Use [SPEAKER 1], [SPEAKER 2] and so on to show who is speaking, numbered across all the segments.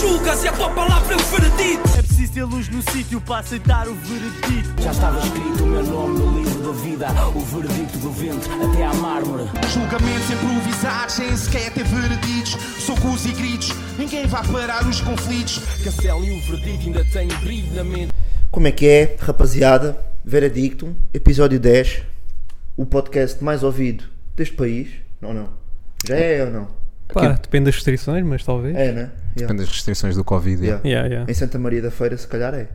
[SPEAKER 1] julgas e a tua palavra é o veredito.
[SPEAKER 2] É preciso ter luz no sítio para aceitar o veredito.
[SPEAKER 3] Já estava escrito o meu nome no livro da vida, o veredito do vento até à mármore.
[SPEAKER 4] Julgamentos improvisados, sem sequer ter vereditos. Socos e gritos, ninguém vai parar os conflitos.
[SPEAKER 3] Castelo e o veredito ainda têm brilho na mente.
[SPEAKER 5] Como é que é, rapaziada? Veredictum, episódio 10, o podcast mais ouvido deste país. Não, não. Já é ou não?
[SPEAKER 6] Pá, depende das restrições, mas talvez.
[SPEAKER 5] É, né? Yeah.
[SPEAKER 7] Depende das restrições do Covid. é.
[SPEAKER 5] Yeah.
[SPEAKER 6] Yeah, yeah.
[SPEAKER 5] Em Santa Maria da Feira, se calhar é.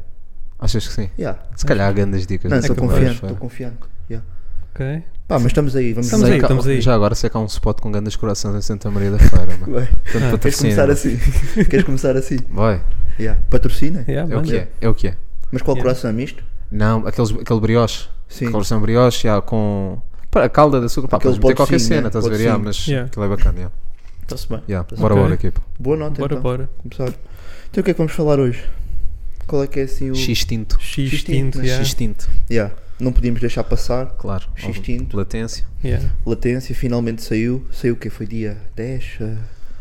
[SPEAKER 7] Achas que sim?
[SPEAKER 5] Yeah.
[SPEAKER 7] Se calhar há grandes dicas.
[SPEAKER 5] Não,
[SPEAKER 7] do
[SPEAKER 5] estou
[SPEAKER 7] é que vais
[SPEAKER 5] confiante,
[SPEAKER 7] fazer.
[SPEAKER 5] estou confiante. Yeah.
[SPEAKER 6] Ok.
[SPEAKER 5] Pá, mas estamos aí, vamos
[SPEAKER 6] Estamos
[SPEAKER 7] Sei
[SPEAKER 6] aí,
[SPEAKER 7] que há-
[SPEAKER 6] estamos aí.
[SPEAKER 7] Já agora sei que há um spot com grandes corações em Santa Maria da Feira. mano.
[SPEAKER 5] Bem,
[SPEAKER 7] Tanto
[SPEAKER 6] Ah,
[SPEAKER 5] Queres
[SPEAKER 7] patrocínio.
[SPEAKER 5] começar assim? Queres começar assim?
[SPEAKER 7] Vai,
[SPEAKER 5] Yeah. Patrocina?
[SPEAKER 6] Yeah,
[SPEAKER 7] é o
[SPEAKER 6] Ah, manda.
[SPEAKER 7] que é. É o que é.
[SPEAKER 5] Mas qual
[SPEAKER 6] Yeah.
[SPEAKER 5] coração misto?
[SPEAKER 7] Não, aqueles, aquele brioche.
[SPEAKER 5] Sim.
[SPEAKER 7] Aquele versão brioche, já com. Pá, a calda de açúcar. Pá,
[SPEAKER 5] Aquele
[SPEAKER 7] podes meter
[SPEAKER 5] potezinho,
[SPEAKER 7] qualquer
[SPEAKER 5] né?
[SPEAKER 7] cena, estás a ver?
[SPEAKER 5] Potezinho.
[SPEAKER 7] Yeah, mas
[SPEAKER 6] Yeah.
[SPEAKER 7] aquilo é bacana. Yeah.
[SPEAKER 5] Está-se bem.
[SPEAKER 7] Yeah.
[SPEAKER 5] Tá-se
[SPEAKER 7] Bora,
[SPEAKER 6] bem.
[SPEAKER 7] bora, equipa.
[SPEAKER 5] Boa nota,
[SPEAKER 6] Bora,
[SPEAKER 5] então.
[SPEAKER 6] bora.
[SPEAKER 5] Começar. Então o que é que vamos falar hoje? Qual é que é assim o.
[SPEAKER 7] X-tinto.
[SPEAKER 6] X
[SPEAKER 5] X-tinto,
[SPEAKER 6] tinto,
[SPEAKER 5] mas
[SPEAKER 6] yeah.
[SPEAKER 7] X-tinto,
[SPEAKER 5] Yeah. Não podíamos deixar passar.
[SPEAKER 7] claro.
[SPEAKER 5] X-tinto.
[SPEAKER 7] Latência.
[SPEAKER 6] Yeah.
[SPEAKER 5] Latência, finalmente saiu. Saiu o quê? Foi dia 10? ah,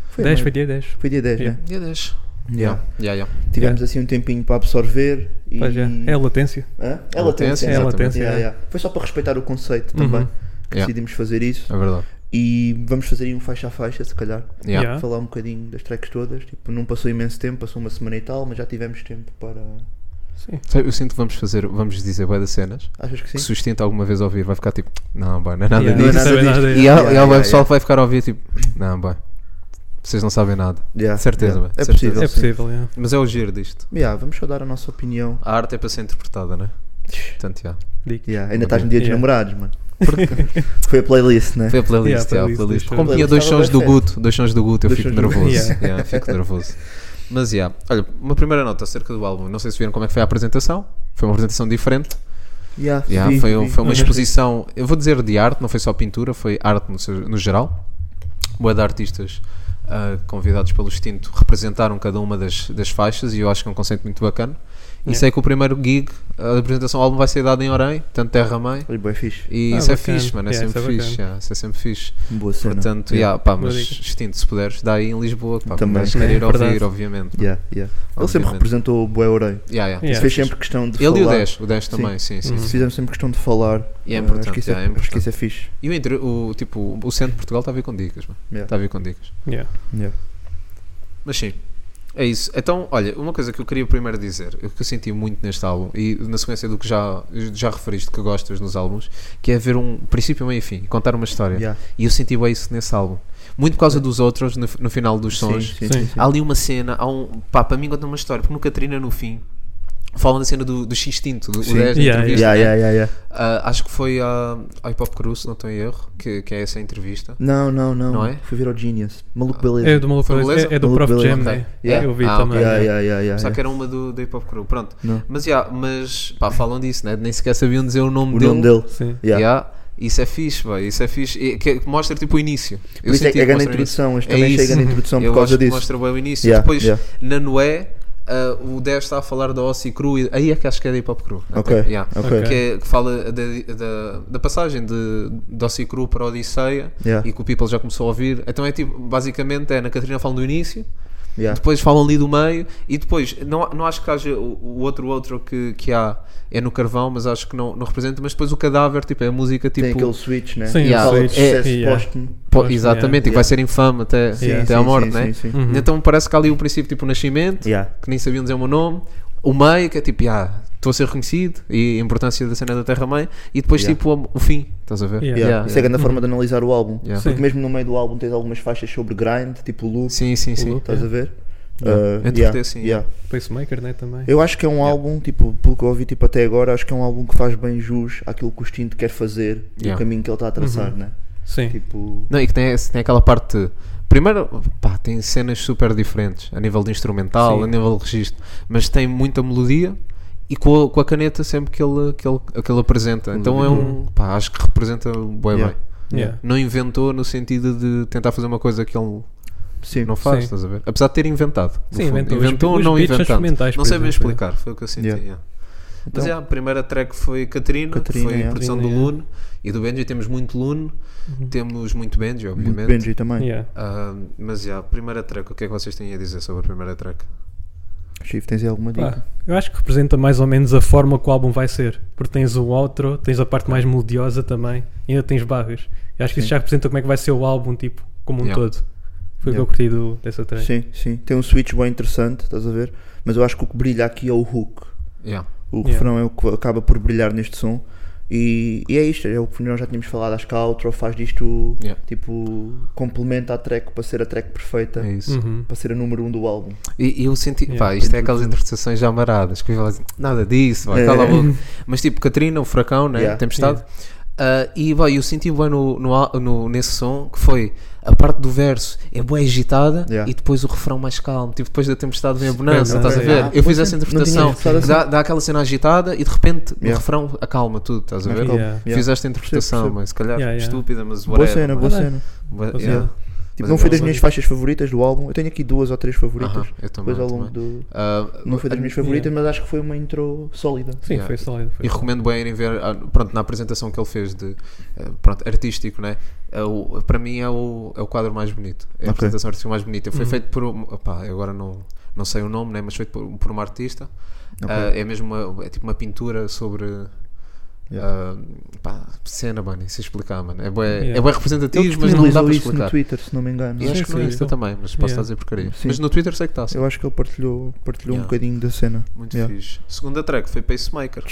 [SPEAKER 5] Foi,
[SPEAKER 6] 10
[SPEAKER 5] mais-
[SPEAKER 6] foi dia 10.
[SPEAKER 5] foi dia 10,
[SPEAKER 6] Yeah.
[SPEAKER 5] né?
[SPEAKER 7] Dia 10.
[SPEAKER 5] Yeah.
[SPEAKER 7] Yeah. Yeah, yeah.
[SPEAKER 5] Tivemos assim um tempinho para absorver e.
[SPEAKER 6] Pois é, é a latência.
[SPEAKER 5] Hã? É
[SPEAKER 7] A
[SPEAKER 5] latência.
[SPEAKER 7] latência, Uhum.
[SPEAKER 5] né?
[SPEAKER 6] É a latência,
[SPEAKER 5] Yeah,
[SPEAKER 6] é.
[SPEAKER 5] yeah. Foi só para respeitar o conceito também. que
[SPEAKER 7] Yeah.
[SPEAKER 5] Decidimos fazer isso
[SPEAKER 7] É verdade.
[SPEAKER 5] e vamos fazer aí um faixa a faixa, se calhar.
[SPEAKER 7] Yeah.
[SPEAKER 6] Yeah.
[SPEAKER 5] Falar um bocadinho das tracks todas. Tipo, não passou imenso tempo, passou uma semana e tal, mas já tivemos tempo para.
[SPEAKER 6] Sim.
[SPEAKER 7] Sabe, Eu sinto que vamos fazer, vamos dizer bué das cenas.
[SPEAKER 5] Achas que sim?
[SPEAKER 7] Que se o instinto alguma vez ouvir vai ficar tipo, não, bem, não é nada
[SPEAKER 6] Yeah.
[SPEAKER 5] Não é
[SPEAKER 7] disso.
[SPEAKER 5] nada
[SPEAKER 6] sabe
[SPEAKER 5] disto.
[SPEAKER 6] nada,
[SPEAKER 7] E há,
[SPEAKER 5] Yeah,
[SPEAKER 7] e há
[SPEAKER 5] yeah,
[SPEAKER 7] o pessoal que vai ficar a ouvir tipo, não, bem, vocês não sabem nada.
[SPEAKER 5] Yeah,
[SPEAKER 7] De certeza,
[SPEAKER 5] yeah.
[SPEAKER 7] bem,
[SPEAKER 5] É
[SPEAKER 7] de
[SPEAKER 5] possível.
[SPEAKER 6] É
[SPEAKER 5] sim.
[SPEAKER 6] possível, yeah.
[SPEAKER 7] Mas é o giro disto.
[SPEAKER 5] Yeah, vamos só dar a nossa opinião.
[SPEAKER 7] A arte é para ser interpretada, né? Portanto, já.
[SPEAKER 6] Digo.
[SPEAKER 5] Yeah, ainda estás no dia dos
[SPEAKER 6] Yeah.
[SPEAKER 5] namorados, mano. Foi a playlist, né?
[SPEAKER 7] Foi a playlist,
[SPEAKER 6] Yeah,
[SPEAKER 7] yeah,
[SPEAKER 6] playlist,
[SPEAKER 7] a playlist.
[SPEAKER 6] deixa eu-
[SPEAKER 7] Como tinha dois
[SPEAKER 5] Playlist
[SPEAKER 7] sons do
[SPEAKER 5] estava bem
[SPEAKER 7] Guto, dois sons do Guto, eu
[SPEAKER 5] Dois
[SPEAKER 7] fico
[SPEAKER 5] sons do Guto.
[SPEAKER 7] nervoso.
[SPEAKER 6] Yeah.
[SPEAKER 7] Yeah, fico nervoso. Mas, yeah. olha, uma primeira nota acerca do álbum. Não sei se viram como é que foi a apresentação. Foi uma apresentação diferente.
[SPEAKER 5] Yeah,
[SPEAKER 7] Yeah,
[SPEAKER 5] vi,
[SPEAKER 7] foi, um-
[SPEAKER 5] vi.
[SPEAKER 7] foi uma exposição, eu vou dizer de arte, não foi só pintura, foi arte no, seu- no geral. Boa de artistas ah, convidados pelo Extinto representaram cada uma das, das faixas e eu acho que é um conceito muito bacana. E
[SPEAKER 6] Yeah.
[SPEAKER 7] sei que o primeiro gig, a apresentação do álbum vai ser dada em Orem, tanto Terra-mãe,
[SPEAKER 5] Olha, boa, fixe.
[SPEAKER 7] e
[SPEAKER 6] Ah,
[SPEAKER 7] isso é
[SPEAKER 6] bacana.
[SPEAKER 7] fixe, mano, é
[SPEAKER 6] Yeah,
[SPEAKER 7] sempre
[SPEAKER 6] isso é
[SPEAKER 7] fixe.
[SPEAKER 6] bacana.
[SPEAKER 7] yeah, isso é sempre fixe.
[SPEAKER 5] Boa cena.
[SPEAKER 7] Portanto,
[SPEAKER 5] yeah.
[SPEAKER 7] yeah, pá,
[SPEAKER 6] Boa
[SPEAKER 7] mas
[SPEAKER 6] dica.
[SPEAKER 7] Extinto, se puderes, dá aí em Lisboa, pá,
[SPEAKER 5] Também.
[SPEAKER 7] Também.
[SPEAKER 6] É,
[SPEAKER 7] querer
[SPEAKER 6] é
[SPEAKER 7] ouvir,
[SPEAKER 6] verdade.
[SPEAKER 7] obviamente.
[SPEAKER 5] Yeah, yeah. Ele sempre
[SPEAKER 7] Obviamente.
[SPEAKER 5] representou o Boé Orei.
[SPEAKER 7] Yeah, yeah.
[SPEAKER 6] Yeah.
[SPEAKER 5] Fez sempre questão de
[SPEAKER 7] Ele
[SPEAKER 5] falar.
[SPEAKER 7] e o 10, o 10 também, sim, sim.
[SPEAKER 6] Uhum.
[SPEAKER 7] sim.
[SPEAKER 5] Fizemos sempre questão de falar.
[SPEAKER 7] E é
[SPEAKER 5] Ah,
[SPEAKER 7] importante,
[SPEAKER 5] acho, que isso é,
[SPEAKER 7] yeah, é
[SPEAKER 5] acho que isso é fixe.
[SPEAKER 7] E o, inter- o, tipo, o centro de Portugal está a vir com dicas, mano.
[SPEAKER 5] Yeah.
[SPEAKER 7] Está a vir com dicas.
[SPEAKER 6] Yeah.
[SPEAKER 5] Yeah.
[SPEAKER 7] Mas sim, é isso. Então, olha, uma coisa que eu queria primeiro dizer, o que eu senti muito neste álbum, e na sequência do que já, já referiste que gostas nos álbuns, que é haver um princípio, meio e fim, contar uma história.
[SPEAKER 5] Yeah.
[SPEAKER 7] E eu senti bem isso nesse álbum. Muito por causa dos outros, no, no final dos sons.
[SPEAKER 5] Sim, sim,
[SPEAKER 6] Sim.
[SPEAKER 5] sim, sim.
[SPEAKER 7] Há ali uma cena, há um. Pá, para mim conta uma história, porque no Catarina, no fim, falam da cena do, do X-Tinto, do
[SPEAKER 5] Sim.
[SPEAKER 7] 10 da
[SPEAKER 6] Yeah,
[SPEAKER 7] entrevista.
[SPEAKER 5] Yeah,
[SPEAKER 7] né?
[SPEAKER 5] yeah, yeah, yeah.
[SPEAKER 7] Ah, acho que foi a, a Hip Hop Crew, se não estou em erro, que, que é essa entrevista.
[SPEAKER 5] Não, não, não.
[SPEAKER 7] Não é?
[SPEAKER 5] Fui ver o Genius. Maluco Beleza.
[SPEAKER 6] É do maluco,
[SPEAKER 7] Foi beleza?
[SPEAKER 6] é, é do
[SPEAKER 5] Maluco
[SPEAKER 6] Prof
[SPEAKER 5] beleza,
[SPEAKER 6] Jam,
[SPEAKER 7] ok.
[SPEAKER 6] né?
[SPEAKER 5] Yeah.
[SPEAKER 6] Eu vi
[SPEAKER 7] Ah,
[SPEAKER 6] também.
[SPEAKER 5] Yeah,
[SPEAKER 6] yeah.
[SPEAKER 5] yeah, yeah, yeah,
[SPEAKER 7] Só
[SPEAKER 5] yeah.
[SPEAKER 7] que é era uma do, do Hip Hop Crew, pronto.
[SPEAKER 5] Não.
[SPEAKER 7] Mas, yeah, mas pá, falam disso, né? nem sequer sabiam dizer o nome
[SPEAKER 5] O
[SPEAKER 7] dele.
[SPEAKER 5] nome dele.
[SPEAKER 6] Sim.
[SPEAKER 5] Yeah.
[SPEAKER 7] Yeah, Isso é fixe, véi, isso é fixe. E que- que mostra tipo o início.
[SPEAKER 5] Por isso é,
[SPEAKER 7] senti
[SPEAKER 5] é
[SPEAKER 7] que
[SPEAKER 5] grande
[SPEAKER 7] mostra o início.
[SPEAKER 5] introdução. Este
[SPEAKER 7] É
[SPEAKER 5] também
[SPEAKER 7] isso.
[SPEAKER 5] chega na introdução
[SPEAKER 7] Eu
[SPEAKER 5] por causa
[SPEAKER 7] acho que
[SPEAKER 5] disso.
[SPEAKER 7] Mostra bem o início.
[SPEAKER 5] Yeah,
[SPEAKER 7] Depois,
[SPEAKER 5] yeah.
[SPEAKER 7] na Noé, ah, o 10 está a falar da Ossi Cru. e- Aí é que acho que é da Hip Hop Crew.
[SPEAKER 5] Ok,
[SPEAKER 7] Até- yeah.
[SPEAKER 5] ok.
[SPEAKER 7] Que, é- que fala da, da, da passagem de, de Ossi Cru para Odisseia
[SPEAKER 5] Yeah.
[SPEAKER 7] e que o People já começou a ouvir. Então é tipo, basicamente, é na Catarina falam do início.
[SPEAKER 5] Yeah.
[SPEAKER 7] Depois falam ali do meio e depois não, não acho que haja o, o outro outro que, que há é no carvão, mas acho que não, não representa, mas depois o cadáver, tipo, é a música tipo.
[SPEAKER 5] Tem aquele switch, né?
[SPEAKER 6] Sim,
[SPEAKER 7] Yeah.
[SPEAKER 6] eu sei.
[SPEAKER 5] Fala de sucesso
[SPEAKER 6] Yeah.
[SPEAKER 5] póstumo.
[SPEAKER 7] pô,
[SPEAKER 6] Acho que
[SPEAKER 7] exatamente, e que vai ser infame até,
[SPEAKER 5] Sim,
[SPEAKER 7] até
[SPEAKER 5] sim,
[SPEAKER 7] à morte,
[SPEAKER 5] sim,
[SPEAKER 7] né?
[SPEAKER 5] sim, sim.
[SPEAKER 7] Então parece que há ali o princípio tipo o nascimento,
[SPEAKER 5] Uhum. Yeah.
[SPEAKER 7] que nem sabiam dizer o meu nome, o meio, que é tipo, ah, estou a ser reconhecido, e a importância da cena da Terra-mãe, e depois
[SPEAKER 5] Yeah.
[SPEAKER 7] tipo o, o fim, estás a ver?
[SPEAKER 6] Yeah.
[SPEAKER 5] Yeah,
[SPEAKER 7] Yeah,
[SPEAKER 5] Isso é a grande forma de analisar o álbum.
[SPEAKER 7] Yeah.
[SPEAKER 5] Porque
[SPEAKER 6] Sim.
[SPEAKER 5] mesmo no meio do álbum tens algumas faixas sobre grind, tipo loop,
[SPEAKER 7] Sim, sim, sim.
[SPEAKER 5] estás a ver?
[SPEAKER 7] Yeah.
[SPEAKER 5] Uh,
[SPEAKER 7] Entre ter, sim,
[SPEAKER 6] Pacemaker, né? Também.
[SPEAKER 5] Eu acho que é um álbum, tipo, pelo que eu ouvi tipo, até agora, acho que é um álbum que faz bem jus àquilo que o Stinto quer fazer e o
[SPEAKER 7] Yeah.
[SPEAKER 5] caminho que ele está a traçar, né?
[SPEAKER 6] Sim.
[SPEAKER 5] Tipo,
[SPEAKER 7] Não, e que tem, tem aquela parte. de- Primeiro, pá, tem cenas super diferentes a nível de instrumental,
[SPEAKER 6] Sim.
[SPEAKER 7] a nível de registro, mas tem muita melodia e com a, com a caneta sempre que ele, que, ele, que ele apresenta. Então é um. Pá, acho que representa bem
[SPEAKER 5] Yeah.
[SPEAKER 7] bem.
[SPEAKER 6] Yeah.
[SPEAKER 7] Não inventou no sentido de tentar fazer uma coisa que ele
[SPEAKER 5] sim.
[SPEAKER 7] não faz,
[SPEAKER 6] Sim.
[SPEAKER 7] estás a ver? Apesar de ter inventado. no
[SPEAKER 6] Sim,
[SPEAKER 7] fundo.
[SPEAKER 6] inventou. Os-
[SPEAKER 7] Inventou ou
[SPEAKER 6] os
[SPEAKER 7] não
[SPEAKER 6] beats são
[SPEAKER 7] inventado.
[SPEAKER 6] experimentais,
[SPEAKER 7] Não
[SPEAKER 6] por
[SPEAKER 7] sei bem
[SPEAKER 6] exemplo, Então-
[SPEAKER 7] explicar, foi o que eu senti.
[SPEAKER 5] Yeah.
[SPEAKER 7] yeah. Mas é, a primeira track foi Catarina,
[SPEAKER 5] Catarina,
[SPEAKER 7] que foi
[SPEAKER 5] é.
[SPEAKER 7] a produção
[SPEAKER 6] Catarina, Uhum.
[SPEAKER 7] do
[SPEAKER 6] é.
[SPEAKER 7] Luno e do Benji. Temos muito Luno, temos muito Benji,
[SPEAKER 5] Muito
[SPEAKER 7] obviamente.
[SPEAKER 5] Benji também.
[SPEAKER 6] Yeah.
[SPEAKER 7] Ah, mas já, a primeira track, o que é que vocês têm a dizer sobre a primeira track?
[SPEAKER 5] Chief, tens aí alguma dica?
[SPEAKER 6] Pá, eu acho que representa mais ou menos a forma que o álbum vai ser. Porque tens o outro, tens a parte mais melodiosa também, e ainda tens barras. Eu acho que isso já representa como é que vai ser o álbum, tipo, como um
[SPEAKER 7] Yeah.
[SPEAKER 6] todo. Foi o que
[SPEAKER 5] Yeah.
[SPEAKER 6] eu curti do- dessa track.
[SPEAKER 5] Sim, sim. Tem um switch bem interessante, estás a ver? Mas eu acho que o que brilha aqui é o hook.
[SPEAKER 7] Yeah.
[SPEAKER 5] O
[SPEAKER 6] Yeah.
[SPEAKER 5] refrão é o que acaba por brilhar neste som. E, e é isto, é o que nós já tínhamos falado. Acho que a outro faz disto,
[SPEAKER 7] Yeah.
[SPEAKER 5] tipo, complementa a track para ser a track perfeita,
[SPEAKER 7] É isso.
[SPEAKER 6] Uhum.
[SPEAKER 5] para ser a número um do álbum.
[SPEAKER 7] E, e eu senti,
[SPEAKER 6] Yeah.
[SPEAKER 7] pá, isto é aquelas interpretações já amaradas, que eu assim, nada disso, vai,
[SPEAKER 5] É.
[SPEAKER 7] cala a boca. Mas tipo, Catarina, o furacão, né?
[SPEAKER 5] Yeah.
[SPEAKER 7] Tempestade. Ah, e vai, eu senti bem no, no, al- no- nesse som que foi a parte do verso é bem agitada
[SPEAKER 5] Yeah.
[SPEAKER 7] e depois o refrão mais calmo. Tipo, depois da tempestade vem a bonança,
[SPEAKER 6] não,
[SPEAKER 7] estás a
[SPEAKER 6] é.
[SPEAKER 7] ver?
[SPEAKER 5] Ah,
[SPEAKER 7] eu fiz
[SPEAKER 5] pois
[SPEAKER 7] essa
[SPEAKER 5] é, não
[SPEAKER 7] interpretação.
[SPEAKER 5] tinha pensado assim.
[SPEAKER 7] Dá, dá aquela cena agitada e de repente
[SPEAKER 5] Yeah.
[SPEAKER 7] o refrão acalma tudo, estás a ver?
[SPEAKER 6] calma. Yeah.
[SPEAKER 7] Fiz esta interpretação,
[SPEAKER 5] percebo.
[SPEAKER 7] mas se calhar
[SPEAKER 6] Yeah, yeah.
[SPEAKER 7] estúpida, mas
[SPEAKER 5] Boa
[SPEAKER 7] whatever.
[SPEAKER 5] cena, boa
[SPEAKER 7] mano.
[SPEAKER 5] cena.
[SPEAKER 7] Boa-
[SPEAKER 6] Boa
[SPEAKER 7] yeah.
[SPEAKER 6] cena.
[SPEAKER 5] Tipo,
[SPEAKER 7] Mas
[SPEAKER 5] não
[SPEAKER 7] é
[SPEAKER 5] foi
[SPEAKER 7] boa
[SPEAKER 5] das
[SPEAKER 7] cena.
[SPEAKER 5] minhas faixas favoritas do álbum. Eu tenho aqui duas ou três favoritas.
[SPEAKER 7] Aham, eu também,
[SPEAKER 5] depois ao longo
[SPEAKER 7] também.
[SPEAKER 5] do.
[SPEAKER 7] Ah,
[SPEAKER 5] Não foi das minhas favoritas, mas acho que foi uma intro sólida.
[SPEAKER 6] Sim,
[SPEAKER 7] Yeah.
[SPEAKER 6] foi sólido. Foi
[SPEAKER 7] E recomendo bem irem ver, ah, pronto, na apresentação que ele fez de, eh, pronto, artístico, né? É o, para mim é o, é o quadro mais bonito. É a
[SPEAKER 5] Ok.
[SPEAKER 7] apresentação artística mais bonita.
[SPEAKER 6] Uhum.
[SPEAKER 7] Foi feito por, um- opá, eu agora não, não sei o nome, né? Mas feito por, por uma artista. Ah, é mesmo uma, é tipo uma pintura sobre...
[SPEAKER 5] Yeah.
[SPEAKER 7] ah, pá, cena, mano, isso explicar, mano. É bem, é
[SPEAKER 6] Yeah.
[SPEAKER 7] bem
[SPEAKER 5] Ele
[SPEAKER 7] representativo, mas não dá
[SPEAKER 5] disponibilizou
[SPEAKER 7] para
[SPEAKER 5] isso
[SPEAKER 7] explicar.
[SPEAKER 5] no Twitter, se não me engano.
[SPEAKER 7] E acho
[SPEAKER 6] Sim,
[SPEAKER 7] que no
[SPEAKER 6] sim,
[SPEAKER 7] Insta
[SPEAKER 6] sim.
[SPEAKER 7] também, mas posso estar
[SPEAKER 6] Yeah.
[SPEAKER 7] a dizer porcaria.
[SPEAKER 5] Sim.
[SPEAKER 7] Mas no Twitter sei que está, sim.
[SPEAKER 5] Eu acho que ele partilhou, partilhou
[SPEAKER 7] Yeah.
[SPEAKER 5] um bocadinho da cena.
[SPEAKER 7] Muito
[SPEAKER 5] Yeah.
[SPEAKER 7] fixe. Segunda track foi Pacemaker.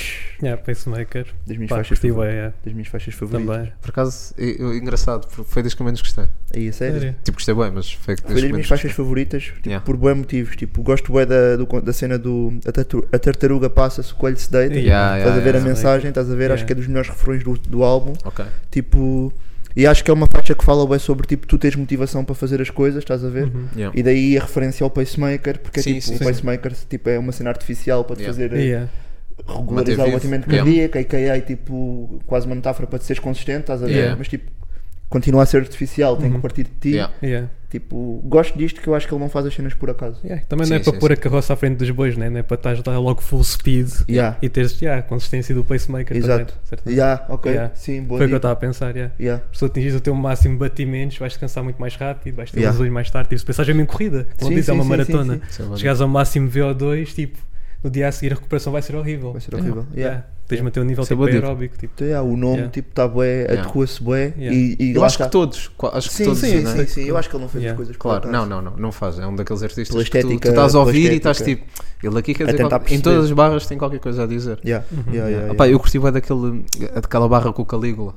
[SPEAKER 6] Yeah, Pacemaker.
[SPEAKER 5] Das minhas,
[SPEAKER 6] Pá,
[SPEAKER 5] faixas,
[SPEAKER 6] curti
[SPEAKER 5] favoritas,
[SPEAKER 6] bem, yeah,
[SPEAKER 5] das minhas faixas favoritas.
[SPEAKER 6] também.
[SPEAKER 7] Por acaso, eu- eu- engraçado, porque foi das que eu menos gostei.
[SPEAKER 5] Aí, a sério.
[SPEAKER 6] Sério?
[SPEAKER 7] Tipo, gostei bem, mas foi que
[SPEAKER 5] Foi das é minhas faixas favoritas tipo,
[SPEAKER 7] Yeah.
[SPEAKER 5] por bons motivos. Tipo, gosto bem da, do con- da cena do a, tartu- a tartaruga passa-se, o coelho se deita.
[SPEAKER 6] Yeah.
[SPEAKER 5] Estás a ver a
[SPEAKER 6] yeah.
[SPEAKER 5] mensagem, estás a ver? Acho
[SPEAKER 6] Yeah.
[SPEAKER 5] que é dos melhores refrões do, do álbum.
[SPEAKER 7] Ok.
[SPEAKER 5] Tipo, e acho que é uma faixa que fala bem sobre tipo, tu tens motivação para fazer as coisas, estás a ver?
[SPEAKER 6] Uhum.
[SPEAKER 7] Yeah.
[SPEAKER 5] E daí a referência ao pacemaker, porque é
[SPEAKER 7] Sim,
[SPEAKER 5] tipo,
[SPEAKER 7] sim,
[SPEAKER 5] o
[SPEAKER 7] sim.
[SPEAKER 5] pacemaker tipo, é uma cena artificial para te
[SPEAKER 7] Yeah.
[SPEAKER 5] fazer eh,
[SPEAKER 6] Yeah.
[SPEAKER 5] regularizar
[SPEAKER 7] Manter
[SPEAKER 5] o batimento
[SPEAKER 7] vivo.
[SPEAKER 5] cardíaco, a.k.a. tipo, quase uma metáfora para te seres consistente, estás a ver?
[SPEAKER 7] Yeah.
[SPEAKER 5] Mas tipo, continua a ser artificial, tem
[SPEAKER 6] Uhum.
[SPEAKER 5] que partir de ti.
[SPEAKER 7] Yeah.
[SPEAKER 6] Yeah.
[SPEAKER 5] Tipo, gosto disto que eu acho que ele não faz as cenas por acaso.
[SPEAKER 6] Yeah, Também não
[SPEAKER 7] Sim,
[SPEAKER 6] é para
[SPEAKER 7] sim,
[SPEAKER 6] pôr
[SPEAKER 7] sim.
[SPEAKER 6] a carroça à frente dos bois, né? não é para estar dar logo full speed
[SPEAKER 5] Yeah.
[SPEAKER 6] e teres yeah, a consistência do pacemaker.
[SPEAKER 5] Exato.
[SPEAKER 6] Também, certo?
[SPEAKER 5] Yeah, ok.
[SPEAKER 6] Yeah.
[SPEAKER 5] Sim,
[SPEAKER 6] Foi
[SPEAKER 5] boa
[SPEAKER 6] o que eu
[SPEAKER 5] dica.
[SPEAKER 6] estava a pensar. Yeah.
[SPEAKER 5] Yeah.
[SPEAKER 6] Se tu atingires o teu máximo de batimentos, vais descansar muito mais rápido, vais ter
[SPEAKER 5] Yeah.
[SPEAKER 6] lesões mais tarde. Tipo, se pensares mesmo em corrida, como
[SPEAKER 5] Sim,
[SPEAKER 6] diz, é
[SPEAKER 5] sim,
[SPEAKER 6] uma
[SPEAKER 5] sim,
[SPEAKER 6] maratona.
[SPEAKER 5] sim,
[SPEAKER 7] Isso é bom.
[SPEAKER 6] Chegares ao máximo VO2, tipo, no dia a seguir a recuperação vai ser horrível.
[SPEAKER 5] Vai ser horrível. Yeah.
[SPEAKER 6] Yeah. Tens de manter o nível
[SPEAKER 7] Isso é
[SPEAKER 6] tipo,
[SPEAKER 7] bom dito.
[SPEAKER 6] aeróbico. Tipo.
[SPEAKER 5] Então, yeah, o nome,
[SPEAKER 6] Yeah.
[SPEAKER 5] tipo, está bué,
[SPEAKER 7] Yeah.
[SPEAKER 5] adequa-se bué.
[SPEAKER 6] Yeah.
[SPEAKER 5] E, e
[SPEAKER 7] Eu
[SPEAKER 5] lá
[SPEAKER 7] acho que
[SPEAKER 5] está.
[SPEAKER 7] todos, qua- acho que
[SPEAKER 5] Sim,
[SPEAKER 7] todos,
[SPEAKER 5] sim,
[SPEAKER 7] né?
[SPEAKER 5] sim, sim. Eu acho que ele não fez
[SPEAKER 6] Yeah.
[SPEAKER 5] as coisas por
[SPEAKER 7] Claro,
[SPEAKER 5] acaso.
[SPEAKER 7] não, não, não, não faz. É um daqueles artistas
[SPEAKER 5] Pela
[SPEAKER 7] que tu, tu
[SPEAKER 5] estética,
[SPEAKER 7] estás a
[SPEAKER 5] pela
[SPEAKER 7] ouvir e
[SPEAKER 5] estética.
[SPEAKER 7] estás tipo, ele aqui quer dizer
[SPEAKER 5] tentar
[SPEAKER 7] qualquer... em
[SPEAKER 5] perceber.
[SPEAKER 7] todas as barras tem qualquer coisa a dizer.
[SPEAKER 5] Yeah.
[SPEAKER 6] Uhum.
[SPEAKER 5] Yeah, yeah, yeah.
[SPEAKER 7] Opá, Ah, eu curti bem daquele, daquela barra com o Calígula,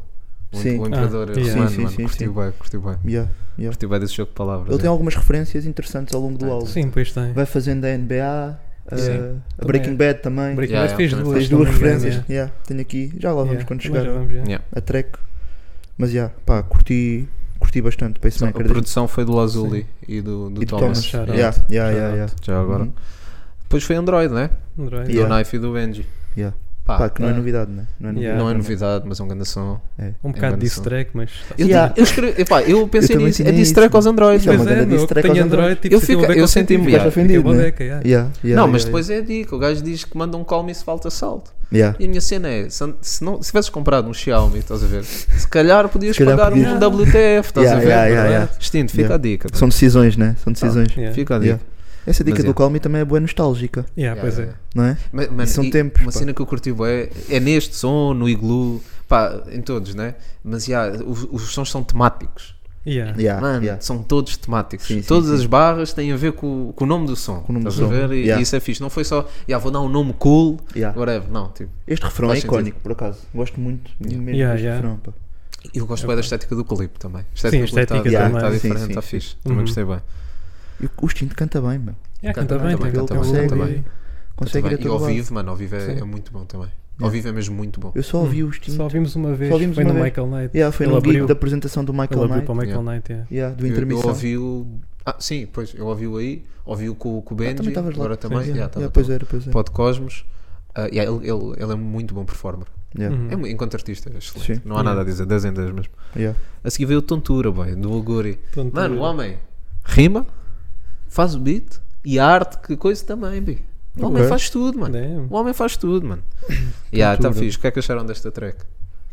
[SPEAKER 7] o,
[SPEAKER 5] Sim.
[SPEAKER 7] o imperador
[SPEAKER 6] Ah,
[SPEAKER 7] romano,
[SPEAKER 6] yeah.
[SPEAKER 5] Sim, sim,
[SPEAKER 7] mano.
[SPEAKER 5] sim,
[SPEAKER 7] curti
[SPEAKER 5] sim.
[SPEAKER 7] bem, curti bem.
[SPEAKER 5] Yeah, yeah.
[SPEAKER 7] Curti bem desse jogo de palavras.
[SPEAKER 5] Ele tem
[SPEAKER 7] yeah.
[SPEAKER 5] algumas referências interessantes ao longo do álbum.
[SPEAKER 6] Sim, pois tem.
[SPEAKER 5] Vai fazendo a NBA, a-
[SPEAKER 6] Sim.
[SPEAKER 5] a Breaking
[SPEAKER 6] Também. é-
[SPEAKER 5] Bad também.
[SPEAKER 6] Breaking
[SPEAKER 7] Yeah,
[SPEAKER 6] Bad fez
[SPEAKER 7] yeah,
[SPEAKER 6] duas.
[SPEAKER 5] Tens
[SPEAKER 6] se não
[SPEAKER 5] duas
[SPEAKER 6] me engano,
[SPEAKER 5] referências.
[SPEAKER 6] yeah.
[SPEAKER 5] Yeah, tenho aqui. Já lá vamos
[SPEAKER 6] Yeah,
[SPEAKER 5] quando
[SPEAKER 6] também já
[SPEAKER 5] chegar
[SPEAKER 6] vamos, yeah.
[SPEAKER 7] Yeah.
[SPEAKER 5] a track. Mas já, pá, curti, curti bastante.
[SPEAKER 7] A
[SPEAKER 5] Pacemaker dele.
[SPEAKER 7] produção foi do Lazuli e do, do
[SPEAKER 5] e do Thomas.
[SPEAKER 7] Thomas.
[SPEAKER 6] Shout
[SPEAKER 5] Yeah,
[SPEAKER 6] out.
[SPEAKER 5] yeah, yeah, yeah, yeah.
[SPEAKER 7] Já agora.
[SPEAKER 5] Uhum.
[SPEAKER 7] Depois foi Android, né?
[SPEAKER 6] Android.
[SPEAKER 5] Yeah.
[SPEAKER 7] Do Knife e do Benji.
[SPEAKER 5] Yeah.
[SPEAKER 7] Pá,
[SPEAKER 5] Pá, que não é
[SPEAKER 6] ah.
[SPEAKER 5] novidade, né? Não é novidade.
[SPEAKER 6] Yeah.
[SPEAKER 7] não é novidade, mas é um grande som.
[SPEAKER 6] Um bocado
[SPEAKER 7] Enganação.
[SPEAKER 6] de track, mas.
[SPEAKER 7] Eu,
[SPEAKER 5] Yeah.
[SPEAKER 7] digo- eu, escrevi- epá, eu pensei
[SPEAKER 5] também
[SPEAKER 7] nisso, é
[SPEAKER 5] tinha
[SPEAKER 7] diss
[SPEAKER 5] isso.
[SPEAKER 7] track aos Androids.
[SPEAKER 5] Isso é uma
[SPEAKER 6] Pois é,
[SPEAKER 5] grande
[SPEAKER 6] meu,
[SPEAKER 5] diss track
[SPEAKER 6] tenho
[SPEAKER 5] aos
[SPEAKER 6] Android, tipo,
[SPEAKER 7] Eu
[SPEAKER 6] se tem
[SPEAKER 5] um
[SPEAKER 7] fica-
[SPEAKER 6] uma beca,
[SPEAKER 7] eu
[SPEAKER 6] eu
[SPEAKER 7] senti-me-
[SPEAKER 6] senti-me
[SPEAKER 7] yeah.
[SPEAKER 5] Ofendido, né? Yeah, yeah,
[SPEAKER 7] não,
[SPEAKER 5] yeah,
[SPEAKER 7] mas
[SPEAKER 5] yeah.
[SPEAKER 7] depois é a dica. O gajo diz que manda um call me se falta salto.
[SPEAKER 5] Yeah.
[SPEAKER 7] E a minha cena é: se, an- se não, se tivesses comprado um Xiaomi, estás a ver? Se calhar podias
[SPEAKER 5] Se calhar
[SPEAKER 7] pagar
[SPEAKER 5] podias.
[SPEAKER 7] um WTF, estás
[SPEAKER 5] Yeah,
[SPEAKER 7] a ver?
[SPEAKER 5] yeah, yeah,
[SPEAKER 7] Não é?
[SPEAKER 5] yeah.
[SPEAKER 7] Instinto, fica
[SPEAKER 5] Yeah.
[SPEAKER 7] a dica.
[SPEAKER 5] São decisões, né? São decisões.
[SPEAKER 6] Yeah.
[SPEAKER 7] Fica a dica.
[SPEAKER 5] Yeah. Essa dica
[SPEAKER 7] Mas,
[SPEAKER 5] do
[SPEAKER 7] yeah.
[SPEAKER 5] Calmi também é boa nostálgica,
[SPEAKER 6] Yeah,
[SPEAKER 7] Yeah,
[SPEAKER 6] pois é.
[SPEAKER 7] yeah.
[SPEAKER 5] não é?
[SPEAKER 7] Ma- mano,
[SPEAKER 5] são
[SPEAKER 7] e
[SPEAKER 5] tempos,
[SPEAKER 7] Uma
[SPEAKER 5] pá.
[SPEAKER 7] cena que eu curti bué, é neste som, no Igloo, pá, em todos, né? Mas yeah, os, os sons são temáticos.
[SPEAKER 6] Yeah.
[SPEAKER 5] Yeah,
[SPEAKER 7] Mano,
[SPEAKER 5] yeah.
[SPEAKER 7] são todos temáticos.
[SPEAKER 5] Sim, sim,
[SPEAKER 7] Todas
[SPEAKER 5] sim.
[SPEAKER 7] as barras têm a ver com, com o nome do som.
[SPEAKER 5] o nome
[SPEAKER 7] estás
[SPEAKER 5] do
[SPEAKER 7] a
[SPEAKER 5] som.
[SPEAKER 7] ver? E,
[SPEAKER 5] Yeah.
[SPEAKER 7] e isso é fixe. Não foi só, yeah, vou dar um nome cool,
[SPEAKER 5] Yeah.
[SPEAKER 7] whatever. Não, tipo,
[SPEAKER 5] Este refrão
[SPEAKER 7] Faz
[SPEAKER 5] é
[SPEAKER 7] sentido.
[SPEAKER 5] icónico, por acaso. Gosto muito mesmo
[SPEAKER 6] Yeah,
[SPEAKER 5] deste
[SPEAKER 6] yeah.
[SPEAKER 5] refrão. pá.
[SPEAKER 7] eu gosto bem da estética do clipe também. A estética
[SPEAKER 6] É Sim,
[SPEAKER 7] do clipe
[SPEAKER 6] estética
[SPEAKER 7] está-
[SPEAKER 5] também.
[SPEAKER 7] está
[SPEAKER 5] Sim,
[SPEAKER 7] diferente,
[SPEAKER 5] sim,
[SPEAKER 7] está
[SPEAKER 5] sim.
[SPEAKER 7] fixe. Também
[SPEAKER 6] Uhum.
[SPEAKER 7] gostei bem.
[SPEAKER 5] E o Stinto canta bem, meu.
[SPEAKER 6] Yeah, canta
[SPEAKER 7] Canta bem,
[SPEAKER 6] bem,
[SPEAKER 7] também,
[SPEAKER 6] tem
[SPEAKER 7] canta
[SPEAKER 6] aquele
[SPEAKER 7] bem,
[SPEAKER 6] cabelo
[SPEAKER 7] canta bem.
[SPEAKER 6] ali.
[SPEAKER 7] Canta
[SPEAKER 5] Consegue ir
[SPEAKER 7] bem.
[SPEAKER 5] a
[SPEAKER 7] E
[SPEAKER 5] todo
[SPEAKER 7] ao
[SPEAKER 5] lado.
[SPEAKER 7] vivo, mano, ao vivo é, é muito bom também. Ao vivo é mesmo muito bom.
[SPEAKER 5] Eu só ouvi o Stinto.
[SPEAKER 6] Hum. Só ouvimos uma vez.
[SPEAKER 5] Só ouvimos
[SPEAKER 6] foi
[SPEAKER 5] uma
[SPEAKER 6] no
[SPEAKER 5] vez.
[SPEAKER 6] Michael Knight.
[SPEAKER 5] Yeah, foi
[SPEAKER 6] Ele
[SPEAKER 5] no gig
[SPEAKER 6] abriu-
[SPEAKER 5] da apresentação do Michael
[SPEAKER 6] Ele abriu para
[SPEAKER 5] Knight.
[SPEAKER 6] o Michael
[SPEAKER 7] Yeah.
[SPEAKER 6] Knight. yeah.
[SPEAKER 5] Yeah, do
[SPEAKER 7] Eu, eu
[SPEAKER 5] intermissão.
[SPEAKER 7] ouvi-o. Ah, sim, pois, eu ouvi-o aí, ouvi-o com, com
[SPEAKER 5] Ah,
[SPEAKER 7] o Benji,
[SPEAKER 5] também estavas lá.
[SPEAKER 7] agora também.
[SPEAKER 5] Sim,
[SPEAKER 7] Yeah,
[SPEAKER 5] yeah,
[SPEAKER 7] estava
[SPEAKER 5] yeah, pois é,
[SPEAKER 7] todo.
[SPEAKER 5] era, pois era.
[SPEAKER 7] Pod Cosmos. Ah, yeah, ele, ele, ele é muito bom performer.
[SPEAKER 5] Yeah,
[SPEAKER 6] Hum.
[SPEAKER 7] É
[SPEAKER 6] Uhum.
[SPEAKER 7] mu- enquanto artista, é excelente.
[SPEAKER 5] Sim.
[SPEAKER 7] Não há nada a dizer, 10 em 10 mesmo.
[SPEAKER 5] yeah.
[SPEAKER 7] A seguir veio o Tontura, boy, do Oguri.
[SPEAKER 6] Tontura.
[SPEAKER 7] Mano, o homem rima, faz o beat e a arte, que coisa também, bi. O homem
[SPEAKER 5] Ok. Né?
[SPEAKER 7] faz tudo, mano.
[SPEAKER 6] Damn.
[SPEAKER 7] O homem faz tudo, mano. yeah, tá
[SPEAKER 6] tudo.
[SPEAKER 7] fixe. O que é que acharam desta track?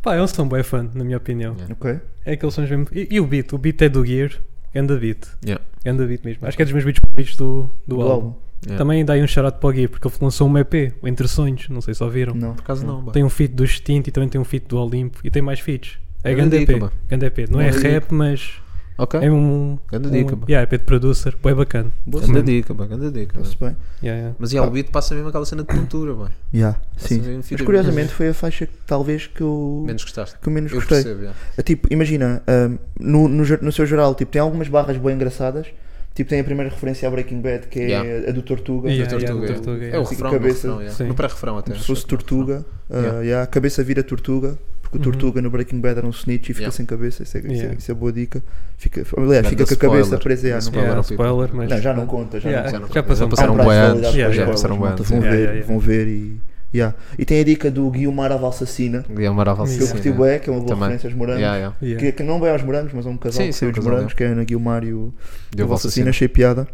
[SPEAKER 6] Pá, eles são bem fã, na minha opinião.
[SPEAKER 5] Ok.
[SPEAKER 6] É aqueles sons mesmo. E, e o beat, o beat é do Gear, ganda beat,
[SPEAKER 7] Yeah.
[SPEAKER 6] ganda beat mesmo. Acho que é dos meus beats favoritos do, do,
[SPEAKER 5] Do
[SPEAKER 6] álbum.
[SPEAKER 5] álbum.
[SPEAKER 7] Yeah.
[SPEAKER 6] Também dá aí um shout para o Gear, porque ele lançou um EP, o Entre Sonhos, não sei se ouviram.
[SPEAKER 5] Não.
[SPEAKER 7] Por acaso não, pá.
[SPEAKER 6] Tem um feat do Extinto e também tem um feat do Olimpo e tem mais feats. É
[SPEAKER 7] Grande
[SPEAKER 6] ganda EP,
[SPEAKER 7] dica, mano.
[SPEAKER 6] ganda EP. Não é
[SPEAKER 7] Grande
[SPEAKER 6] rap, mas
[SPEAKER 7] Ok.
[SPEAKER 6] é um...
[SPEAKER 7] Grande
[SPEAKER 6] um
[SPEAKER 7] dica, mano.
[SPEAKER 6] yeah, EP de producer, bem bacana. Uhum.
[SPEAKER 5] Boa
[SPEAKER 7] Grande
[SPEAKER 5] cena.
[SPEAKER 7] dica, pá. Grande dica.
[SPEAKER 5] Está-se
[SPEAKER 7] mano.
[SPEAKER 5] bem.
[SPEAKER 6] Yeah, yeah.
[SPEAKER 7] Mas yeah, o beat passa mesmo aquela cena de cultura, mano.
[SPEAKER 5] Yeah,
[SPEAKER 7] Passa
[SPEAKER 5] sim.
[SPEAKER 7] mesmo
[SPEAKER 5] Mas
[SPEAKER 7] fita-
[SPEAKER 5] curiosamente foi a faixa que talvez que eu
[SPEAKER 7] Menos gostaste.
[SPEAKER 5] que eu menos
[SPEAKER 7] Eu
[SPEAKER 5] gostei.
[SPEAKER 7] percebo, yeah.
[SPEAKER 5] É Tipo, imagina, ahm, no, no, ge- no seu geral, tipo, tem algumas barras bem engraçadas. Tipo, tem a primeira referência a Breaking Bad, que é
[SPEAKER 7] Yeah.
[SPEAKER 5] a do Tortuga.
[SPEAKER 6] Yeah,
[SPEAKER 7] Da
[SPEAKER 6] yeah,
[SPEAKER 7] Tortuga,
[SPEAKER 6] da
[SPEAKER 7] é.
[SPEAKER 6] Tortuga,
[SPEAKER 7] é.
[SPEAKER 6] yeah.
[SPEAKER 7] o
[SPEAKER 5] Assim,
[SPEAKER 7] refrão,
[SPEAKER 5] cabeça-
[SPEAKER 7] no, refrão, yeah.
[SPEAKER 6] Sim.
[SPEAKER 7] no pré-refrão até.
[SPEAKER 5] Como se fosse
[SPEAKER 7] acho que é no refrão.
[SPEAKER 5] Tortuga. ah,
[SPEAKER 7] Yeah. Uhum.
[SPEAKER 5] yeah, a cabeça vira Tortuga, porque o Tortuga no Breaking Bad era um snitch e fica
[SPEAKER 7] Yeah.
[SPEAKER 5] sem cabeça. Isso é, isso é-
[SPEAKER 6] Yeah.
[SPEAKER 5] isso é boa dica. Fica, aliás,
[SPEAKER 7] Grande
[SPEAKER 5] fica com a
[SPEAKER 7] spoiler.
[SPEAKER 5] cabeça presa. Yeah, não-
[SPEAKER 7] Spoiler
[SPEAKER 6] Yeah,
[SPEAKER 7] ao people.
[SPEAKER 6] spoiler, mas...
[SPEAKER 5] Não, já não conta. Já
[SPEAKER 6] Yeah.
[SPEAKER 5] não conta.
[SPEAKER 7] Já não-
[SPEAKER 6] Já passou.
[SPEAKER 7] Já passaram
[SPEAKER 5] Há um prazo
[SPEAKER 7] bué
[SPEAKER 5] de
[SPEAKER 7] anos,
[SPEAKER 5] validade
[SPEAKER 6] yeah,
[SPEAKER 5] para
[SPEAKER 7] já
[SPEAKER 5] spoilers,
[SPEAKER 7] passaram bué
[SPEAKER 5] malta,
[SPEAKER 7] anos,
[SPEAKER 5] Vão
[SPEAKER 6] yeah.
[SPEAKER 5] ver,
[SPEAKER 6] Yeah, yeah,
[SPEAKER 5] vão ver e. yeah. E tem a dica do Guilmar Valsacina,
[SPEAKER 7] E é a Maraval
[SPEAKER 5] que eu
[SPEAKER 6] Sim,
[SPEAKER 5] curti bué, que é uma boa referência aos morangos.
[SPEAKER 7] Yeah, yeah.
[SPEAKER 6] Yeah.
[SPEAKER 5] Que, que não vai aos morangos, mas é um casal
[SPEAKER 7] Sim,
[SPEAKER 5] que
[SPEAKER 7] sim,
[SPEAKER 5] tem
[SPEAKER 7] um
[SPEAKER 5] os
[SPEAKER 7] casal,
[SPEAKER 5] morangos, que é a Ana Guilmar e o
[SPEAKER 7] Deu
[SPEAKER 5] o Valsacina, achei piada.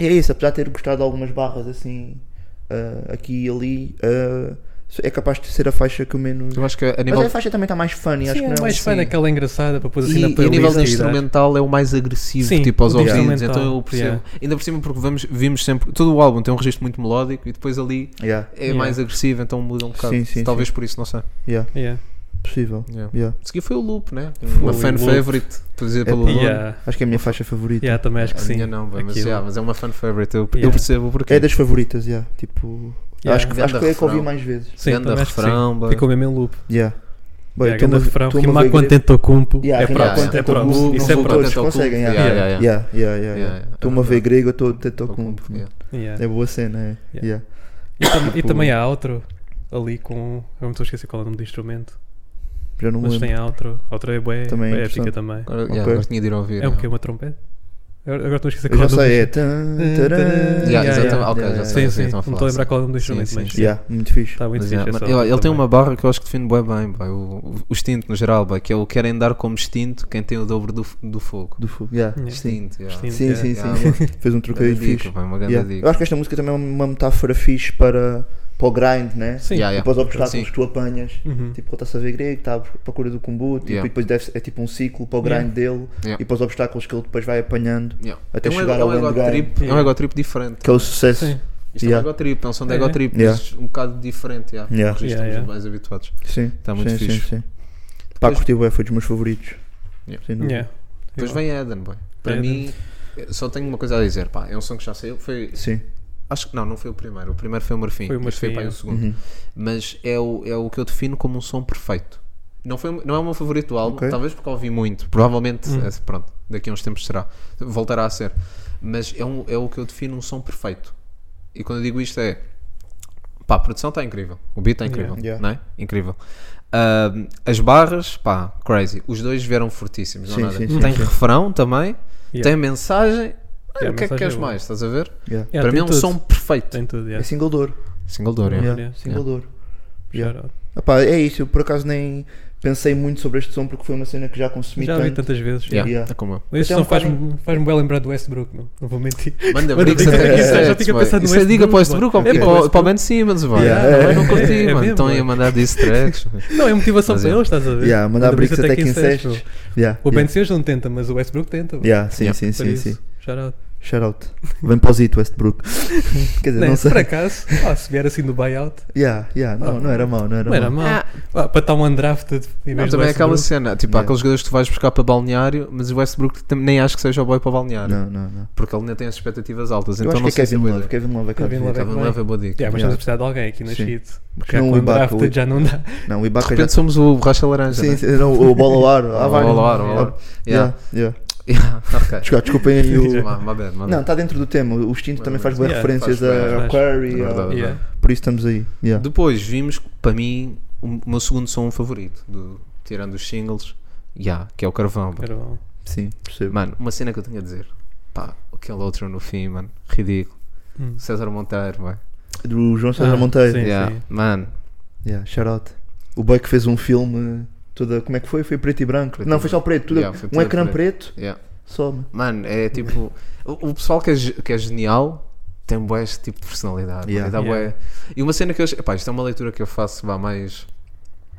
[SPEAKER 5] E é isso, apesar de ter gostado de algumas barras assim, ah, aqui e ali, ah, é capaz de ser a faixa que eu menos.
[SPEAKER 7] Eu acho que a nível
[SPEAKER 5] Mas é a faixa também está mais funny, acho
[SPEAKER 6] Sim,
[SPEAKER 5] que
[SPEAKER 6] é
[SPEAKER 5] não. assim. um
[SPEAKER 6] mais fã
[SPEAKER 7] sim.
[SPEAKER 6] daquela engraçada para pôr assim
[SPEAKER 7] E,
[SPEAKER 6] na
[SPEAKER 7] e a
[SPEAKER 6] playlist.
[SPEAKER 7] nível da
[SPEAKER 6] e dar-
[SPEAKER 7] instrumental é o mais agressivo,
[SPEAKER 6] né? Sim,
[SPEAKER 7] tipo aos
[SPEAKER 6] o
[SPEAKER 7] ouvidos,
[SPEAKER 6] instrumental,
[SPEAKER 7] então eu percebo.
[SPEAKER 6] yeah.
[SPEAKER 7] Ainda por cima porque vamos, vimos sempre, todo o álbum tem um registro muito melódico e depois ali
[SPEAKER 5] Yeah,
[SPEAKER 7] é
[SPEAKER 6] Yeah.
[SPEAKER 7] mais agressivo, então muda um bocado.
[SPEAKER 5] Sim, sim,
[SPEAKER 7] Talvez por isso, não sei.
[SPEAKER 5] yeah,
[SPEAKER 6] Yeah.
[SPEAKER 5] possível.
[SPEAKER 7] Yeah.
[SPEAKER 5] Yeah.
[SPEAKER 7] A seguir foi o Loop, né?
[SPEAKER 6] Foi
[SPEAKER 7] Uma
[SPEAKER 6] o
[SPEAKER 7] fan
[SPEAKER 6] Loop.
[SPEAKER 7] favorite, por dizer
[SPEAKER 5] É,
[SPEAKER 7] pelo nome.
[SPEAKER 6] Yeah.
[SPEAKER 5] Acho que é a minha faixa favorita.
[SPEAKER 6] Yeah, também acho que
[SPEAKER 7] A
[SPEAKER 6] sim.
[SPEAKER 7] minha não, bem, mas,
[SPEAKER 6] Aquilo.
[SPEAKER 7] yeah, mas é uma fan favorite, eu, eu
[SPEAKER 6] Yeah.
[SPEAKER 7] percebo porque
[SPEAKER 5] É das favoritas, yeah. tipo.
[SPEAKER 6] Yeah.
[SPEAKER 5] Acho, que, acho que é a que eu ouvi
[SPEAKER 7] refrão.
[SPEAKER 5] mais vezes.
[SPEAKER 6] Sim,
[SPEAKER 7] Ganda
[SPEAKER 6] também acho que sim.
[SPEAKER 7] refrão, bem.
[SPEAKER 6] Ficou mesmo em loop.
[SPEAKER 5] Yeah. Bem,
[SPEAKER 6] yeah,
[SPEAKER 5] tô-me
[SPEAKER 6] ganda
[SPEAKER 5] a-
[SPEAKER 6] refrão.
[SPEAKER 5] tô-me a
[SPEAKER 6] Rimar
[SPEAKER 5] ver-
[SPEAKER 6] contento ou cumpo.
[SPEAKER 5] Yeah,
[SPEAKER 6] é
[SPEAKER 5] rimar
[SPEAKER 6] props,
[SPEAKER 5] contento
[SPEAKER 6] é
[SPEAKER 5] ou
[SPEAKER 6] props.
[SPEAKER 5] cumpo,
[SPEAKER 6] Isso é
[SPEAKER 5] não vou
[SPEAKER 6] props.
[SPEAKER 5] todos conseguem, yeah.
[SPEAKER 7] Yeah, yeah,
[SPEAKER 5] Yeah, yeah, yeah,
[SPEAKER 7] Yeah, é
[SPEAKER 5] yeah.
[SPEAKER 7] yeah. Então,
[SPEAKER 5] Estou-me a ver grego, estou até com.
[SPEAKER 7] um- Yeah.
[SPEAKER 6] Yeah.
[SPEAKER 5] É boa cena, é.
[SPEAKER 6] Yeah.
[SPEAKER 5] Yeah.
[SPEAKER 6] E, tam-
[SPEAKER 7] tipo
[SPEAKER 6] e também há outro ali com. Eu não estou a esquecer qual é o nome do instrumento.
[SPEAKER 5] Já não me
[SPEAKER 6] Mas
[SPEAKER 5] lembro.
[SPEAKER 6] tem a outro. A outra é bué,
[SPEAKER 5] Também é
[SPEAKER 6] bué épica
[SPEAKER 5] interessante.
[SPEAKER 6] também.
[SPEAKER 7] Agora, yeah,
[SPEAKER 5] Ok.
[SPEAKER 7] agora tinha de ir ouvir.
[SPEAKER 6] É o
[SPEAKER 7] Ah, yeah.
[SPEAKER 6] que? Uma trompete? Agora agora estou a esquecer
[SPEAKER 5] Eu
[SPEAKER 6] qual é
[SPEAKER 5] já
[SPEAKER 6] o nome.
[SPEAKER 5] sei, é.
[SPEAKER 6] do-
[SPEAKER 5] Tan,
[SPEAKER 6] Yeah,
[SPEAKER 5] taran,
[SPEAKER 6] yeah,
[SPEAKER 5] yeah,
[SPEAKER 6] yeah, Tá.
[SPEAKER 5] yeah,
[SPEAKER 7] ok, já
[SPEAKER 5] yeah,
[SPEAKER 7] sei.
[SPEAKER 6] Sim,
[SPEAKER 7] Sim,
[SPEAKER 6] sim.
[SPEAKER 7] sim,
[SPEAKER 6] Não
[SPEAKER 7] estão a
[SPEAKER 6] estou a
[SPEAKER 7] falar,
[SPEAKER 6] lembrar
[SPEAKER 7] sim.
[SPEAKER 6] qual é o nome do
[SPEAKER 7] Sim,
[SPEAKER 6] instrumento,
[SPEAKER 7] sim,
[SPEAKER 6] mas
[SPEAKER 7] sim.
[SPEAKER 5] Yeah, muito fixe.
[SPEAKER 6] está muito
[SPEAKER 7] Mas,
[SPEAKER 6] fixe
[SPEAKER 7] yeah,
[SPEAKER 6] essa
[SPEAKER 7] mas ele,
[SPEAKER 6] outra
[SPEAKER 7] ele tem
[SPEAKER 6] também.
[SPEAKER 7] uma barra que eu acho que define bem bem, pá, o, o extinto no geral, pá, que é o querem dar como extinto quem tem o dobro do, f- do fogo.
[SPEAKER 5] Do fogo. Yeah.
[SPEAKER 6] Yeah.
[SPEAKER 7] Extinto, yeah.
[SPEAKER 6] Extinto.
[SPEAKER 5] Sim, sim, sim.
[SPEAKER 7] Yeah.
[SPEAKER 5] yeah. Fez um
[SPEAKER 7] Grande
[SPEAKER 5] trocadilho
[SPEAKER 7] dica,
[SPEAKER 5] fixe.
[SPEAKER 7] pá, uma grande
[SPEAKER 5] Yeah. Eu
[SPEAKER 7] dica.
[SPEAKER 5] acho que esta música também é uma metáfora fixe para, para o grind, né?
[SPEAKER 6] Sim.
[SPEAKER 7] Yeah, yeah.
[SPEAKER 5] Depois os obstáculos
[SPEAKER 7] Sim.
[SPEAKER 5] que tu apanhas.
[SPEAKER 6] Uhum.
[SPEAKER 5] Tipo, ele está-se a ver grego, está à procura do combo, tipo,
[SPEAKER 7] Yeah.
[SPEAKER 5] e depois deve- é tipo um ciclo para o grind dele
[SPEAKER 7] Yeah.
[SPEAKER 5] e para os obstáculos que ele depois vai apanhando
[SPEAKER 7] Yeah.
[SPEAKER 5] até
[SPEAKER 7] é um ego-
[SPEAKER 5] chegar
[SPEAKER 7] é
[SPEAKER 5] ao
[SPEAKER 7] um
[SPEAKER 5] end
[SPEAKER 7] ego
[SPEAKER 5] game.
[SPEAKER 7] trip, é um
[SPEAKER 6] Yeah.
[SPEAKER 7] ego trip diferente.
[SPEAKER 5] Que é o sucesso.
[SPEAKER 6] Sim.
[SPEAKER 7] Isto é
[SPEAKER 5] Yeah.
[SPEAKER 7] um ego trip, é um som de
[SPEAKER 6] É.
[SPEAKER 7] ego trip,
[SPEAKER 5] Yeah.
[SPEAKER 7] mas um bocado diferente, yeah.
[SPEAKER 5] Yeah.
[SPEAKER 7] Porque
[SPEAKER 6] Yeah,
[SPEAKER 7] estamos
[SPEAKER 6] yeah.
[SPEAKER 7] mais habituados.
[SPEAKER 5] Sim,
[SPEAKER 7] Tá muito
[SPEAKER 5] sim,
[SPEAKER 7] fixe.
[SPEAKER 5] sim, sim. Pá,
[SPEAKER 7] Depois-
[SPEAKER 5] curti o foi dos meus favoritos.
[SPEAKER 7] Yeah.
[SPEAKER 5] Sem dúvida.
[SPEAKER 6] Yeah.
[SPEAKER 7] Depois vem Eden, boy. Para
[SPEAKER 6] Eden.
[SPEAKER 7] mim, eh, só tenho uma coisa a dizer, pá, é um som que já saiu, foi,
[SPEAKER 5] Sim,
[SPEAKER 7] acho que não, não foi o primeiro, o primeiro foi o Marfim,
[SPEAKER 6] Foi o
[SPEAKER 7] este foi
[SPEAKER 6] Marfim,
[SPEAKER 7] pá,
[SPEAKER 6] é.
[SPEAKER 7] o segundo.
[SPEAKER 5] Uhum.
[SPEAKER 7] Mas é o, é o que eu defino como um som perfeito. Não, foi, não é o meu favorito do álbum,
[SPEAKER 5] Ok.
[SPEAKER 7] talvez porque ouvi muito, provavelmente, eh, pronto, daqui a uns tempos será, voltará a ser. Mas é, um, é o que eu defino um som perfeito. E quando eu digo isto é, pá, a produção está incrível, o beat está incrível,
[SPEAKER 5] Yeah.
[SPEAKER 7] não é? Incrível. Ahm, as barras, pá, crazy. Os dois vieram fortíssimos, não
[SPEAKER 5] Sim,
[SPEAKER 7] há nada.
[SPEAKER 5] sim, sim,
[SPEAKER 7] tem
[SPEAKER 5] sim.
[SPEAKER 7] refrão também,
[SPEAKER 6] Yeah.
[SPEAKER 7] tem mensagem. Ah,
[SPEAKER 6] Yeah,
[SPEAKER 7] o que é que
[SPEAKER 6] mensagem
[SPEAKER 7] queres
[SPEAKER 6] é boa.
[SPEAKER 7] mais? Estás a ver?
[SPEAKER 6] Yeah,
[SPEAKER 5] yeah.
[SPEAKER 7] Para mim
[SPEAKER 6] tem
[SPEAKER 7] é um
[SPEAKER 6] tudo.
[SPEAKER 7] som perfeito.
[SPEAKER 6] Tem tudo,
[SPEAKER 5] É
[SPEAKER 6] yeah.
[SPEAKER 5] single door.
[SPEAKER 7] Single door, yeah.
[SPEAKER 5] Yeah,
[SPEAKER 6] Yeah.
[SPEAKER 5] Single door. Yeah.
[SPEAKER 6] Shout out.
[SPEAKER 5] Ah pá, é isso, eu por acaso nem pensei muito sobre este som porque foi uma cena que já consumi
[SPEAKER 6] Já ouvi
[SPEAKER 5] tanto.
[SPEAKER 6] tantas vezes.
[SPEAKER 7] Yeah,
[SPEAKER 5] Yeah.
[SPEAKER 7] é como eu.
[SPEAKER 6] Este som
[SPEAKER 5] Até um bocado-
[SPEAKER 6] faz-me faz bem lembrar do Westbrook, não, não vou mentir. Manda
[SPEAKER 7] Manda bricks
[SPEAKER 6] bricks
[SPEAKER 7] até
[SPEAKER 6] até
[SPEAKER 7] que
[SPEAKER 6] que sai, já tinha pensado no
[SPEAKER 7] Isso é dica para o
[SPEAKER 6] Westbrook,
[SPEAKER 7] Westbrook
[SPEAKER 6] boy.
[SPEAKER 7] e
[SPEAKER 6] É,
[SPEAKER 7] para o-
[SPEAKER 6] Westbrook.
[SPEAKER 7] para o Ben Simmons, vai.
[SPEAKER 5] Yeah.
[SPEAKER 7] Também não curti,
[SPEAKER 6] É, é
[SPEAKER 7] mano.
[SPEAKER 6] mesmo,
[SPEAKER 7] Estão aí a
[SPEAKER 6] boy.
[SPEAKER 7] mandar diss tracks.
[SPEAKER 6] Não, é motivação
[SPEAKER 7] Mas
[SPEAKER 6] para
[SPEAKER 7] é.
[SPEAKER 6] eles, estás a ver?
[SPEAKER 5] Yeah, mandar
[SPEAKER 6] Manda
[SPEAKER 5] bricks até que
[SPEAKER 6] inceste,
[SPEAKER 5] inceste.
[SPEAKER 6] meu.
[SPEAKER 5] Yeah,
[SPEAKER 6] O Ben
[SPEAKER 5] yeah.
[SPEAKER 6] Simmons não tenta, mas o Westbrook tenta. bro.
[SPEAKER 5] Yeah, sim,
[SPEAKER 7] Yeah.
[SPEAKER 5] sim,
[SPEAKER 6] Por
[SPEAKER 5] sim,
[SPEAKER 6] isso,
[SPEAKER 5] sim.
[SPEAKER 6] Shout out.
[SPEAKER 5] Shout out. Vem para o Zito Westbrook. Quer dizer,
[SPEAKER 6] Né,
[SPEAKER 5] não
[SPEAKER 6] se
[SPEAKER 5] sei.
[SPEAKER 6] por acaso, ah, se vier assim do buyout,
[SPEAKER 5] Yeah, yeah, não, não era mau, não era
[SPEAKER 6] não era
[SPEAKER 5] mau.
[SPEAKER 6] mal. para estar um undrafted em
[SPEAKER 7] Ah. Não,
[SPEAKER 6] vez do
[SPEAKER 7] também é aquela
[SPEAKER 6] Westbrook.
[SPEAKER 7] cena, tipo, há
[SPEAKER 5] Yeah.
[SPEAKER 7] aqueles jogadores que tu vais buscar para balneário, mas o Westbrook tam- nem acho que seja o boy para balneário,
[SPEAKER 5] Não, não, não.
[SPEAKER 7] porque ele ainda tem as expectativas altas,
[SPEAKER 5] Eu
[SPEAKER 7] então
[SPEAKER 5] acho
[SPEAKER 7] não
[SPEAKER 5] que é
[SPEAKER 7] sei se é
[SPEAKER 5] Kevin
[SPEAKER 7] boa
[SPEAKER 5] Love.
[SPEAKER 7] ideia.
[SPEAKER 5] Kevin Love é
[SPEAKER 6] Kevin Love
[SPEAKER 5] claado.
[SPEAKER 6] é
[SPEAKER 7] Kevin Love é boa dica.
[SPEAKER 6] Yeah, mas estamos
[SPEAKER 5] Yeah.
[SPEAKER 6] a precisar de alguém aqui na
[SPEAKER 5] Sim.
[SPEAKER 6] shit.
[SPEAKER 5] Porque
[SPEAKER 6] Já
[SPEAKER 5] não
[SPEAKER 6] com
[SPEAKER 5] o
[SPEAKER 6] o
[SPEAKER 5] Ibaka,
[SPEAKER 6] undrafted
[SPEAKER 5] o-
[SPEAKER 6] já não dá.
[SPEAKER 5] Não, o
[SPEAKER 7] De
[SPEAKER 5] Ibaka já.
[SPEAKER 7] repente somos o Racha Laranja,
[SPEAKER 5] Sim,
[SPEAKER 7] né?
[SPEAKER 5] sim, não, o bola ao ar. Há
[SPEAKER 7] O
[SPEAKER 5] vários.
[SPEAKER 7] bola ao ar, o bola ao ar.
[SPEAKER 5] Yeah,
[SPEAKER 7] Yeah.
[SPEAKER 5] yeah.
[SPEAKER 7] Yeah, ok.
[SPEAKER 5] Desculpa, desculpem aí o.
[SPEAKER 7] My- my bad, my
[SPEAKER 5] Não,
[SPEAKER 7] bad.
[SPEAKER 5] está dentro do tema. O instinto também faz boas
[SPEAKER 6] Yeah,
[SPEAKER 5] referências
[SPEAKER 7] faz, faz,
[SPEAKER 5] a
[SPEAKER 6] faz.
[SPEAKER 5] ao Curry.
[SPEAKER 7] É
[SPEAKER 5] ao-
[SPEAKER 7] verdade.
[SPEAKER 6] Yeah.
[SPEAKER 5] Por isso estamos aí. Yeah.
[SPEAKER 7] Depois vimos, para mim, o meu segundo som favorito, do- tirando os singles, yeah, que é o Carvão. pá.
[SPEAKER 6] Era bom.
[SPEAKER 5] Sim, percebo.
[SPEAKER 7] Mano, uma cena que eu tenho a dizer. Pá, aquele outro no fim, mano. Ridículo.
[SPEAKER 6] Hum.
[SPEAKER 7] César Monteiro, vai.
[SPEAKER 5] Do João César
[SPEAKER 6] Ah,
[SPEAKER 5] Monteiro.
[SPEAKER 6] sim.
[SPEAKER 7] Yeah, mano.
[SPEAKER 5] Yeah, shout out. O boy que fez um filme. Toda, como é que foi? Foi preto e branco.
[SPEAKER 7] Preto
[SPEAKER 5] não,
[SPEAKER 7] e
[SPEAKER 5] foi só preto. Tudo,
[SPEAKER 7] Yeah, foi
[SPEAKER 5] um
[SPEAKER 7] tudo
[SPEAKER 5] ecrã
[SPEAKER 7] preto.
[SPEAKER 5] preto,
[SPEAKER 7] Yeah.
[SPEAKER 5] só.
[SPEAKER 7] Mano, é tipo. O o pessoal que é, ge- que é genial tem bué este tipo de personalidade.
[SPEAKER 5] Yeah.
[SPEAKER 7] mano, e dá
[SPEAKER 6] Yeah.
[SPEAKER 7] bué- E uma cena que eu. Epá, isto é uma leitura que eu faço vá mais.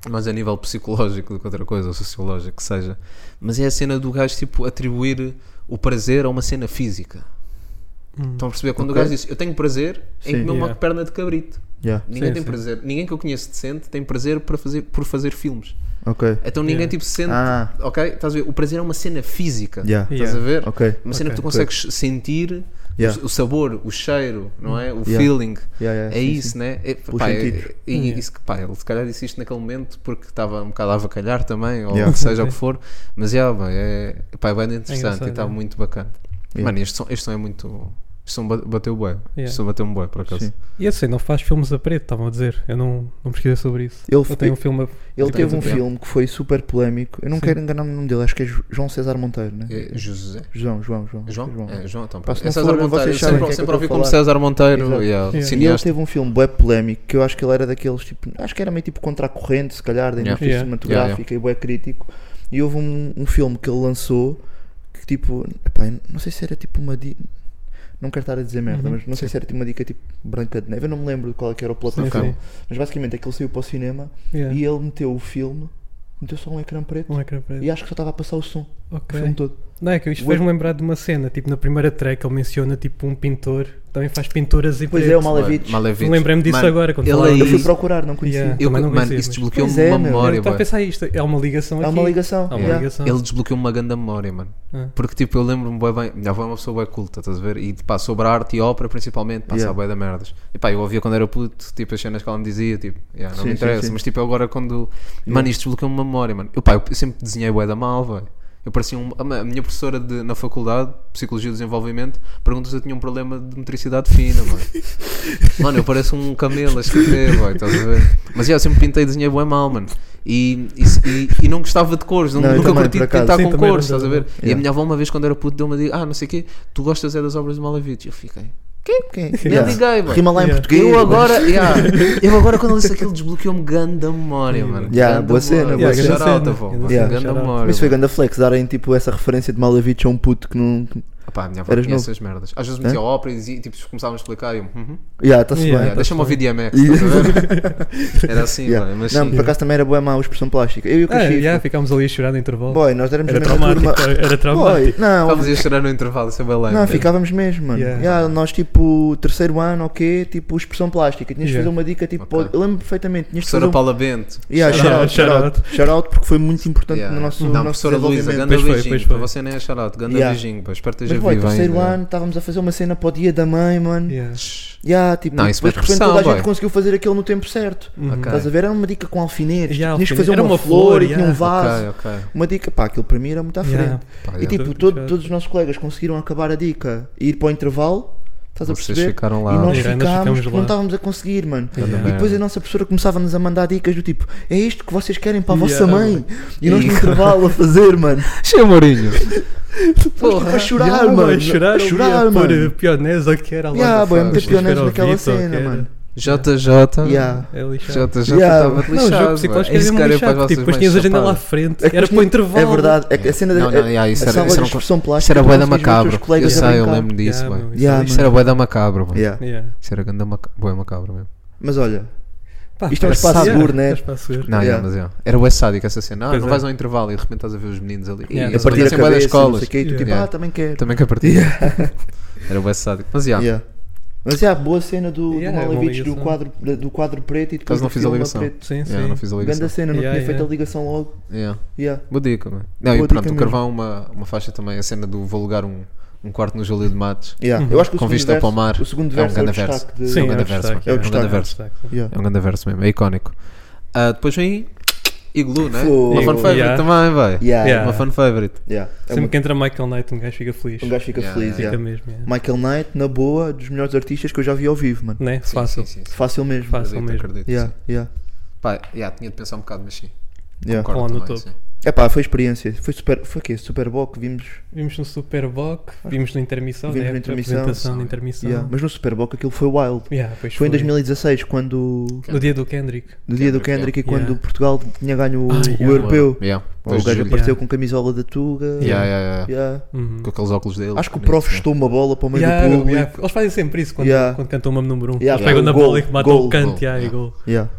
[SPEAKER 7] Mas a nível psicológico do que outra coisa, ou sociológico, que seja. Mas é a cena do gajo, tipo, atribuir o prazer a uma cena física. Estão a perceber? Quando
[SPEAKER 5] Ok.
[SPEAKER 7] o gajo diz eu tenho prazer em
[SPEAKER 5] Sim.
[SPEAKER 7] comer uma
[SPEAKER 6] Hum. Yeah.
[SPEAKER 7] perna de cabrito.
[SPEAKER 5] Yeah.
[SPEAKER 7] Ninguém
[SPEAKER 6] Sim,
[SPEAKER 7] tem
[SPEAKER 6] sim.
[SPEAKER 7] prazer. Ninguém que eu conheço decente tem prazer para fazer, por fazer filmes.
[SPEAKER 5] Ok.
[SPEAKER 7] Então ninguém
[SPEAKER 6] Yeah.
[SPEAKER 7] tipo se sente.
[SPEAKER 5] Ah.
[SPEAKER 7] Ok? Estás a ver? O prazer é uma cena física.
[SPEAKER 5] Yeah.
[SPEAKER 7] Estás a
[SPEAKER 6] Yeah.
[SPEAKER 7] ver?
[SPEAKER 5] Ok.
[SPEAKER 7] Uma cena
[SPEAKER 6] Ok.
[SPEAKER 7] que tu consegues sentir
[SPEAKER 5] Yeah.
[SPEAKER 7] o, o sabor, o cheiro, não é? O
[SPEAKER 5] Yeah.
[SPEAKER 7] feeling.
[SPEAKER 5] Yeah, yeah,
[SPEAKER 7] É
[SPEAKER 5] sim,
[SPEAKER 7] isso, né? É, pá, é,
[SPEAKER 5] sentidos.
[SPEAKER 7] e
[SPEAKER 6] Yeah.
[SPEAKER 7] isso que pá, ele se calhar disse isto naquele momento porque estava um bocado a avacalhar também, ou
[SPEAKER 5] Yeah.
[SPEAKER 7] o que seja o que for. Mas yeah, pá, é, pá, é bem interessante
[SPEAKER 6] engraçado,
[SPEAKER 7] e está
[SPEAKER 6] é.
[SPEAKER 7] muito bacana.
[SPEAKER 5] Yeah.
[SPEAKER 7] Mano, este som, este som é muito. Este som ba- bateu bué.
[SPEAKER 6] Yeah.
[SPEAKER 7] Este som bateu um bué, por acaso.
[SPEAKER 5] Sim.
[SPEAKER 6] E assim, não faz filmes a preto, estavam a dizer. Eu não, não pesquisei sobre isso.
[SPEAKER 5] Ele
[SPEAKER 6] eu
[SPEAKER 5] fe-
[SPEAKER 6] tenho um filme a...
[SPEAKER 5] Ele
[SPEAKER 6] tipo,
[SPEAKER 5] teve um
[SPEAKER 6] a-
[SPEAKER 5] filme que foi super polémico. Eu não
[SPEAKER 6] Sim.
[SPEAKER 5] quero enganar-me no nome dele, acho que é Jo- João César Monteiro, né?
[SPEAKER 7] É, José.
[SPEAKER 5] João, João, João. acho
[SPEAKER 7] João?
[SPEAKER 5] que é João.
[SPEAKER 7] É, João, então.
[SPEAKER 5] Pá, se
[SPEAKER 7] é
[SPEAKER 5] não
[SPEAKER 7] César
[SPEAKER 5] for, vocês
[SPEAKER 7] Monteiro.
[SPEAKER 5] sabem
[SPEAKER 7] Sempre,
[SPEAKER 5] quem é que
[SPEAKER 7] sempre
[SPEAKER 5] eu
[SPEAKER 7] ouvi
[SPEAKER 5] estou a
[SPEAKER 7] como
[SPEAKER 5] falar.
[SPEAKER 7] César Monteiro,
[SPEAKER 5] Exato.
[SPEAKER 7] yeah,
[SPEAKER 6] Yeah.
[SPEAKER 5] E ele
[SPEAKER 7] cineasta.
[SPEAKER 5] teve um filme bué polémico que eu acho que ele era daqueles tipo, acho que era meio tipo contra a corrente, se calhar, da
[SPEAKER 7] Yeah.
[SPEAKER 5] indústria
[SPEAKER 6] Yeah.
[SPEAKER 5] cinematográfica e bué crítico. E houve um, um filme que ele lançou que tipo, epá, eu não sei se era tipo uma dica, não quero estar a dizer merda,
[SPEAKER 6] Uhum.
[SPEAKER 5] mas não sei se era tipo uma dica tipo Branca de Neve, eu não me lembro qual é que era o plot
[SPEAKER 6] Sim,
[SPEAKER 5] do filme,
[SPEAKER 6] sim.
[SPEAKER 5] mas basicamente aquilo saiu para o cinema
[SPEAKER 6] Yeah.
[SPEAKER 5] e ele meteu o filme, meteu só um ecrã preto
[SPEAKER 6] Um ecrã preto.
[SPEAKER 5] e acho que só estava a passar o som, o
[SPEAKER 6] Ok.
[SPEAKER 5] filme todo.
[SPEAKER 6] Não, é que isto
[SPEAKER 5] O-
[SPEAKER 6] fez-me lembrar de uma cena, tipo na primeira track ele menciona tipo um pintor, também faz pinturas e
[SPEAKER 5] Pois é,
[SPEAKER 6] preto.
[SPEAKER 5] o Malevich.
[SPEAKER 7] Malevich.
[SPEAKER 6] Lembrei-me disso agora, quando
[SPEAKER 7] ele
[SPEAKER 6] falava
[SPEAKER 7] aí,
[SPEAKER 5] Eu fui procurar, não conhecia.
[SPEAKER 6] Yeah.
[SPEAKER 7] eu,
[SPEAKER 6] Também não
[SPEAKER 7] Mano,
[SPEAKER 6] conhecia, mas-
[SPEAKER 7] isto desbloqueou-me
[SPEAKER 5] Pois é,
[SPEAKER 7] uma
[SPEAKER 5] meu.
[SPEAKER 6] Eu
[SPEAKER 7] memória,
[SPEAKER 6] estava a
[SPEAKER 7] bué.
[SPEAKER 6] pensar isto, é uma ligação
[SPEAKER 5] Há
[SPEAKER 6] aqui.
[SPEAKER 5] uma ligação.
[SPEAKER 6] Há uma
[SPEAKER 5] yeah.
[SPEAKER 6] ligação.
[SPEAKER 7] Ele desbloqueou-me uma grande memória, mano.
[SPEAKER 6] é Ah.
[SPEAKER 7] Porque, tipo, eu lembro-me bué bem. Minha avó é uma pessoa bem culta, estás a ver? E, pá, sobre a arte e a ópera, principalmente, passa
[SPEAKER 5] Yeah.
[SPEAKER 7] yeah. bué da merdas. E, pá, eu ouvia quando era puto, tipo, as cenas que ela me dizia, tipo, yeah, não
[SPEAKER 5] Sim,
[SPEAKER 7] me
[SPEAKER 5] sim,
[SPEAKER 7] interessa.
[SPEAKER 5] sim.
[SPEAKER 7] Mas, tipo, agora quando. Mano, isto desbloqueou-me uma memória, mano. Eu, pá, eu sempre desenhei bué da mal, velho. Eu parecia um, a ma- a minha professora de- na faculdade, Psicologia e Desenvolvimento, perguntou se eu tinha um problema de motricidade fina, mano. Mano, eu pareço um camelo a escrever, boy, estás a ver? Mas já, eu sempre pintei e desenhei bem mal, mano. E, e, e, e não gostava de cores, não-
[SPEAKER 5] Não, eu
[SPEAKER 7] nunca
[SPEAKER 5] também, por
[SPEAKER 7] curti de
[SPEAKER 5] acaso.
[SPEAKER 7] pintar
[SPEAKER 6] Sim,
[SPEAKER 7] com
[SPEAKER 6] também
[SPEAKER 7] cores,
[SPEAKER 6] não
[SPEAKER 7] estás a ver? E a
[SPEAKER 5] Yeah.
[SPEAKER 7] minha avó uma vez quando era puto deu-me a dizer, ah, não sei o quê, tu gostas é das obras de Malevich. Eu fiquei, quê?
[SPEAKER 5] Quem?
[SPEAKER 7] Nem
[SPEAKER 5] Yeah.
[SPEAKER 7] liguei, boy.
[SPEAKER 5] Rima lá em
[SPEAKER 6] Yeah.
[SPEAKER 5] português.
[SPEAKER 7] eu agora, yeah, eu agora quando disse aquilo desbloqueou-me grande memória, mano.
[SPEAKER 5] Yeah,
[SPEAKER 7] Ganda
[SPEAKER 5] boa cena,
[SPEAKER 7] memória.
[SPEAKER 5] boa cena.
[SPEAKER 7] Shout out,
[SPEAKER 6] Yeah,
[SPEAKER 7] avó.
[SPEAKER 6] grande
[SPEAKER 5] cena,
[SPEAKER 7] Ganda
[SPEAKER 6] shout out.
[SPEAKER 7] memória.
[SPEAKER 5] Mas isso foi
[SPEAKER 7] boy.
[SPEAKER 5] ganda flex, darem tipo essa referência de Malevich a um puto que não. que-
[SPEAKER 7] Pá, a minha avó
[SPEAKER 5] Eras
[SPEAKER 7] tinha
[SPEAKER 5] novo.
[SPEAKER 7] essas merdas. Às vezes metia a ópera e dizia, tipo, começavam a explicar e eu, "Uhum."
[SPEAKER 6] Yeah,
[SPEAKER 5] Yeah, tá-se Ah, tá bem.
[SPEAKER 7] Yeah, deixa-me ouvir DMX,
[SPEAKER 5] Yeah.
[SPEAKER 7] estás tá a ver? Era assim,
[SPEAKER 5] Yeah.
[SPEAKER 7] boy, mas
[SPEAKER 5] não,
[SPEAKER 7] sim.
[SPEAKER 5] por acaso também era boa má a expressão plástica. Eu e o
[SPEAKER 6] Ah,
[SPEAKER 5] Cachifo.
[SPEAKER 6] yeah, ficámos ali a chorar no intervalo.
[SPEAKER 5] Boy, nós éramos
[SPEAKER 6] era
[SPEAKER 5] a mesma
[SPEAKER 6] traumático,
[SPEAKER 5] turma.
[SPEAKER 6] era
[SPEAKER 5] Boy,
[SPEAKER 6] traumático.
[SPEAKER 5] não,
[SPEAKER 7] Estavas a chorar no intervalo, isso é bem lame.
[SPEAKER 5] não, ficávamos mesmo, mano.
[SPEAKER 6] Yeah.
[SPEAKER 5] Yeah, nós tipo, terceiro ano, ok, tipo, expressão plástica. Tinhas de
[SPEAKER 6] Yeah.
[SPEAKER 5] fazer uma dica, tipo,
[SPEAKER 7] Ok.
[SPEAKER 5] pô- eu lembro perfeitamente. Tinhas de fazer
[SPEAKER 7] Professora
[SPEAKER 5] um...
[SPEAKER 7] Paula Bento.
[SPEAKER 5] Yeah, shout out, shout
[SPEAKER 6] Shout
[SPEAKER 5] out. Shout out porque foi muito importante
[SPEAKER 7] Yeah.
[SPEAKER 5] no nosso, nosso
[SPEAKER 7] não, professora Luísa,
[SPEAKER 5] desenvolvimento.
[SPEAKER 7] ganda
[SPEAKER 6] Pois foi,
[SPEAKER 7] beijinho.
[SPEAKER 6] pois foi.
[SPEAKER 7] Para você nem é charado, ganda
[SPEAKER 5] Yeah.
[SPEAKER 7] beijinho. Pá. Espero que
[SPEAKER 5] Mas,
[SPEAKER 7] esteja
[SPEAKER 5] boy,
[SPEAKER 7] viva
[SPEAKER 5] terceiro
[SPEAKER 7] ainda.
[SPEAKER 5] ano, estávamos a fazer uma cena para o dia da mãe, mano.
[SPEAKER 6] Yeah.
[SPEAKER 5] Yeah, tipo,
[SPEAKER 7] Não,
[SPEAKER 5] e
[SPEAKER 7] isso foi
[SPEAKER 5] depois de repente toda a
[SPEAKER 7] depressão,
[SPEAKER 5] gente
[SPEAKER 7] boy.
[SPEAKER 5] conseguiu fazer aquilo no tempo certo.
[SPEAKER 7] Uhum. Ok.
[SPEAKER 5] Estás a ver? Era uma dica com alfineres.
[SPEAKER 6] Yeah,
[SPEAKER 5] Tinhas que
[SPEAKER 6] alfineres.
[SPEAKER 5] fazer uma,
[SPEAKER 6] Era uma
[SPEAKER 5] flor
[SPEAKER 6] flor,
[SPEAKER 5] e tinha um
[SPEAKER 6] yeah.
[SPEAKER 5] vaso.
[SPEAKER 7] Ok, ok.
[SPEAKER 5] Uma dica, pá, aquilo para mim era muito à frente.
[SPEAKER 6] Yeah.
[SPEAKER 7] Pá,
[SPEAKER 5] E
[SPEAKER 7] yeah.
[SPEAKER 5] tipo,
[SPEAKER 6] Tudo
[SPEAKER 5] todo-
[SPEAKER 6] fechado.
[SPEAKER 5] todos os nossos colegas conseguiram acabar a dica e ir para o intervalo. Estás a
[SPEAKER 7] Vocês
[SPEAKER 5] perceber?
[SPEAKER 7] ficaram lá.
[SPEAKER 5] E nós
[SPEAKER 6] Yeah, nós
[SPEAKER 5] ficámos,
[SPEAKER 6] ficamos
[SPEAKER 5] porque
[SPEAKER 6] lá.
[SPEAKER 5] não estávamos a conseguir, mano.
[SPEAKER 6] Yeah.
[SPEAKER 5] E depois a nossa professora começava-nos a mandar dicas do tipo: é isto que vocês querem para a vossa
[SPEAKER 6] Yeah.
[SPEAKER 5] mãe. E nós no
[SPEAKER 7] Yeah.
[SPEAKER 5] intervalo a fazer, mano.
[SPEAKER 7] Cheio Mourinho.
[SPEAKER 5] Porra, a chorar,
[SPEAKER 6] Yeah,
[SPEAKER 5] mano.
[SPEAKER 6] boy, chorar,
[SPEAKER 5] a chorar,
[SPEAKER 6] ali, a pôr
[SPEAKER 5] mano.
[SPEAKER 6] eh, pionés ou que era lá.
[SPEAKER 5] Yeah, boy,
[SPEAKER 7] faz,
[SPEAKER 5] meter
[SPEAKER 7] mas
[SPEAKER 5] pioneiros
[SPEAKER 6] era o
[SPEAKER 5] naquela
[SPEAKER 6] Vitor, que
[SPEAKER 5] cena,
[SPEAKER 6] era-
[SPEAKER 5] mano.
[SPEAKER 7] JJ.
[SPEAKER 5] Yeah.
[SPEAKER 6] É lixado.
[SPEAKER 7] JJ
[SPEAKER 5] Yeah.
[SPEAKER 7] estava
[SPEAKER 6] Não, o
[SPEAKER 7] lixado.
[SPEAKER 6] jogo
[SPEAKER 7] boy.
[SPEAKER 6] psicológico
[SPEAKER 7] Isso
[SPEAKER 6] era
[SPEAKER 7] que
[SPEAKER 6] mesmo
[SPEAKER 7] é para as
[SPEAKER 6] lixado.
[SPEAKER 7] vossas
[SPEAKER 6] Tipo, depois
[SPEAKER 7] mães
[SPEAKER 6] tinhas a janela à
[SPEAKER 7] chapadas.
[SPEAKER 6] frente,
[SPEAKER 5] É que
[SPEAKER 6] era
[SPEAKER 5] depois
[SPEAKER 6] para o
[SPEAKER 5] tinha-
[SPEAKER 6] intervalo.
[SPEAKER 5] É verdade, é que a cena da
[SPEAKER 7] Não, não, yeah,
[SPEAKER 5] a
[SPEAKER 7] isso era-
[SPEAKER 5] sala
[SPEAKER 7] isso
[SPEAKER 5] de
[SPEAKER 7] era um-
[SPEAKER 5] expressão
[SPEAKER 7] Isso
[SPEAKER 5] plástica.
[SPEAKER 7] era
[SPEAKER 5] tu
[SPEAKER 7] bué da
[SPEAKER 5] não conseguias é ver os
[SPEAKER 7] macabro.
[SPEAKER 5] teus colegas
[SPEAKER 7] Eu
[SPEAKER 5] a
[SPEAKER 7] sei, eu
[SPEAKER 5] brincar.
[SPEAKER 7] lembro disso,
[SPEAKER 6] Yeah,
[SPEAKER 7] boy.
[SPEAKER 6] meu,
[SPEAKER 5] Yeah,
[SPEAKER 7] Isso era bué da macabro, boy.
[SPEAKER 5] Yeah.
[SPEAKER 6] Yeah.
[SPEAKER 7] Isso era ganda maca- bué macabro mesmo.
[SPEAKER 5] Mas olha,
[SPEAKER 6] Pá,
[SPEAKER 5] Isto é um
[SPEAKER 6] parece-
[SPEAKER 5] espaço
[SPEAKER 6] yeah,
[SPEAKER 5] seguro, né?
[SPEAKER 6] é um espaço seguro.
[SPEAKER 7] Não,
[SPEAKER 5] Yeah.
[SPEAKER 7] yeah, mas yeah. Era o sádico essa cena. Ah,
[SPEAKER 6] Pois
[SPEAKER 7] não
[SPEAKER 6] é.
[SPEAKER 7] vais ao intervalo e de repente estás a ver os meninos ali.
[SPEAKER 6] Yeah.
[SPEAKER 7] E
[SPEAKER 5] a
[SPEAKER 6] Eles
[SPEAKER 5] partir da
[SPEAKER 7] aparecem bué
[SPEAKER 5] cabeça,
[SPEAKER 7] das
[SPEAKER 5] escolas. não
[SPEAKER 7] escolas.
[SPEAKER 5] sei o quê, e tu tipo,
[SPEAKER 7] Yeah.
[SPEAKER 5] ah, também quero.
[SPEAKER 7] Também que a partir. Era o sádico. Mas yeah.
[SPEAKER 5] Yeah. Mas é a boa cena do,
[SPEAKER 6] Yeah,
[SPEAKER 5] do
[SPEAKER 6] é uma
[SPEAKER 5] Malevich, do
[SPEAKER 6] ligação.
[SPEAKER 5] quadro, da- do quadro preto e depois
[SPEAKER 7] Caso não
[SPEAKER 5] do
[SPEAKER 7] fiz a
[SPEAKER 5] filme
[SPEAKER 7] ligação.
[SPEAKER 5] preto.
[SPEAKER 6] Sim,
[SPEAKER 7] Yeah,
[SPEAKER 6] sim.
[SPEAKER 7] não fiz a ligação.
[SPEAKER 5] Grande cena, não
[SPEAKER 6] Yeah,
[SPEAKER 5] tinha feito
[SPEAKER 6] yeah.
[SPEAKER 5] a ligação logo.
[SPEAKER 7] Yeah.
[SPEAKER 5] Yeah.
[SPEAKER 7] Boa dica, mano. Não,
[SPEAKER 5] Boa
[SPEAKER 7] e
[SPEAKER 5] dica
[SPEAKER 7] pronto, o
[SPEAKER 5] mesmo.
[SPEAKER 7] Carvão é uma, uma faixa também, a cena do vou alugar um, um quarto no Júlio de Matos.
[SPEAKER 5] Yeah.
[SPEAKER 6] Uhum.
[SPEAKER 5] Eu acho que o
[SPEAKER 7] Com
[SPEAKER 5] segundo,
[SPEAKER 7] vista
[SPEAKER 5] verso,
[SPEAKER 7] para o mar,
[SPEAKER 5] o segundo
[SPEAKER 7] é um
[SPEAKER 5] verso é o
[SPEAKER 7] grande verso.
[SPEAKER 5] destaque de...
[SPEAKER 6] Sim,
[SPEAKER 7] É um
[SPEAKER 6] é
[SPEAKER 7] grande
[SPEAKER 6] um
[SPEAKER 7] verso,
[SPEAKER 6] destaque,
[SPEAKER 5] é um
[SPEAKER 7] mano. É um grande
[SPEAKER 6] destaque,
[SPEAKER 7] verso.
[SPEAKER 6] destaque, sim.
[SPEAKER 5] Yeah.
[SPEAKER 7] É um grande verso mesmo, é icónico. Ah, depois vem Iglu, né?
[SPEAKER 5] Fogo.
[SPEAKER 7] Uma fan favorite
[SPEAKER 6] Yeah.
[SPEAKER 7] também, vai.
[SPEAKER 5] Yeah.
[SPEAKER 6] Yeah.
[SPEAKER 7] Uma fan favorite.
[SPEAKER 5] Yeah. É
[SPEAKER 6] Sempre
[SPEAKER 5] uma-
[SPEAKER 6] que entra Michael Knight, um gajo fica feliz.
[SPEAKER 5] Um gajo fica
[SPEAKER 7] Yeah,
[SPEAKER 5] feliz,
[SPEAKER 7] yeah.
[SPEAKER 6] Fica mesmo,
[SPEAKER 5] yeah.
[SPEAKER 6] yeah.
[SPEAKER 5] Michael Knight, na boa, dos melhores artistas que eu já vi ao vivo, mano.
[SPEAKER 6] Né? Fácil.
[SPEAKER 7] Sim, sim, sim.
[SPEAKER 5] Fácil mesmo.
[SPEAKER 6] Fácil
[SPEAKER 7] Acredito,
[SPEAKER 6] mesmo.
[SPEAKER 7] acredito.
[SPEAKER 5] Yeah,
[SPEAKER 7] sim.
[SPEAKER 5] yeah,
[SPEAKER 7] Pá, yeah, tinha de pensar um bocado, mas sim.
[SPEAKER 5] yeah.
[SPEAKER 7] Concordo
[SPEAKER 6] Lá no
[SPEAKER 7] também,
[SPEAKER 6] topo.
[SPEAKER 7] sim.
[SPEAKER 5] É pá, foi experiência. Foi super, foi o quê? Super Bowl que vimos.
[SPEAKER 6] Vimos no Superboc, vimos na intermissão,
[SPEAKER 5] Vimos
[SPEAKER 6] né?
[SPEAKER 5] na intermissão.
[SPEAKER 6] apresentação na intermissão.
[SPEAKER 5] Yeah, Mas no Super Bowl aquilo foi wild.
[SPEAKER 6] Yeah, pois
[SPEAKER 5] Foi em 2016, quando.
[SPEAKER 6] No dia do Kendrick.
[SPEAKER 5] No dia do Kendrick e
[SPEAKER 6] yeah.
[SPEAKER 5] quando Portugal tinha ganho o,
[SPEAKER 6] Ah,
[SPEAKER 5] o
[SPEAKER 6] yeah.
[SPEAKER 5] europeu.
[SPEAKER 7] Yeah.
[SPEAKER 5] O
[SPEAKER 7] Dois de
[SPEAKER 5] gajo
[SPEAKER 7] julho.
[SPEAKER 5] apareceu com camisola da Tuga.
[SPEAKER 7] Yeah, yeah, yeah.
[SPEAKER 5] Yeah.
[SPEAKER 6] Uhum.
[SPEAKER 7] Com aqueles óculos dele.
[SPEAKER 5] Acho que o
[SPEAKER 7] bonitos,
[SPEAKER 5] prof
[SPEAKER 7] né?
[SPEAKER 5] chutou uma bola para o meio
[SPEAKER 6] Yeah,
[SPEAKER 5] do público.
[SPEAKER 6] yeah. Eles fazem sempre isso quando,
[SPEAKER 5] Yeah.
[SPEAKER 6] quando cantam uma número 1. Um.
[SPEAKER 5] Yeah,
[SPEAKER 6] Eles pegam na
[SPEAKER 5] yeah. Gol,
[SPEAKER 6] bola e matam
[SPEAKER 5] gol,
[SPEAKER 6] o canto.
[SPEAKER 7] gol,
[SPEAKER 6] Yeah,
[SPEAKER 7] yeah.
[SPEAKER 6] e gol.
[SPEAKER 5] Yeah.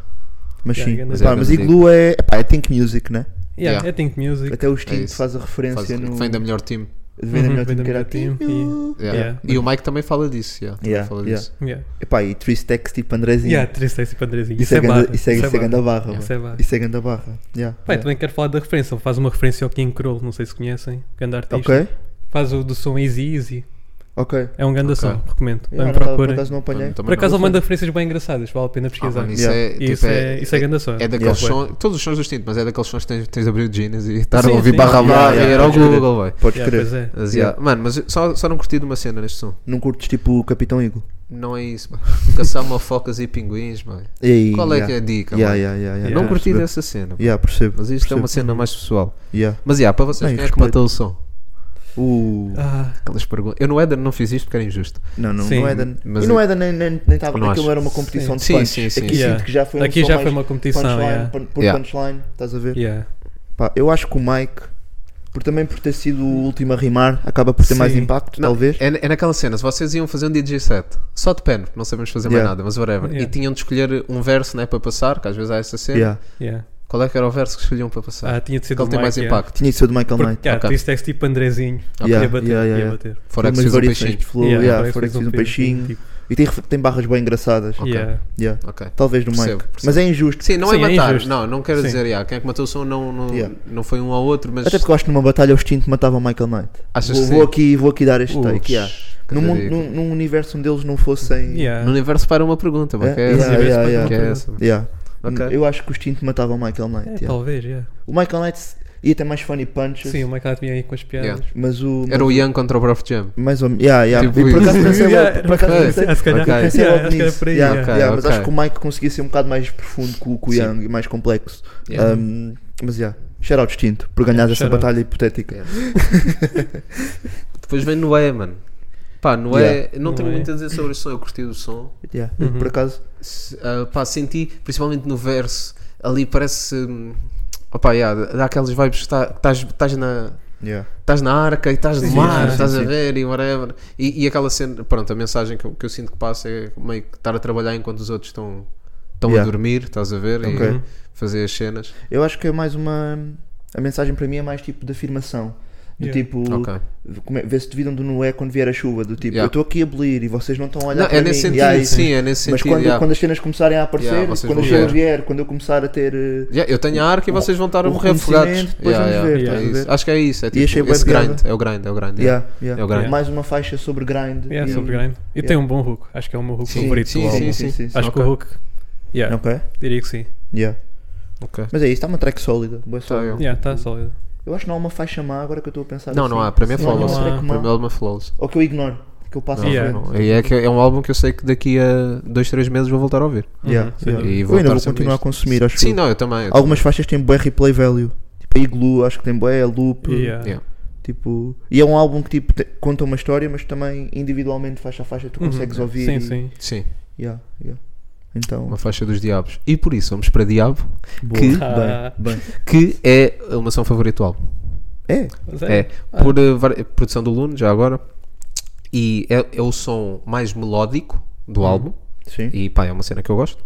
[SPEAKER 5] Mas
[SPEAKER 6] Yeah,
[SPEAKER 5] sim,
[SPEAKER 6] grande
[SPEAKER 5] mas,
[SPEAKER 7] coisa.
[SPEAKER 5] pá, mas Igloo é, epá, é think music, né?
[SPEAKER 6] Yeah,
[SPEAKER 7] Yeah.
[SPEAKER 6] É Think Music.
[SPEAKER 5] Até o estilo
[SPEAKER 7] isso.
[SPEAKER 5] faz a referência
[SPEAKER 7] Faz-
[SPEAKER 5] no.
[SPEAKER 7] Vem da melhor time.
[SPEAKER 5] Vem
[SPEAKER 6] Uhum,
[SPEAKER 5] da melhor
[SPEAKER 6] vem
[SPEAKER 5] time
[SPEAKER 6] da
[SPEAKER 5] que era
[SPEAKER 6] melhor
[SPEAKER 5] aqui.
[SPEAKER 6] time,
[SPEAKER 7] Yeah.
[SPEAKER 6] Yeah.
[SPEAKER 7] E o Mike também fala disso. Yeah. Também
[SPEAKER 5] Yeah,
[SPEAKER 7] Fala
[SPEAKER 5] yeah.
[SPEAKER 7] disso.
[SPEAKER 6] Yeah.
[SPEAKER 5] Epá, e Tristex tipo Andrezinho.
[SPEAKER 6] Yeah, tristeza e padrezinho.
[SPEAKER 5] Isso, é
[SPEAKER 6] barra.
[SPEAKER 5] ganda, isso é, isso é ganda barra. mano.
[SPEAKER 6] Isso é barra.
[SPEAKER 5] Isso é ganda barra. Yeah,
[SPEAKER 6] Bem,
[SPEAKER 5] yeah.
[SPEAKER 6] também quero falar da referência. Ele faz uma referência ao King Kroll, não sei se conhecem. Ganda artista.
[SPEAKER 5] Ok,
[SPEAKER 6] Faz o do som Easy Easy.
[SPEAKER 5] ok.
[SPEAKER 6] É um ganda
[SPEAKER 7] Ok.
[SPEAKER 6] som, recomendo.
[SPEAKER 5] Yeah,
[SPEAKER 6] Bem,
[SPEAKER 5] não tava- por
[SPEAKER 6] procurem.
[SPEAKER 5] acaso não apanhei.
[SPEAKER 7] Também
[SPEAKER 6] Por acaso
[SPEAKER 7] não-
[SPEAKER 6] ele manda referências bem engraçadas, vale a pena
[SPEAKER 7] Ah,
[SPEAKER 6] pesquisar.
[SPEAKER 7] mano,
[SPEAKER 5] Yeah.
[SPEAKER 7] isso
[SPEAKER 6] isso, é,
[SPEAKER 7] é
[SPEAKER 6] isso é
[SPEAKER 7] tipo,
[SPEAKER 6] ganda som.
[SPEAKER 7] É
[SPEAKER 5] Yeah.
[SPEAKER 7] daqueles
[SPEAKER 5] Tá
[SPEAKER 7] sons, todos os sons dos tintos, mas é daqueles sons que tens, tens de abrir o jeans e estar a
[SPEAKER 6] Sim,
[SPEAKER 7] ouvir
[SPEAKER 6] sim.
[SPEAKER 7] barra a
[SPEAKER 5] Yeah,
[SPEAKER 7] barra
[SPEAKER 5] yeah,
[SPEAKER 7] e era o
[SPEAKER 5] pode crer.
[SPEAKER 7] Google, vai.
[SPEAKER 5] Podes
[SPEAKER 6] Yeah,
[SPEAKER 5] crer.
[SPEAKER 6] pois é.
[SPEAKER 7] Mas, yeah. Mano, mas eu só, só não curti de uma cena neste som.
[SPEAKER 5] Não curtes tipo o Capitão Eagle?
[SPEAKER 7] Não é isso, mano. Caçar focas e pinguins, mano.
[SPEAKER 5] Ei,
[SPEAKER 7] Qual é
[SPEAKER 5] yeah.
[SPEAKER 7] que é a dica,
[SPEAKER 5] Yeah,
[SPEAKER 7] mano?
[SPEAKER 5] yeah, yeah, yeah.
[SPEAKER 7] Não
[SPEAKER 6] Yeah.
[SPEAKER 7] curti
[SPEAKER 5] percebo.
[SPEAKER 7] dessa cena. mano.
[SPEAKER 5] Yeah, percebo.
[SPEAKER 7] Mas isto é
[SPEAKER 5] percebo.
[SPEAKER 7] uma cena mais pessoal.
[SPEAKER 5] Yeah.
[SPEAKER 7] Mas, yeah, para vocês,
[SPEAKER 5] Bem,
[SPEAKER 7] quem é que
[SPEAKER 5] respeito.
[SPEAKER 7] matou o som?
[SPEAKER 5] O...
[SPEAKER 6] Ah,
[SPEAKER 7] Aquelas perguntas. Eu no Éder não fiz isto porque era injusto.
[SPEAKER 5] Não, não,
[SPEAKER 6] Sim,
[SPEAKER 5] não é da.
[SPEAKER 7] mas-
[SPEAKER 5] e não é da nem nem- nem estava.
[SPEAKER 7] Não acho.
[SPEAKER 5] Aquilo era uma competição de
[SPEAKER 7] Sim,
[SPEAKER 5] punch.
[SPEAKER 7] sim, sim.
[SPEAKER 5] Aqui
[SPEAKER 6] Yeah.
[SPEAKER 5] sinto que já foi uma
[SPEAKER 6] Aqui
[SPEAKER 5] só
[SPEAKER 6] já
[SPEAKER 5] mais
[SPEAKER 6] foi uma competição,
[SPEAKER 5] punchline,
[SPEAKER 6] yeah.
[SPEAKER 5] pun- por
[SPEAKER 7] Yeah.
[SPEAKER 5] punchline, estás a ver?
[SPEAKER 6] yeah.
[SPEAKER 5] Pá, eu acho que o Mike, por também por ter sido o último a rimar, acaba por ter mais
[SPEAKER 6] Sim.
[SPEAKER 5] impacto,
[SPEAKER 7] Não,
[SPEAKER 5] talvez.
[SPEAKER 7] É, é naquela cena, se vocês iam fazer um DJ set, só de pen, porque não sabemos fazer mais
[SPEAKER 5] Yeah.
[SPEAKER 7] nada, mas whatever, e
[SPEAKER 6] Yeah.
[SPEAKER 7] tinham de escolher um verso né, para passar, que às vezes há essa cena,
[SPEAKER 5] Yeah.
[SPEAKER 6] yeah.
[SPEAKER 7] qual é que era o verso que escolhiam para passar?
[SPEAKER 6] Ah, tinha de ser
[SPEAKER 7] Aquele
[SPEAKER 6] do
[SPEAKER 7] tem
[SPEAKER 6] Mike,
[SPEAKER 7] mais
[SPEAKER 6] yeah.
[SPEAKER 7] impacto.
[SPEAKER 5] Tinha isso do Michael Knight.
[SPEAKER 6] Porque, ah,
[SPEAKER 7] Ok.
[SPEAKER 6] tu disseste tipo Andrezinho.
[SPEAKER 5] Yeah,
[SPEAKER 6] Ia bater,
[SPEAKER 5] yeah, yeah,
[SPEAKER 6] ia
[SPEAKER 5] yeah.
[SPEAKER 6] bater.
[SPEAKER 7] Fora que
[SPEAKER 5] Tem
[SPEAKER 7] seja
[SPEAKER 5] umas
[SPEAKER 7] um
[SPEAKER 5] variações
[SPEAKER 7] peixinho.
[SPEAKER 5] de flow,
[SPEAKER 6] Yeah,
[SPEAKER 5] yeah,
[SPEAKER 6] parece
[SPEAKER 5] fora que
[SPEAKER 6] um
[SPEAKER 5] seja um peixinho.
[SPEAKER 6] peixinho, tipo. Oh.
[SPEAKER 5] E tem, tem barras bem engraçadas.
[SPEAKER 7] Ok.
[SPEAKER 6] Yeah.
[SPEAKER 5] Yeah.
[SPEAKER 7] Ok.
[SPEAKER 5] Talvez do Mike.
[SPEAKER 7] Percebo, percebo.
[SPEAKER 5] Mas é injusto.
[SPEAKER 7] Sim, não
[SPEAKER 6] Sim,
[SPEAKER 7] é
[SPEAKER 6] é
[SPEAKER 7] matar,
[SPEAKER 6] injusto.
[SPEAKER 7] não, não quero
[SPEAKER 6] Sim.
[SPEAKER 7] dizer, yeah, quem é que matou o som não, não,
[SPEAKER 5] Yeah.
[SPEAKER 7] não foi um ao outro, mas
[SPEAKER 5] Até porque eu acho que numa batalha os Tint matava o Michael Knight.
[SPEAKER 7] Achas
[SPEAKER 5] vou,
[SPEAKER 7] que
[SPEAKER 5] vou
[SPEAKER 7] sim?
[SPEAKER 5] aqui, vou aqui dar este
[SPEAKER 7] Ups,
[SPEAKER 5] take. Yeah.
[SPEAKER 7] que
[SPEAKER 5] Num, mundo-
[SPEAKER 7] ridículo.
[SPEAKER 5] num, num universo onde eles não fossem.
[SPEAKER 6] Yeah.
[SPEAKER 7] No universo para uma pergunta, mas
[SPEAKER 5] É?
[SPEAKER 7] que é essa?
[SPEAKER 5] Yeah, yeah,
[SPEAKER 7] Que é
[SPEAKER 6] yeah.
[SPEAKER 7] essa?
[SPEAKER 5] Yeah.
[SPEAKER 7] Ok.
[SPEAKER 5] Eu acho que os Tint matavam o Michael Knight.
[SPEAKER 6] É,
[SPEAKER 5] yeah.
[SPEAKER 6] talvez, yeah.
[SPEAKER 5] O Michael Knight ia ter mais funny punches.
[SPEAKER 6] Sim, o Michael vinha aí com as piadas.
[SPEAKER 7] Yeah.
[SPEAKER 5] Mas o.
[SPEAKER 7] Era o Young contra o Prof Jam.
[SPEAKER 5] Mais ou menos. Yeah, yeah.
[SPEAKER 7] Tipo
[SPEAKER 5] e por acaso
[SPEAKER 7] isso.
[SPEAKER 5] pensei
[SPEAKER 6] Yeah,
[SPEAKER 5] logo, por acaso
[SPEAKER 7] ok.
[SPEAKER 5] pensei-
[SPEAKER 6] Ah, se calhar,
[SPEAKER 7] Ok.
[SPEAKER 5] pensei
[SPEAKER 6] yeah,
[SPEAKER 5] logo
[SPEAKER 6] acho que era
[SPEAKER 5] nisso.
[SPEAKER 6] por aí.
[SPEAKER 5] Yeah,
[SPEAKER 6] yeah.
[SPEAKER 7] Ok,
[SPEAKER 5] yeah, Mas
[SPEAKER 7] ok.
[SPEAKER 5] acho que o Mike conseguia ser um bocado mais profundo que o, que o
[SPEAKER 7] Sim.
[SPEAKER 5] Young e mais complexo.
[SPEAKER 7] Yeah.
[SPEAKER 5] Um, mas yeah, shout out distinto por ganhar essa
[SPEAKER 6] shout out.
[SPEAKER 5] batalha hipotética.
[SPEAKER 7] Yeah. Depois vem Noé, mano. Pá, Noé,
[SPEAKER 5] Yeah.
[SPEAKER 7] não tenho
[SPEAKER 6] Noé.
[SPEAKER 7] muito a dizer sobre o som, eu curti o som.
[SPEAKER 5] Yeah.
[SPEAKER 6] Uhum.
[SPEAKER 5] Eu, Por acaso,
[SPEAKER 7] Se- ah, pá, senti, principalmente no verso, ali parece. hum, Opá, yeah, dá aquelas vibes que estás na.
[SPEAKER 5] yeah.
[SPEAKER 7] Estás na arca e estás de
[SPEAKER 6] Sim,
[SPEAKER 7] mar,
[SPEAKER 6] sim,
[SPEAKER 7] estás
[SPEAKER 5] sim.
[SPEAKER 7] a ver e whatever. E, e aquela cena, pronto, a mensagem que eu, que eu sinto que passa é meio que estar a trabalhar enquanto os outros estão estão
[SPEAKER 5] Yeah.
[SPEAKER 7] a dormir, estás a ver,
[SPEAKER 5] Ok.
[SPEAKER 7] e fazer as cenas.
[SPEAKER 5] eu acho que é mais uma. A mensagem para mim é mais tipo de afirmação. Do
[SPEAKER 6] Yeah.
[SPEAKER 5] tipo,
[SPEAKER 7] Ok.
[SPEAKER 5] como é- vê se duvidam do Noé quando vier a chuva. Do tipo,
[SPEAKER 7] Yeah.
[SPEAKER 5] eu estou aqui a belir e vocês não estão a olhar
[SPEAKER 7] Não,
[SPEAKER 5] para
[SPEAKER 7] é
[SPEAKER 5] mim.
[SPEAKER 7] nesse sentido,
[SPEAKER 5] Yeah, isso.
[SPEAKER 7] sim, é nesse
[SPEAKER 5] Mas
[SPEAKER 7] sentido.
[SPEAKER 5] quando,
[SPEAKER 7] yeah.
[SPEAKER 5] quando as cenas começarem a aparecer,
[SPEAKER 7] Yeah, vocês
[SPEAKER 5] quando
[SPEAKER 7] vão
[SPEAKER 5] as cenas
[SPEAKER 7] ver.
[SPEAKER 5] vier, quando eu começar a ter. eh,
[SPEAKER 7] Yeah, eu tenho a arca e vocês vão estar a
[SPEAKER 5] o
[SPEAKER 7] morrer afogados.
[SPEAKER 5] reconhecimento, depois vamos ver,
[SPEAKER 7] é
[SPEAKER 5] estás a
[SPEAKER 7] isso.
[SPEAKER 5] ver?
[SPEAKER 7] Acho que é isso. É tipo,
[SPEAKER 5] achei bué
[SPEAKER 7] esse
[SPEAKER 5] piada.
[SPEAKER 7] grind. É o grind, é o grind. yeah.
[SPEAKER 5] Yeah, yeah.
[SPEAKER 7] É o grind.
[SPEAKER 5] Mais uma faixa sobre grind.
[SPEAKER 6] Yeah,
[SPEAKER 5] e-
[SPEAKER 6] sobre grind. E tem um bom hook, acho que é o meu hook
[SPEAKER 7] Sim,
[SPEAKER 6] favorito
[SPEAKER 7] sim,
[SPEAKER 6] do álbum.
[SPEAKER 7] sim, sim,
[SPEAKER 6] Acho
[SPEAKER 5] é
[SPEAKER 6] que
[SPEAKER 7] Ok.
[SPEAKER 6] o hook, yeah,
[SPEAKER 5] Ok?
[SPEAKER 6] diria que sim.
[SPEAKER 5] Yeah.
[SPEAKER 7] Ok.
[SPEAKER 5] Mas é isso, está uma track sólida. Boa
[SPEAKER 7] Tá,
[SPEAKER 5] sólida.
[SPEAKER 7] eu-
[SPEAKER 6] Yeah, tá sólido.
[SPEAKER 5] Eu acho que não há uma faixa má agora que eu estou a pensar.
[SPEAKER 7] Não,
[SPEAKER 5] assim.
[SPEAKER 7] não há. Para mim é
[SPEAKER 5] Não há uma
[SPEAKER 7] flawless.
[SPEAKER 6] há.
[SPEAKER 5] track má.
[SPEAKER 7] Para mim é uma flawless.
[SPEAKER 5] Ou que eu ignoro, que eu passo
[SPEAKER 7] Não,
[SPEAKER 5] à
[SPEAKER 6] Yeah.
[SPEAKER 5] frente.
[SPEAKER 7] não. E é, que é um álbum que eu sei que daqui a 2, 3 meses vou voltar a ouvir.
[SPEAKER 5] Yeah,
[SPEAKER 6] Uhum, Sem dúvida.
[SPEAKER 5] yeah.
[SPEAKER 7] E
[SPEAKER 5] Eu ainda
[SPEAKER 7] voltar
[SPEAKER 5] vou
[SPEAKER 7] sempre
[SPEAKER 5] continuar a
[SPEAKER 7] isto.
[SPEAKER 5] consumir, acho
[SPEAKER 7] Sim,
[SPEAKER 5] que.
[SPEAKER 7] não, é eu também. eu
[SPEAKER 5] Algumas faixas têm bué replay value. Tipo a Igloo, acho que tem bué, a Loop.
[SPEAKER 6] Yeah.
[SPEAKER 7] Yeah.
[SPEAKER 5] Tipo, e é um álbum que tipo, te- conta uma história, mas também individualmente, faixa a faixa, tu
[SPEAKER 6] Uhum.
[SPEAKER 5] consegues ouvir.
[SPEAKER 6] Sim,
[SPEAKER 5] e-
[SPEAKER 6] sim.
[SPEAKER 7] Sim,
[SPEAKER 5] Yeah, yeah. Então,
[SPEAKER 7] uma faixa dos diabos. E por isso vamos para Diabo,
[SPEAKER 5] boa.
[SPEAKER 7] que-
[SPEAKER 6] Ah.
[SPEAKER 5] Bem, bem.
[SPEAKER 7] que é uma ação favorita do álbum.
[SPEAKER 5] É,
[SPEAKER 6] Mas
[SPEAKER 7] É,
[SPEAKER 6] Ah.
[SPEAKER 7] por eh, vari- produção do Luno, já agora. E é, é o som mais melódico
[SPEAKER 5] Uhum.
[SPEAKER 7] do álbum.
[SPEAKER 5] sim.
[SPEAKER 7] E pá, é uma cena que eu gosto.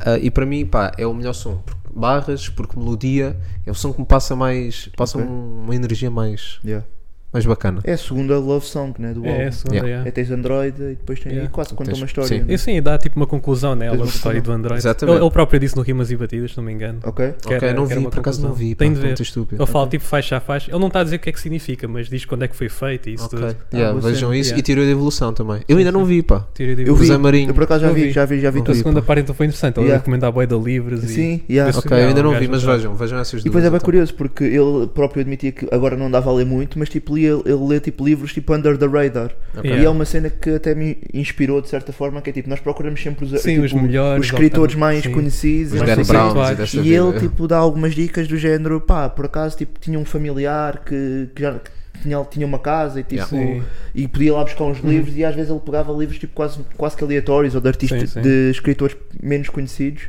[SPEAKER 7] Ah, e para mim, pá, é o melhor som. Porque barras, porque melodia, é o som que me passa mais. passa
[SPEAKER 5] Ok.
[SPEAKER 7] um- uma energia mais,
[SPEAKER 5] Yeah.
[SPEAKER 7] mais bacana.
[SPEAKER 5] É a segunda love song, né, do álbum.
[SPEAKER 6] É, a segunda,
[SPEAKER 7] Yeah.
[SPEAKER 6] yeah.
[SPEAKER 5] É, tens Android e depois tens
[SPEAKER 6] Yeah.
[SPEAKER 5] e quase conta
[SPEAKER 7] Tens-
[SPEAKER 5] uma história.
[SPEAKER 7] sim.
[SPEAKER 5] né?
[SPEAKER 6] E sim, dá tipo uma conclusão, né?
[SPEAKER 5] Tens
[SPEAKER 6] Ela
[SPEAKER 5] uma
[SPEAKER 6] história do
[SPEAKER 5] conclusão.
[SPEAKER 6] Android.
[SPEAKER 7] Exatamente.
[SPEAKER 6] Ele, ele próprio disse no Rimas e Batidas, se não me engano.
[SPEAKER 5] Ok?
[SPEAKER 6] que
[SPEAKER 7] ok,
[SPEAKER 6] era-
[SPEAKER 7] não
[SPEAKER 6] que era
[SPEAKER 7] vi,
[SPEAKER 6] uma
[SPEAKER 7] por acaso não
[SPEAKER 6] conclusão.
[SPEAKER 7] vi. Pá,
[SPEAKER 6] Tem de
[SPEAKER 7] estou muito
[SPEAKER 6] ver.
[SPEAKER 7] estúpido.
[SPEAKER 6] Ele fala tipo faixa a faixa. Ele não está a dizer o que é que significa, mas diz quando é que foi feito e isso
[SPEAKER 7] Ok,
[SPEAKER 6] tudo.
[SPEAKER 7] yeah,
[SPEAKER 5] boa
[SPEAKER 7] vejam
[SPEAKER 6] cena.
[SPEAKER 7] isso
[SPEAKER 6] Yeah.
[SPEAKER 7] e tipo, teoria da evolução também. Eu ainda não vi, pá.
[SPEAKER 6] Teoria de
[SPEAKER 5] Ah, Eu vi,
[SPEAKER 7] Zé Marinho.
[SPEAKER 5] eu por acaso já
[SPEAKER 6] Eu
[SPEAKER 5] vi,
[SPEAKER 6] vi.
[SPEAKER 5] já vi, já vi
[SPEAKER 6] A
[SPEAKER 5] tudo.
[SPEAKER 6] segunda parte então foi interessante. Ele
[SPEAKER 5] Yeah.
[SPEAKER 6] yeah. recomendava bué de livros e...
[SPEAKER 5] Sim, yeah.
[SPEAKER 6] Desse-
[SPEAKER 7] Ok, eu ainda
[SPEAKER 6] Yeah,
[SPEAKER 7] não
[SPEAKER 6] um
[SPEAKER 7] vi,
[SPEAKER 6] gajo
[SPEAKER 7] mas
[SPEAKER 6] não sabe.
[SPEAKER 7] vejam, vejam essas duas.
[SPEAKER 5] E depois é bem
[SPEAKER 7] então.
[SPEAKER 5] curioso porque ele próprio admitia que agora não dava a ler muito, mas tipo exemplo, e ele, ele lê tipo livros tipo Under the Radar.
[SPEAKER 7] Ok.
[SPEAKER 5] E é uma cena que até me inspirou de certa forma, que é tipo, nós procuramos sempre os,
[SPEAKER 6] Sim,
[SPEAKER 5] tipo,
[SPEAKER 6] os melhores,
[SPEAKER 5] os escritores
[SPEAKER 6] alternativos,
[SPEAKER 5] mais
[SPEAKER 6] sim.
[SPEAKER 5] conhecidos,
[SPEAKER 7] Os
[SPEAKER 5] e
[SPEAKER 7] Dan
[SPEAKER 5] não sei o quê.
[SPEAKER 6] Brown
[SPEAKER 7] Browns e
[SPEAKER 6] conceituais.
[SPEAKER 7] desta
[SPEAKER 5] é E
[SPEAKER 7] vida.
[SPEAKER 5] ele tipo dá algumas dicas do género, pá, por acaso tipo tinha um familiar que, que já que tinha, tinha uma casa e tipo
[SPEAKER 6] Yeah. Sim.
[SPEAKER 5] e podia lá buscar uns livros e às vezes ele pegava livros tipo quase quase que aleatórios ou de artistas
[SPEAKER 6] Sim, sim.
[SPEAKER 5] de escritores menos conhecidos.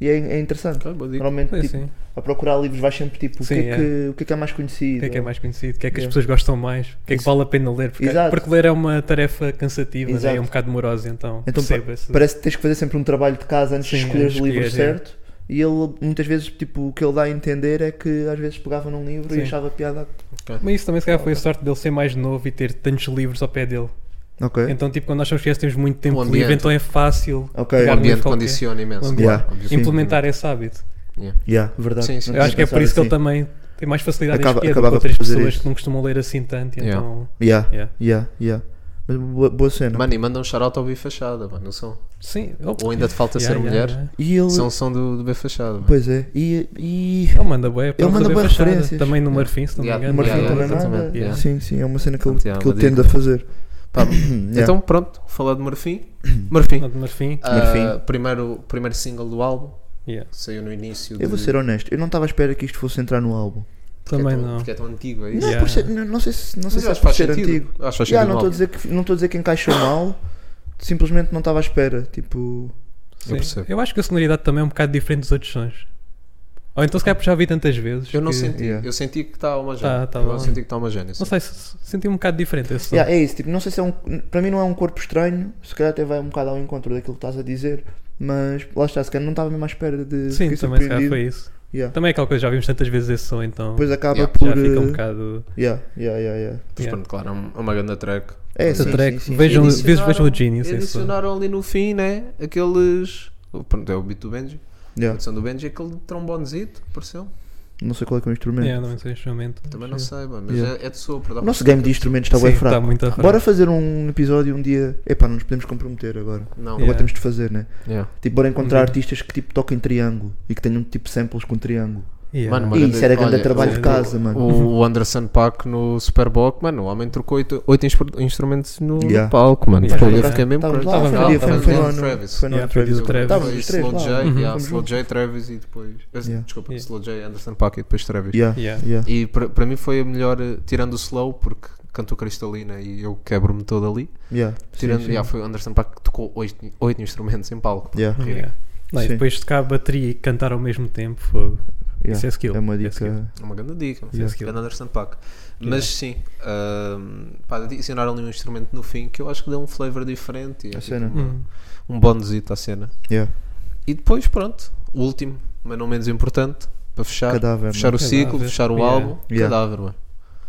[SPEAKER 5] E é, é interessante.
[SPEAKER 7] Ok, boa dica.
[SPEAKER 5] Normalmente
[SPEAKER 6] Sim,
[SPEAKER 5] tipo,
[SPEAKER 6] sim.
[SPEAKER 5] a procurar livros vais sempre tipo o
[SPEAKER 6] Sim,
[SPEAKER 5] que, é
[SPEAKER 6] é.
[SPEAKER 5] que, o que é que é mais conhecido.
[SPEAKER 6] O que é que é mais conhecido? O que é que as
[SPEAKER 5] Yeah.
[SPEAKER 6] pessoas gostam mais? O que é que
[SPEAKER 5] Isso.
[SPEAKER 6] vale a pena ler? Porque,
[SPEAKER 5] Exato.
[SPEAKER 6] porque ler é uma tarefa cansativa, né? é
[SPEAKER 5] Exato.
[SPEAKER 6] um bocado demorosa, então,
[SPEAKER 5] Então pa-
[SPEAKER 6] perceba-se.
[SPEAKER 5] parece que tens que fazer sempre um trabalho de casa antes de
[SPEAKER 6] Sim,
[SPEAKER 5] escolher os
[SPEAKER 6] escolher,
[SPEAKER 5] livros
[SPEAKER 6] é.
[SPEAKER 5] certo. E ele muitas vezes tipo o que ele dá a entender é que às vezes pegava num livro
[SPEAKER 6] Sim.
[SPEAKER 5] e achava piada.
[SPEAKER 6] Mas isso também se calhar foi a sorte dele ser mais novo e ter tantos livros ao pé dele.
[SPEAKER 5] Ok.
[SPEAKER 6] Então, tipo, quando nós somos crianças temos muito tempo
[SPEAKER 7] Um ambiente.
[SPEAKER 6] livre, então é fácil
[SPEAKER 5] Ok.
[SPEAKER 7] O
[SPEAKER 6] pegar num
[SPEAKER 7] ambiente
[SPEAKER 6] livro qualquer.
[SPEAKER 7] condiciona imenso.
[SPEAKER 6] Onde-
[SPEAKER 5] Yeah.
[SPEAKER 7] Obviamente.
[SPEAKER 5] Sim.
[SPEAKER 6] implementar esse hábito.
[SPEAKER 5] Yeah, verdade.
[SPEAKER 7] Sim, sim.
[SPEAKER 5] Não
[SPEAKER 6] Eu acho que é
[SPEAKER 5] tinha
[SPEAKER 6] por isso que
[SPEAKER 5] pensado
[SPEAKER 6] ele também tem mais facilidade
[SPEAKER 5] assim. Acaba-
[SPEAKER 6] em escolher do que
[SPEAKER 5] acabava por
[SPEAKER 6] outras
[SPEAKER 5] fazer
[SPEAKER 6] pessoas
[SPEAKER 5] isso.
[SPEAKER 6] que não costumam ler assim tanto. e
[SPEAKER 7] Yeah.
[SPEAKER 6] Então,
[SPEAKER 5] Yeah,
[SPEAKER 6] yeah.
[SPEAKER 5] yeah, yeah. Mas boa, boa cena.
[SPEAKER 7] Mano, e manda um shout ao B Fachada, mano, não são?
[SPEAKER 6] sim.
[SPEAKER 7] Ou ainda te falta ser mulher?
[SPEAKER 5] E ele.
[SPEAKER 7] São são do, do B Fachada. mano.
[SPEAKER 5] Pois é. E. e...
[SPEAKER 6] Ele manda bué, para
[SPEAKER 5] manda
[SPEAKER 6] saber
[SPEAKER 5] bué
[SPEAKER 6] fachada.
[SPEAKER 5] referências.
[SPEAKER 6] Também no Marfim, se não me
[SPEAKER 7] Yeah,
[SPEAKER 5] O
[SPEAKER 6] engano.
[SPEAKER 5] Marfim
[SPEAKER 7] Yeah,
[SPEAKER 5] também
[SPEAKER 7] yeah,
[SPEAKER 5] manda.
[SPEAKER 7] exatamente, yeah.
[SPEAKER 5] Sim, sim, é uma cena que ele,
[SPEAKER 7] Portanto, yeah,
[SPEAKER 5] que ele
[SPEAKER 7] uma dica.
[SPEAKER 5] tende a fazer.
[SPEAKER 7] Pá,
[SPEAKER 5] Yeah.
[SPEAKER 7] Então, pronto, falar de Marfim. Marfim.
[SPEAKER 6] Não, de Marfim.
[SPEAKER 7] Ah, primeiro, primeiro single do álbum,
[SPEAKER 6] Yeah.
[SPEAKER 7] saiu no início
[SPEAKER 5] eu vou
[SPEAKER 7] de-
[SPEAKER 5] ser honesto, eu não estava à espera que isto fosse entrar no álbum.
[SPEAKER 7] porque é
[SPEAKER 6] Também
[SPEAKER 7] tão-
[SPEAKER 6] não.
[SPEAKER 7] Porque é tão antigo, é isso?
[SPEAKER 5] Não,
[SPEAKER 6] Yeah.
[SPEAKER 5] por ser- não, não sei se, não sei
[SPEAKER 7] Mas
[SPEAKER 5] se é
[SPEAKER 7] acho que
[SPEAKER 5] por
[SPEAKER 7] faz
[SPEAKER 5] ser
[SPEAKER 7] sentido.
[SPEAKER 5] antigo.
[SPEAKER 7] Acho que faz
[SPEAKER 5] Yeah, não
[SPEAKER 7] sentido no
[SPEAKER 5] estou a
[SPEAKER 7] álbum.
[SPEAKER 5] dizer que não estou a dizer que encaixou mal, simplesmente não estava à espera. Tipo,
[SPEAKER 7] Eu
[SPEAKER 6] Sim.
[SPEAKER 7] percebo.
[SPEAKER 6] Eu acho que a sonoridade também é um bocado diferente dos outros sons. Ou então se calhar porque já vi tantas vezes.
[SPEAKER 7] Eu não
[SPEAKER 6] que-
[SPEAKER 7] senti,
[SPEAKER 5] yeah.
[SPEAKER 7] eu senti que está homogéneo.
[SPEAKER 6] Tá, tá
[SPEAKER 7] eu
[SPEAKER 6] bom.
[SPEAKER 7] senti que está homogéneo. sim.
[SPEAKER 6] Não sei, se- senti um bocado diferente esse som.
[SPEAKER 5] yeah, é isso, tipo, não sei se é um. Para mim não é um corpo estranho, se calhar até vai um bocado ao encontro daquilo que estás a dizer, mas lá está, se calhar não estava mesmo à espera
[SPEAKER 7] é
[SPEAKER 5] de
[SPEAKER 6] Sim, também se
[SPEAKER 5] fiquei
[SPEAKER 6] calhar
[SPEAKER 5] surpreendido.
[SPEAKER 6] foi isso.
[SPEAKER 5] Yeah.
[SPEAKER 6] Também é aquela coisa, já vimos tantas vezes esse som, então
[SPEAKER 5] Depois acaba
[SPEAKER 7] Yeah.
[SPEAKER 5] por.
[SPEAKER 6] já fica um
[SPEAKER 5] eh,
[SPEAKER 6] bocado...
[SPEAKER 5] yeah, yeah, yeah, yeah.
[SPEAKER 7] Mas
[SPEAKER 6] Yeah.
[SPEAKER 7] pronto, claro, é um- é uma grande track.
[SPEAKER 5] É,
[SPEAKER 6] Essa
[SPEAKER 5] sim,
[SPEAKER 6] track,
[SPEAKER 5] sim, sim,
[SPEAKER 6] vejam-
[SPEAKER 5] sim.
[SPEAKER 6] vejam- vejam o Genius, esse-
[SPEAKER 7] Adicionaram ali no fim, né? Aqueles. Pronto, é o beat do Benji. A
[SPEAKER 5] Yeah.
[SPEAKER 7] produção do Benji, é aquele trombonezito, pareceu.
[SPEAKER 5] Não sei qual é, que é o instrumento.
[SPEAKER 6] Yeah, não sei o instrumento.
[SPEAKER 7] Também não sei, mano, mas
[SPEAKER 5] Yeah.
[SPEAKER 7] é, é de sopro. dá
[SPEAKER 5] O
[SPEAKER 7] pra
[SPEAKER 5] nosso
[SPEAKER 7] perceber
[SPEAKER 5] game de
[SPEAKER 7] que-
[SPEAKER 5] instrumentos está
[SPEAKER 6] Sim,
[SPEAKER 5] bem
[SPEAKER 6] está
[SPEAKER 5] fraco.
[SPEAKER 6] muito a fraco.
[SPEAKER 5] Bora fazer um episódio um dia. Epá, não nos podemos comprometer agora.
[SPEAKER 7] Não,
[SPEAKER 5] Agora
[SPEAKER 6] Yeah.
[SPEAKER 5] temos de fazer, né?
[SPEAKER 7] Yeah.
[SPEAKER 5] Tipo, bora encontrar
[SPEAKER 6] Uhum.
[SPEAKER 5] artistas que tipo toquem triângulo e que tenham tipo samples com triângulo.
[SPEAKER 6] Yeah.
[SPEAKER 7] Mano, uma
[SPEAKER 5] Ih,
[SPEAKER 7] grande-
[SPEAKER 5] isso era grande
[SPEAKER 7] olha,
[SPEAKER 5] trabalho
[SPEAKER 7] o-
[SPEAKER 5] de casa, mano.
[SPEAKER 7] O Anderson Paak no Superbock, mano, o homem trocou oito, oito instru- instrumentos no, no
[SPEAKER 5] Yeah.
[SPEAKER 7] palco, mano.
[SPEAKER 6] Yeah.
[SPEAKER 7] Fogo, eu
[SPEAKER 5] Estávamos
[SPEAKER 7] fiquei mesmo
[SPEAKER 5] lá,
[SPEAKER 7] crazy.
[SPEAKER 6] Estávamos
[SPEAKER 5] foi no
[SPEAKER 6] lá,
[SPEAKER 5] dia- foi-
[SPEAKER 7] estávamos
[SPEAKER 5] foi
[SPEAKER 7] lá
[SPEAKER 5] no
[SPEAKER 7] no
[SPEAKER 5] ano-
[SPEAKER 7] Travis.
[SPEAKER 5] foi no
[SPEAKER 6] Yeah,
[SPEAKER 5] ano
[SPEAKER 6] foi
[SPEAKER 5] Travis.
[SPEAKER 6] do Travis.
[SPEAKER 5] Estávamos os três
[SPEAKER 7] Slow
[SPEAKER 5] lá.
[SPEAKER 7] J,
[SPEAKER 5] Uhum.
[SPEAKER 7] yeah,
[SPEAKER 5] Fomos
[SPEAKER 7] Slow
[SPEAKER 5] juntos.
[SPEAKER 7] J, Travis e depois. eh,
[SPEAKER 5] Yeah.
[SPEAKER 7] Desculpa,
[SPEAKER 6] Yeah.
[SPEAKER 7] Slow J, Anderson Paak e depois Travis.
[SPEAKER 5] Yeah,
[SPEAKER 6] Yeah.
[SPEAKER 5] yeah.
[SPEAKER 7] E para para mim foi a melhor, eh, tirando o Slow, porque cantou Cristalina e eu quebro-me todo ali.
[SPEAKER 5] Yeah,
[SPEAKER 7] Tirando,
[SPEAKER 5] sim, sim.
[SPEAKER 7] yeah, foi o Anderson Paak que tocou oito, oito instrumentos em palco.
[SPEAKER 5] Yeah,
[SPEAKER 7] Horrível.
[SPEAKER 6] Yeah. Não, e
[SPEAKER 5] Sim.
[SPEAKER 6] depois tocar a bateria e cantar ao mesmo tempo, fogo.
[SPEAKER 5] yeah.
[SPEAKER 6] Isso é skill.
[SPEAKER 5] É uma
[SPEAKER 6] Isso é skill.
[SPEAKER 5] dica.
[SPEAKER 7] É uma grande dica,
[SPEAKER 6] Yeah.
[SPEAKER 7] yeah. grande Anderson Paak.
[SPEAKER 5] é.
[SPEAKER 7] Mas sim, ahm, pá, adicionaram ali um instrumento no fim que eu acho que deu um flavor diferente e é
[SPEAKER 5] A
[SPEAKER 7] tipo
[SPEAKER 5] cena.
[SPEAKER 6] Hum.
[SPEAKER 7] um, um bonzito à cena.
[SPEAKER 5] Yeah.
[SPEAKER 7] E depois, pronto, o último, mas não menos importante, para fechar,
[SPEAKER 5] Cadáver,
[SPEAKER 7] fechar
[SPEAKER 5] mano.
[SPEAKER 7] o ciclo,
[SPEAKER 6] Cadáver.
[SPEAKER 7] fechar o
[SPEAKER 6] Yeah.
[SPEAKER 7] álbum,
[SPEAKER 5] Yeah.
[SPEAKER 7] cadáver, mano.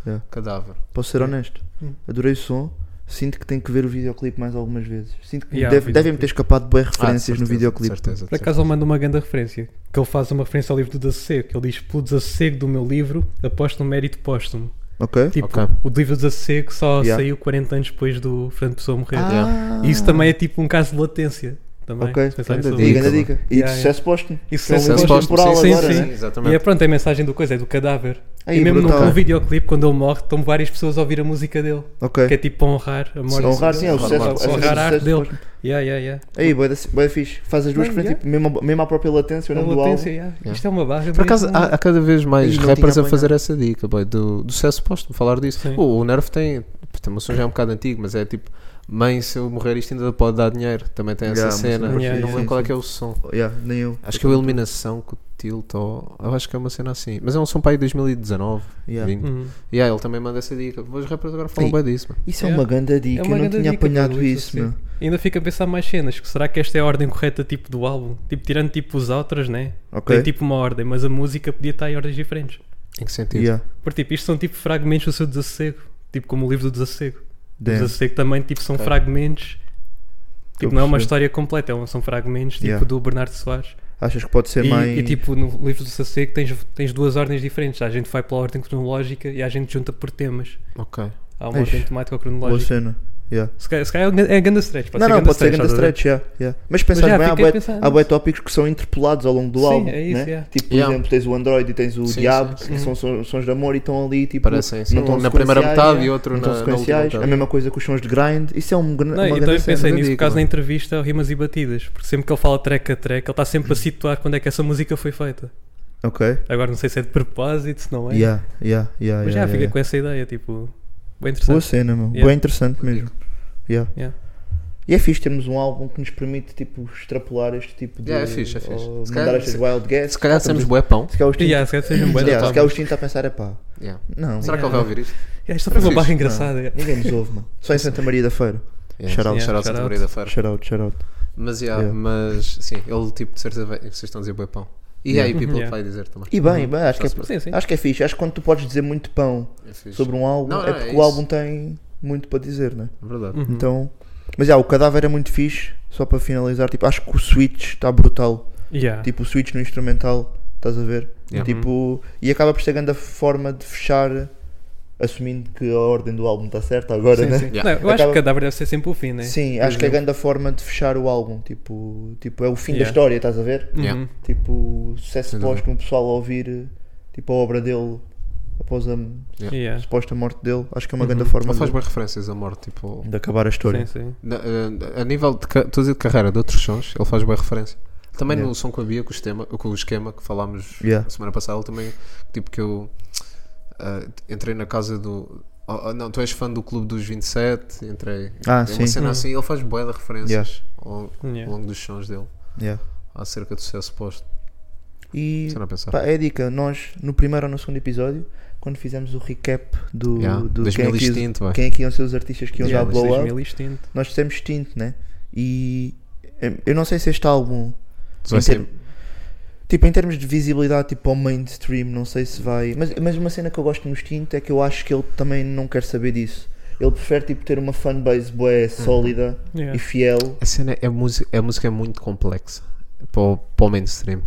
[SPEAKER 5] Yeah.
[SPEAKER 7] Cadáver. Ah,
[SPEAKER 5] Posso ser honesto?
[SPEAKER 6] Hum.
[SPEAKER 5] Adorei o som. Sinto que tenho que ver o videoclipe mais algumas vezes. Sinto que
[SPEAKER 6] Yeah,
[SPEAKER 5] deve-
[SPEAKER 6] o
[SPEAKER 5] devem-me ter escapado boas
[SPEAKER 7] Ah, de
[SPEAKER 5] referências no
[SPEAKER 7] certeza,
[SPEAKER 5] videoclipe.
[SPEAKER 7] de certeza, de
[SPEAKER 6] Por
[SPEAKER 7] certeza.
[SPEAKER 6] acaso ele manda uma grande referência, que ele faz uma referência ao livro do Desassossego, que ele diz, pelo desassossego do meu livro, aposto no mérito póstumo.
[SPEAKER 5] Ok?
[SPEAKER 6] Tipo,
[SPEAKER 7] Ok.
[SPEAKER 6] o livro do Desassossego só
[SPEAKER 5] Yeah.
[SPEAKER 6] saiu 40 anos depois do Fernando Pessoa morrer.
[SPEAKER 5] Ah,
[SPEAKER 6] E isso também é tipo um caso de latência. Também,
[SPEAKER 5] Ok,
[SPEAKER 6] se pensarem
[SPEAKER 5] grande
[SPEAKER 6] sobre isso.
[SPEAKER 5] dica.
[SPEAKER 6] é
[SPEAKER 5] grande dica. E
[SPEAKER 6] Yeah,
[SPEAKER 5] de
[SPEAKER 6] yeah.
[SPEAKER 5] sucesso posto.
[SPEAKER 6] E
[SPEAKER 5] Que é um
[SPEAKER 6] sucesso
[SPEAKER 5] livro
[SPEAKER 7] posto.
[SPEAKER 5] temporal
[SPEAKER 6] Sim,
[SPEAKER 5] agora,
[SPEAKER 6] sim.
[SPEAKER 5] né?
[SPEAKER 7] exatamente.
[SPEAKER 6] E é pronto, é a mensagem do coisa, é do cadáver.
[SPEAKER 5] Aí,
[SPEAKER 6] e mesmo no,
[SPEAKER 5] brutal.
[SPEAKER 6] no videoclipe, quando ele morre, estão várias pessoas a ouvir a música dele.
[SPEAKER 5] Ok.
[SPEAKER 6] Que é tipo para honrar a morte.
[SPEAKER 5] Sim, honrar, sim, é o
[SPEAKER 6] Para
[SPEAKER 5] sucesso-
[SPEAKER 6] honrar-
[SPEAKER 5] é o
[SPEAKER 6] para honrar a
[SPEAKER 5] sucesso
[SPEAKER 6] arte dele.
[SPEAKER 5] posto.
[SPEAKER 6] Yeah, yeah, yeah.
[SPEAKER 5] Aí, boa, boa fixe. Faz as duas
[SPEAKER 6] Bem,
[SPEAKER 5] frente,
[SPEAKER 6] yeah.
[SPEAKER 5] tipo, mesmo, mesmo à própria latência, o
[SPEAKER 6] A
[SPEAKER 5] nome do
[SPEAKER 6] latência,
[SPEAKER 5] álbum.
[SPEAKER 6] yeah. Isto é uma barra.
[SPEAKER 7] Por acaso,
[SPEAKER 6] mesmo.
[SPEAKER 5] ah,
[SPEAKER 7] há, há cada vez mais
[SPEAKER 5] Ih, não
[SPEAKER 7] rappers
[SPEAKER 5] tinha
[SPEAKER 7] a fazer essa dica, boy, do, do sucesso posto, falar disso.
[SPEAKER 6] Sim.
[SPEAKER 7] O, o Nerf tem, tem uma som já é um bocado antigo, mas é tipo, mãe, se eu morrer isto ainda pode dar dinheiro. Também tem essa
[SPEAKER 5] Yeah, mas
[SPEAKER 7] cena.
[SPEAKER 5] não
[SPEAKER 6] Yeah,
[SPEAKER 7] não
[SPEAKER 6] sim,
[SPEAKER 7] lembro qual é
[SPEAKER 5] sim.
[SPEAKER 7] que é o som.
[SPEAKER 5] Yeah, nem eu.
[SPEAKER 7] Acho que é o Eliminação com o Tilt, ou, eu acho que é uma cena assim. Mas é um som para aí de 2019,
[SPEAKER 5] Yeah.
[SPEAKER 7] 20.
[SPEAKER 6] Hum.
[SPEAKER 7] E aí ele também manda essa dica. Os rappers agora falam
[SPEAKER 5] Ei.
[SPEAKER 7] bem disso, mano.
[SPEAKER 5] Isso é,
[SPEAKER 6] É.
[SPEAKER 5] uma grande
[SPEAKER 6] É
[SPEAKER 5] dica, eu
[SPEAKER 6] uma
[SPEAKER 5] não
[SPEAKER 6] grande
[SPEAKER 5] tinha
[SPEAKER 6] dica,
[SPEAKER 5] apanhado
[SPEAKER 6] pelo menos,
[SPEAKER 5] isso,
[SPEAKER 6] sim.
[SPEAKER 5] meu.
[SPEAKER 6] Ainda fico a pensar mais cenas. que Será que esta é a ordem correta tipo do álbum? Tipo, tirando tipo os outros, né?
[SPEAKER 5] Ok.
[SPEAKER 6] Tem tipo uma ordem, mas a música podia estar em ordens diferentes.
[SPEAKER 7] Em que sentido?
[SPEAKER 5] Yeah.
[SPEAKER 6] Porque tipo, isto são tipo fragmentos do seu desassossego. Tipo como o livro do desassossego. O
[SPEAKER 5] Damn.
[SPEAKER 6] desassossego também tipo, são
[SPEAKER 7] Ok.
[SPEAKER 6] fragmentos.
[SPEAKER 5] Estou
[SPEAKER 6] Tipo,
[SPEAKER 5] a
[SPEAKER 6] não é uma
[SPEAKER 5] perceber.
[SPEAKER 6] história completa, é um- são fragmentos tipo
[SPEAKER 5] Yeah.
[SPEAKER 6] do Bernardo Soares.
[SPEAKER 5] Achas que pode ser
[SPEAKER 6] E,
[SPEAKER 5] mais.
[SPEAKER 6] e, tipo, no livro do Sossego tens, tens duas ordens diferentes. A gente vai pela ordem cronológica e a gente junta por temas.
[SPEAKER 7] Ok.
[SPEAKER 6] Há uma
[SPEAKER 5] Eish.
[SPEAKER 6] ordem temática ou
[SPEAKER 5] boa
[SPEAKER 6] cronológica.
[SPEAKER 5] cena. yeah.
[SPEAKER 6] Se calhar, se calhar é um- é ganda stretch. Pode
[SPEAKER 5] não,
[SPEAKER 6] ser
[SPEAKER 5] não,
[SPEAKER 6] ganda
[SPEAKER 5] pode ser
[SPEAKER 6] stretch. estás
[SPEAKER 5] grande
[SPEAKER 6] a ver?
[SPEAKER 5] stretch, yeah, yeah. Mas pensar
[SPEAKER 6] já
[SPEAKER 5] bem, há
[SPEAKER 6] fiquei a
[SPEAKER 5] bué,
[SPEAKER 6] pensar
[SPEAKER 5] há bué tópicos que são interpelados ao longo do
[SPEAKER 6] Sim,
[SPEAKER 5] álbum.
[SPEAKER 6] é isso,
[SPEAKER 5] né?
[SPEAKER 6] yeah.
[SPEAKER 5] Tipo, por
[SPEAKER 7] Yeah.
[SPEAKER 5] exemplo, tens o Android e tens o
[SPEAKER 7] Sim,
[SPEAKER 5] Diabo,
[SPEAKER 7] sim,
[SPEAKER 5] que são son- sons de amor e estão ali, tipo,
[SPEAKER 7] Parecem, sim.
[SPEAKER 5] não estão
[SPEAKER 7] Um na primeira
[SPEAKER 5] sequenciais,
[SPEAKER 7] metade e
[SPEAKER 5] yeah,
[SPEAKER 7] outro
[SPEAKER 5] não estão
[SPEAKER 7] na- na última
[SPEAKER 5] sequenciais. A
[SPEAKER 7] metade.
[SPEAKER 5] mesma coisa com os sons de grind. Isso é um, gran-
[SPEAKER 6] Não,
[SPEAKER 5] uma
[SPEAKER 6] então eu
[SPEAKER 5] grande cena.
[SPEAKER 6] pensei nisso por
[SPEAKER 7] digo,
[SPEAKER 6] causa da
[SPEAKER 7] mano.
[SPEAKER 6] entrevista ao Rimas e Batidas, porque sempre que ele fala track a track, ele está sempre a situar quando é que essa música foi feita.
[SPEAKER 5] Ok.
[SPEAKER 6] Agora não sei se é de propósito, se não é.
[SPEAKER 5] Yeah, yeah, yeah,
[SPEAKER 6] Mas já
[SPEAKER 5] yeah,
[SPEAKER 6] fica
[SPEAKER 5] yeah,
[SPEAKER 6] com essa ideia, tipo, bem interessante.
[SPEAKER 5] Boa cena, meu.
[SPEAKER 6] Yeah.
[SPEAKER 5] Bem interessante mesmo. Yeah.
[SPEAKER 6] Yeah.
[SPEAKER 5] E é fixe termos um álbum que nos permite tipo, extrapolar este tipo de.
[SPEAKER 7] Yeah, é fixe, é fixe.
[SPEAKER 5] ou
[SPEAKER 7] Se
[SPEAKER 5] mandar
[SPEAKER 7] calhar-
[SPEAKER 5] estas wild guesses.
[SPEAKER 7] Se calhar
[SPEAKER 5] Ah,
[SPEAKER 7] dissemos
[SPEAKER 5] talvez-
[SPEAKER 7] bué pão.
[SPEAKER 5] Se calhar o Steam-
[SPEAKER 6] Yeah, se calhar seja um bué
[SPEAKER 5] yeah,
[SPEAKER 6] da
[SPEAKER 5] se calhar o
[SPEAKER 6] top.
[SPEAKER 5] Steam está a pensar, é pá.
[SPEAKER 7] Yeah.
[SPEAKER 5] Não,
[SPEAKER 7] Será que ele vai ouvir isto?
[SPEAKER 6] Yeah, Isto foi uma
[SPEAKER 7] Fixe.
[SPEAKER 6] barra engraçada. yeah.
[SPEAKER 5] ninguém nos ouve, mano. Só em Santa Maria da Feira.
[SPEAKER 7] Yeah.
[SPEAKER 5] Shout out.
[SPEAKER 7] Shout out
[SPEAKER 6] Shout
[SPEAKER 7] Santa
[SPEAKER 6] out.
[SPEAKER 7] Maria da Feira.
[SPEAKER 5] Shout out, shout out.
[SPEAKER 7] Mas, yeah,
[SPEAKER 5] Yeah.
[SPEAKER 7] mas sim, ele tipo de certeza vai, vocês estão a dizer bué pão. E aí, people
[SPEAKER 6] Yeah.
[SPEAKER 7] vai dizer também.
[SPEAKER 5] E bem, bem acho, que é,
[SPEAKER 6] Sim, sim.
[SPEAKER 5] acho que é fixe. Acho que quando tu podes dizer muito pão
[SPEAKER 7] É fixe.
[SPEAKER 5] sobre um álbum, é
[SPEAKER 7] Não, não, é
[SPEAKER 5] porque o
[SPEAKER 7] isso.
[SPEAKER 5] álbum tem muito para dizer, né?
[SPEAKER 7] É Verdade.
[SPEAKER 6] Uhum.
[SPEAKER 5] Então. Mas já, o cadáver é muito fixe. Só para finalizar, tipo, acho que o Switch está brutal.
[SPEAKER 6] Yeah.
[SPEAKER 5] Tipo, o switch no instrumental, estás a ver?
[SPEAKER 7] Yeah.
[SPEAKER 5] Tipo, e acaba por ser grande a forma de fechar, assumindo que a ordem do álbum está certa agora,
[SPEAKER 6] Sim,
[SPEAKER 5] né?
[SPEAKER 6] sim.
[SPEAKER 7] Yeah.
[SPEAKER 6] Não, eu acho que
[SPEAKER 5] Acaba-
[SPEAKER 6] o cadáver deve ser sempre o fim, né?
[SPEAKER 5] Sim, acho que é grande a forma de fechar o álbum. Tipo, tipo é o fim
[SPEAKER 6] Yeah.
[SPEAKER 5] da história, estás a ver?
[SPEAKER 6] Uhum.
[SPEAKER 7] Yeah.
[SPEAKER 5] Tipo, sucesso
[SPEAKER 7] Sem dúvida.
[SPEAKER 5] póstumo, o pessoal a ouvir tipo, a obra dele após a
[SPEAKER 6] Yeah.
[SPEAKER 5] suposta morte dele. Acho que é uma grande forma
[SPEAKER 7] Ele Uhum. faz
[SPEAKER 5] de,
[SPEAKER 7] boas referências à morte, tipo.
[SPEAKER 5] de acabar a história.
[SPEAKER 6] Sim, sim.
[SPEAKER 7] Na- eh, a nível de, ca- estou a dizer de carreira de outros sons, ele faz boa referência. Também
[SPEAKER 5] Yeah.
[SPEAKER 7] no som com a Bia, com o, sistema, com o esquema que falámos
[SPEAKER 5] Yeah.
[SPEAKER 7] a semana passada, ele também, tipo que eu ah, entrei na casa do. oh, oh, não, tu és fã do Clube dos 27, entrei.
[SPEAKER 5] Ah,
[SPEAKER 7] é
[SPEAKER 5] sim.
[SPEAKER 7] uma cena assim, ele faz boa de referências
[SPEAKER 5] Yeah.
[SPEAKER 7] ao, ao
[SPEAKER 6] Uhum. Yeah.
[SPEAKER 7] longo dos sons dele,
[SPEAKER 5] Yeah.
[SPEAKER 7] acerca do sucesso posto.
[SPEAKER 5] E
[SPEAKER 7] Cena a pensar.
[SPEAKER 5] pá, é a dica, nós no primeiro ou no segundo episódio, quando fizemos o recap do,
[SPEAKER 7] Yeah,
[SPEAKER 5] do quem é que
[SPEAKER 7] 2000
[SPEAKER 5] ia-
[SPEAKER 7] instinto, vai.
[SPEAKER 5] quem é que iam ser os artistas que iam
[SPEAKER 7] Yeah,
[SPEAKER 5] dar blow up,
[SPEAKER 6] 2000 instinto.
[SPEAKER 5] nós dissemos Tint, né? E eh, eu não sei se este álbum,
[SPEAKER 7] Vai ser-
[SPEAKER 5] tipo, em termos de visibilidade, tipo, ao mainstream, não sei se vai. Mas, mas uma cena que eu gosto no Tint é que eu acho que ele também não quer saber disso. Ele prefere, tipo, ter uma fanbase bué
[SPEAKER 7] Uhum.
[SPEAKER 5] sólida
[SPEAKER 6] Yeah.
[SPEAKER 5] e fiel.
[SPEAKER 7] A cena é a música, a música é muito complexa para o, para o mainstream.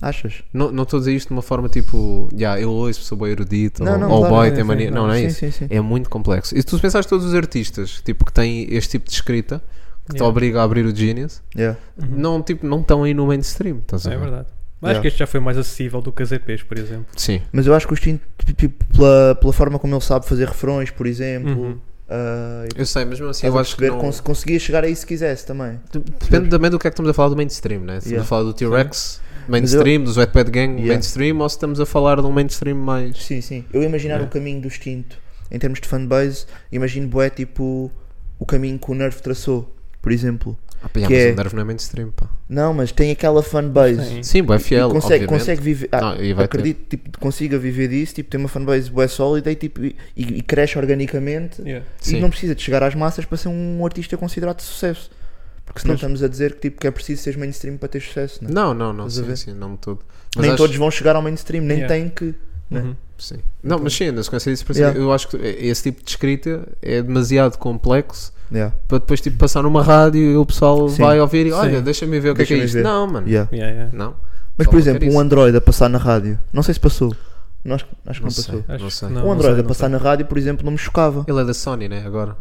[SPEAKER 5] Achas?
[SPEAKER 7] Não não estou a dizer isto de uma forma tipo, já eu ouço, sou bem erudito,
[SPEAKER 5] Não,
[SPEAKER 7] ou,
[SPEAKER 5] não,
[SPEAKER 7] ou
[SPEAKER 5] claro,
[SPEAKER 7] boy,
[SPEAKER 6] sim,
[SPEAKER 7] tem
[SPEAKER 6] sim,
[SPEAKER 7] mania. Não, não é
[SPEAKER 5] sim,
[SPEAKER 7] isso.
[SPEAKER 5] sim, sim.
[SPEAKER 7] É muito complexo. E se tu pensares todos os artistas tipo, que têm este tipo de escrita, que te
[SPEAKER 6] Yeah. Uhum.
[SPEAKER 7] obriga a abrir o Genius,
[SPEAKER 5] Yeah.
[SPEAKER 7] não tipo, não estão aí no mainstream. Estás a
[SPEAKER 6] É
[SPEAKER 7] ver?
[SPEAKER 6] verdade. Mas
[SPEAKER 5] Yeah.
[SPEAKER 6] acho que este já foi mais acessível do que as EPs, por exemplo.
[SPEAKER 7] Sim.
[SPEAKER 5] Mas eu acho que o Tint, tipo, pela, pela forma como ele sabe fazer refrões, por exemplo.
[SPEAKER 6] Uhum.
[SPEAKER 5] ah, e
[SPEAKER 7] Eu sei, mas mesmo assim
[SPEAKER 5] Estás
[SPEAKER 7] eu
[SPEAKER 5] a
[SPEAKER 7] acho que
[SPEAKER 5] perceber?
[SPEAKER 7] não...
[SPEAKER 5] Cons- conseguia chegar aí se quisesse também.
[SPEAKER 7] depende também do que é que estamos a falar do mainstream, né? Se estamos
[SPEAKER 5] Yeah.
[SPEAKER 7] a falar do T-Rex, mainstream, do Wetpad Gang,
[SPEAKER 5] Yeah.
[SPEAKER 7] mainstream, ou se estamos a falar de um mainstream mais.
[SPEAKER 5] Sim, sim. Eu
[SPEAKER 6] É.
[SPEAKER 5] imaginar o caminho do extinto em termos de fanbase, imagino bué tipo o caminho que o Nerf traçou, por exemplo.
[SPEAKER 7] Ah, pá,
[SPEAKER 5] Que
[SPEAKER 7] mas
[SPEAKER 5] é-
[SPEAKER 7] o Nerve não é mainstream, pá.
[SPEAKER 5] Não, mas tem aquela fanbase.
[SPEAKER 6] Sim.
[SPEAKER 7] Sim, é fiel,
[SPEAKER 5] e consegue,
[SPEAKER 7] obviamente.
[SPEAKER 5] consegue viver, ah,
[SPEAKER 7] Não, e vai ter.
[SPEAKER 5] acredito que tipo, consiga viver disso, tipo, tem uma fanbase bué sólida e, tipo, e, e cresce organicamente
[SPEAKER 6] Yeah.
[SPEAKER 5] e
[SPEAKER 7] Sim.
[SPEAKER 5] não precisa de chegar às massas para ser um artista considerado de sucesso. Porque senão
[SPEAKER 6] Mas-
[SPEAKER 5] estamos a dizer que, tipo, que é preciso ser mainstream para ter sucesso. né?
[SPEAKER 7] Não, não, não,
[SPEAKER 5] Estás a
[SPEAKER 7] sim,
[SPEAKER 5] ver?
[SPEAKER 7] sim, não todo.
[SPEAKER 5] nem
[SPEAKER 7] acho-
[SPEAKER 5] todos vão chegar ao mainstream, nem
[SPEAKER 6] Yeah.
[SPEAKER 5] têm que. né?
[SPEAKER 6] Uhum.
[SPEAKER 7] Sim. Não, mas sim, na sequência disso, por
[SPEAKER 5] Yeah.
[SPEAKER 7] exemplo, eu acho que esse tipo de escrita é demasiado complexo
[SPEAKER 5] Yeah.
[SPEAKER 7] para depois tipo, passar numa rádio e o pessoal
[SPEAKER 5] Sim.
[SPEAKER 7] vai ouvir e olha,
[SPEAKER 6] Sim.
[SPEAKER 7] deixa-me ver o que é que é
[SPEAKER 5] Deixa-me
[SPEAKER 7] isto.
[SPEAKER 5] ver.
[SPEAKER 7] Não, mano.
[SPEAKER 5] Yeah.
[SPEAKER 6] Yeah, yeah.
[SPEAKER 7] Não.
[SPEAKER 5] Mas,
[SPEAKER 7] Só
[SPEAKER 5] por
[SPEAKER 7] não quer
[SPEAKER 5] exemplo, um
[SPEAKER 7] isso.
[SPEAKER 5] Android a passar na rádio, não sei se passou. Não acho, acho que não,
[SPEAKER 7] Não sei.
[SPEAKER 5] passou.
[SPEAKER 6] Acho
[SPEAKER 7] Não
[SPEAKER 6] que
[SPEAKER 7] sei.
[SPEAKER 6] não,
[SPEAKER 5] um
[SPEAKER 6] não
[SPEAKER 5] Android
[SPEAKER 6] sei,
[SPEAKER 5] a
[SPEAKER 6] não
[SPEAKER 5] passar na rádio, por exemplo, não me chocava.
[SPEAKER 7] Ele é da Sony, né? Agora.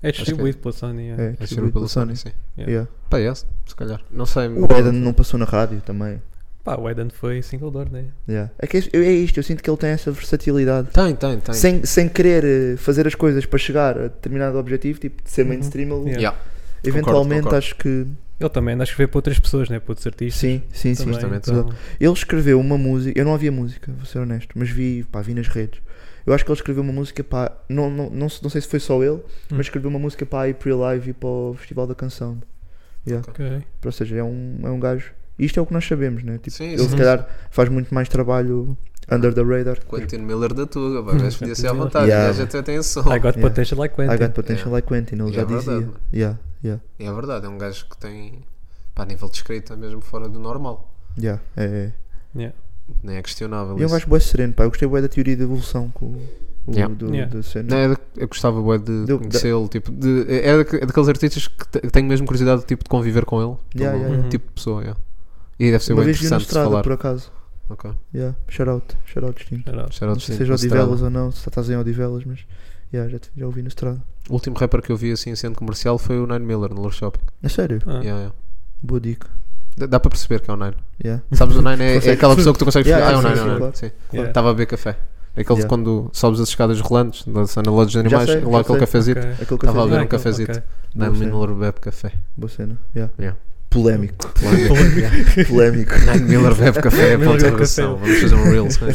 [SPEAKER 6] sei. É distribuído pela Sony. yeah.
[SPEAKER 5] É,
[SPEAKER 7] É
[SPEAKER 5] distribuído pela Sony.
[SPEAKER 7] sim.
[SPEAKER 6] Yeah.
[SPEAKER 5] Yeah.
[SPEAKER 7] Pá, é, se calhar. Não sei.
[SPEAKER 5] O Eden não passou na rádio também.
[SPEAKER 6] Pá, o Eden foi single door, né?
[SPEAKER 5] Yeah. É, que é, é isto, eu sinto que ele tem essa versatilidade.
[SPEAKER 7] Tem, tem, tem.
[SPEAKER 5] Sem, sem querer eh, fazer as coisas para chegar a determinado objetivo, tipo de ser mainstream, ele
[SPEAKER 6] Uhum. Yeah.
[SPEAKER 7] Yeah.
[SPEAKER 5] eventualmente
[SPEAKER 7] concordo.
[SPEAKER 5] acho que.
[SPEAKER 6] Ele também anda a escrever para outras pessoas, né? Para outros artistas.
[SPEAKER 5] Sim, sim, sim.
[SPEAKER 6] também,
[SPEAKER 7] justamente.
[SPEAKER 6] então-
[SPEAKER 5] Ele escreveu uma música, eu não havia música, vou ser honesto, mas vi, pá, vi nas redes. Eu acho que ele escreveu uma música para. Não, não, não, se- não sei se foi só ele,
[SPEAKER 6] Hum.
[SPEAKER 5] mas escreveu uma música para a April Live e para o Festival da Canção.
[SPEAKER 6] Ok.
[SPEAKER 5] Ou seja, é um, é um gajo. Isto é o que nós sabemos, né? Tipo,
[SPEAKER 7] Sim,
[SPEAKER 5] ele
[SPEAKER 7] sim.
[SPEAKER 5] se calhar faz muito mais trabalho under the radar.
[SPEAKER 7] Quentin Miller da Tuga, pá, o gajo podia ser à
[SPEAKER 6] Quentin
[SPEAKER 7] vontade,
[SPEAKER 5] Miller.
[SPEAKER 7] o gajo até tem som.
[SPEAKER 6] Oh, I got
[SPEAKER 5] Yeah.
[SPEAKER 6] potential like
[SPEAKER 5] I got
[SPEAKER 6] Quentin.
[SPEAKER 5] potential like Quentin, ele
[SPEAKER 7] É
[SPEAKER 5] já
[SPEAKER 7] verdade,
[SPEAKER 5] dizia.
[SPEAKER 7] mano.
[SPEAKER 5] Yeah, yeah,
[SPEAKER 7] É verdade, é um gajo que tem, pá, a nível de escrita é mesmo fora do normal.
[SPEAKER 5] yeah, é, é.
[SPEAKER 6] Yeah.
[SPEAKER 7] Nem é questionável
[SPEAKER 5] E é um
[SPEAKER 7] isso.
[SPEAKER 5] gajo bué sereno, pá. Eu gostei bué da teoria da evolução com o, o-
[SPEAKER 7] Yeah.
[SPEAKER 5] do,
[SPEAKER 6] Yeah.
[SPEAKER 5] da cena.
[SPEAKER 7] Não, é da- eu gostava bué de
[SPEAKER 5] Do-
[SPEAKER 7] conhecê-lo, tipo, de, é, da- é daqueles artistas que te- tenho mesmo curiosidade tipo, de conviver com ele, pelo
[SPEAKER 5] Yeah, yeah, yeah.
[SPEAKER 7] tipo de pessoa, yeah. e deve ser
[SPEAKER 5] Uma
[SPEAKER 7] bem
[SPEAKER 5] vez vi na
[SPEAKER 7] interessante de se
[SPEAKER 5] estrada,
[SPEAKER 7] falar.
[SPEAKER 5] por acaso.
[SPEAKER 7] Ok.
[SPEAKER 5] Yeah, shout out, shout out, distinto.
[SPEAKER 6] Shout out.
[SPEAKER 7] Shout out
[SPEAKER 5] Não sei se
[SPEAKER 7] Steve
[SPEAKER 5] seja
[SPEAKER 7] Estrada.
[SPEAKER 5] Odivelas ou não, se estás em Odivelas, mas Yeah, já, te- já ouvi na estrada.
[SPEAKER 7] O último rapper que eu vi assim em centro comercial foi o Nine Miller no Lord Shopping.
[SPEAKER 5] É sério?
[SPEAKER 6] Ah.
[SPEAKER 7] Yeah, yeah.
[SPEAKER 5] Boa dica.
[SPEAKER 7] Dá- Dá para perceber que é o Nine.
[SPEAKER 5] Yeah.
[SPEAKER 7] Sabes, o Nine é, é
[SPEAKER 5] Consegue-
[SPEAKER 7] aquela pessoa que tu consegues
[SPEAKER 5] Yeah,
[SPEAKER 7] Ah, é o
[SPEAKER 5] sim,
[SPEAKER 7] Nine,
[SPEAKER 5] sim,
[SPEAKER 7] é o Nine.
[SPEAKER 5] claro.
[SPEAKER 7] Sim.
[SPEAKER 6] Yeah.
[SPEAKER 7] Estava a beber café. Aquele
[SPEAKER 5] Yeah.
[SPEAKER 7] de quando sobes as escadas rolantes, na na loja dos animais,
[SPEAKER 5] sei,
[SPEAKER 7] lá
[SPEAKER 5] já
[SPEAKER 7] aquele
[SPEAKER 5] sei.
[SPEAKER 7] cafezito.
[SPEAKER 6] Ok.
[SPEAKER 5] Aquele
[SPEAKER 7] Estava a
[SPEAKER 5] café.
[SPEAKER 7] ver um
[SPEAKER 6] Ok,
[SPEAKER 7] cafezito.
[SPEAKER 6] ok.
[SPEAKER 7] Nine
[SPEAKER 5] Boa cena.
[SPEAKER 7] é Miller bebe café.
[SPEAKER 5] Boa cena. Yeah.
[SPEAKER 7] Yeah.
[SPEAKER 5] Polémico.
[SPEAKER 7] Yeah.
[SPEAKER 5] Polémico.
[SPEAKER 7] Nine Miller bebe café é
[SPEAKER 6] Miller
[SPEAKER 7] ponto de
[SPEAKER 6] bebe
[SPEAKER 7] interrogação.
[SPEAKER 6] café.
[SPEAKER 7] Vamos fazer um Reels. né?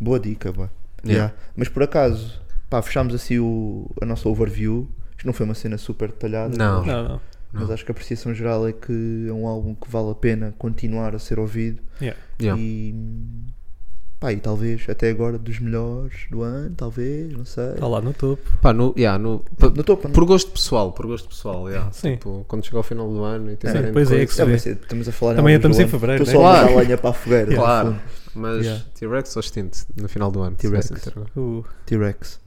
[SPEAKER 5] Boa dica, pá.
[SPEAKER 7] Yeah.
[SPEAKER 5] Yeah. Mas por acaso, pá, fechámos assim o, a nossa overview. Isto não foi uma cena super detalhada.
[SPEAKER 6] Não,
[SPEAKER 7] Não.
[SPEAKER 6] Tá não.
[SPEAKER 5] Mas acho que a apreciação geral é que é um álbum que vale a pena continuar a ser ouvido.
[SPEAKER 6] Yeah.
[SPEAKER 7] Yeah.
[SPEAKER 5] E. Pá, e talvez até agora dos melhores do ano, talvez, não sei.
[SPEAKER 6] Está lá no topo.
[SPEAKER 7] Pá, no, yeah, no,
[SPEAKER 5] No topo, não?
[SPEAKER 7] por gosto pessoal, por gosto pessoal, yeah.
[SPEAKER 6] Sim.
[SPEAKER 7] Tipo, quando chega ao final do ano e tem
[SPEAKER 6] Sim,
[SPEAKER 7] N
[SPEAKER 6] pois é,
[SPEAKER 7] coisas.
[SPEAKER 6] que se
[SPEAKER 5] É,
[SPEAKER 6] vê.
[SPEAKER 5] mas estamos a falar
[SPEAKER 6] Também estamos
[SPEAKER 5] álbuns do
[SPEAKER 6] em
[SPEAKER 5] ano.
[SPEAKER 6] fevereiro,
[SPEAKER 5] Estou só
[SPEAKER 7] né?
[SPEAKER 5] a
[SPEAKER 7] Claro.
[SPEAKER 5] mandar a lenha para a fogueira. no
[SPEAKER 7] Claro,
[SPEAKER 5] fundo.
[SPEAKER 7] mas
[SPEAKER 5] Yeah.
[SPEAKER 7] T-Rex ou Stint no final do ano?
[SPEAKER 5] T-Rex.
[SPEAKER 7] Se calhar tem que ter.
[SPEAKER 6] Uh,
[SPEAKER 5] T-Rex.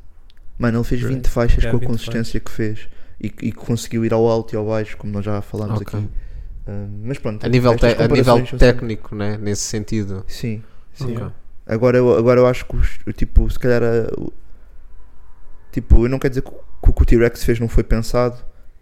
[SPEAKER 5] Mano, ele fez
[SPEAKER 6] T-Rex.
[SPEAKER 5] 20 faixas
[SPEAKER 6] Yeah,
[SPEAKER 5] com a
[SPEAKER 6] 20
[SPEAKER 5] consistência que fez e, que- e que conseguiu ir ao alto e ao baixo, como nós já falámos
[SPEAKER 7] Ok.
[SPEAKER 5] aqui. Ah, mas pronto,
[SPEAKER 7] A nível, te-
[SPEAKER 5] estas
[SPEAKER 7] a nível
[SPEAKER 5] comparações são sempre-
[SPEAKER 7] técnico, né? nesse sentido.
[SPEAKER 5] Sim, sim.
[SPEAKER 6] Ok.
[SPEAKER 5] Agora, eu, agora eu acho que, os- o tipo, se calhar, a- o- tipo, eu não quero dizer que o que o que o T-Rex fez não foi pensado,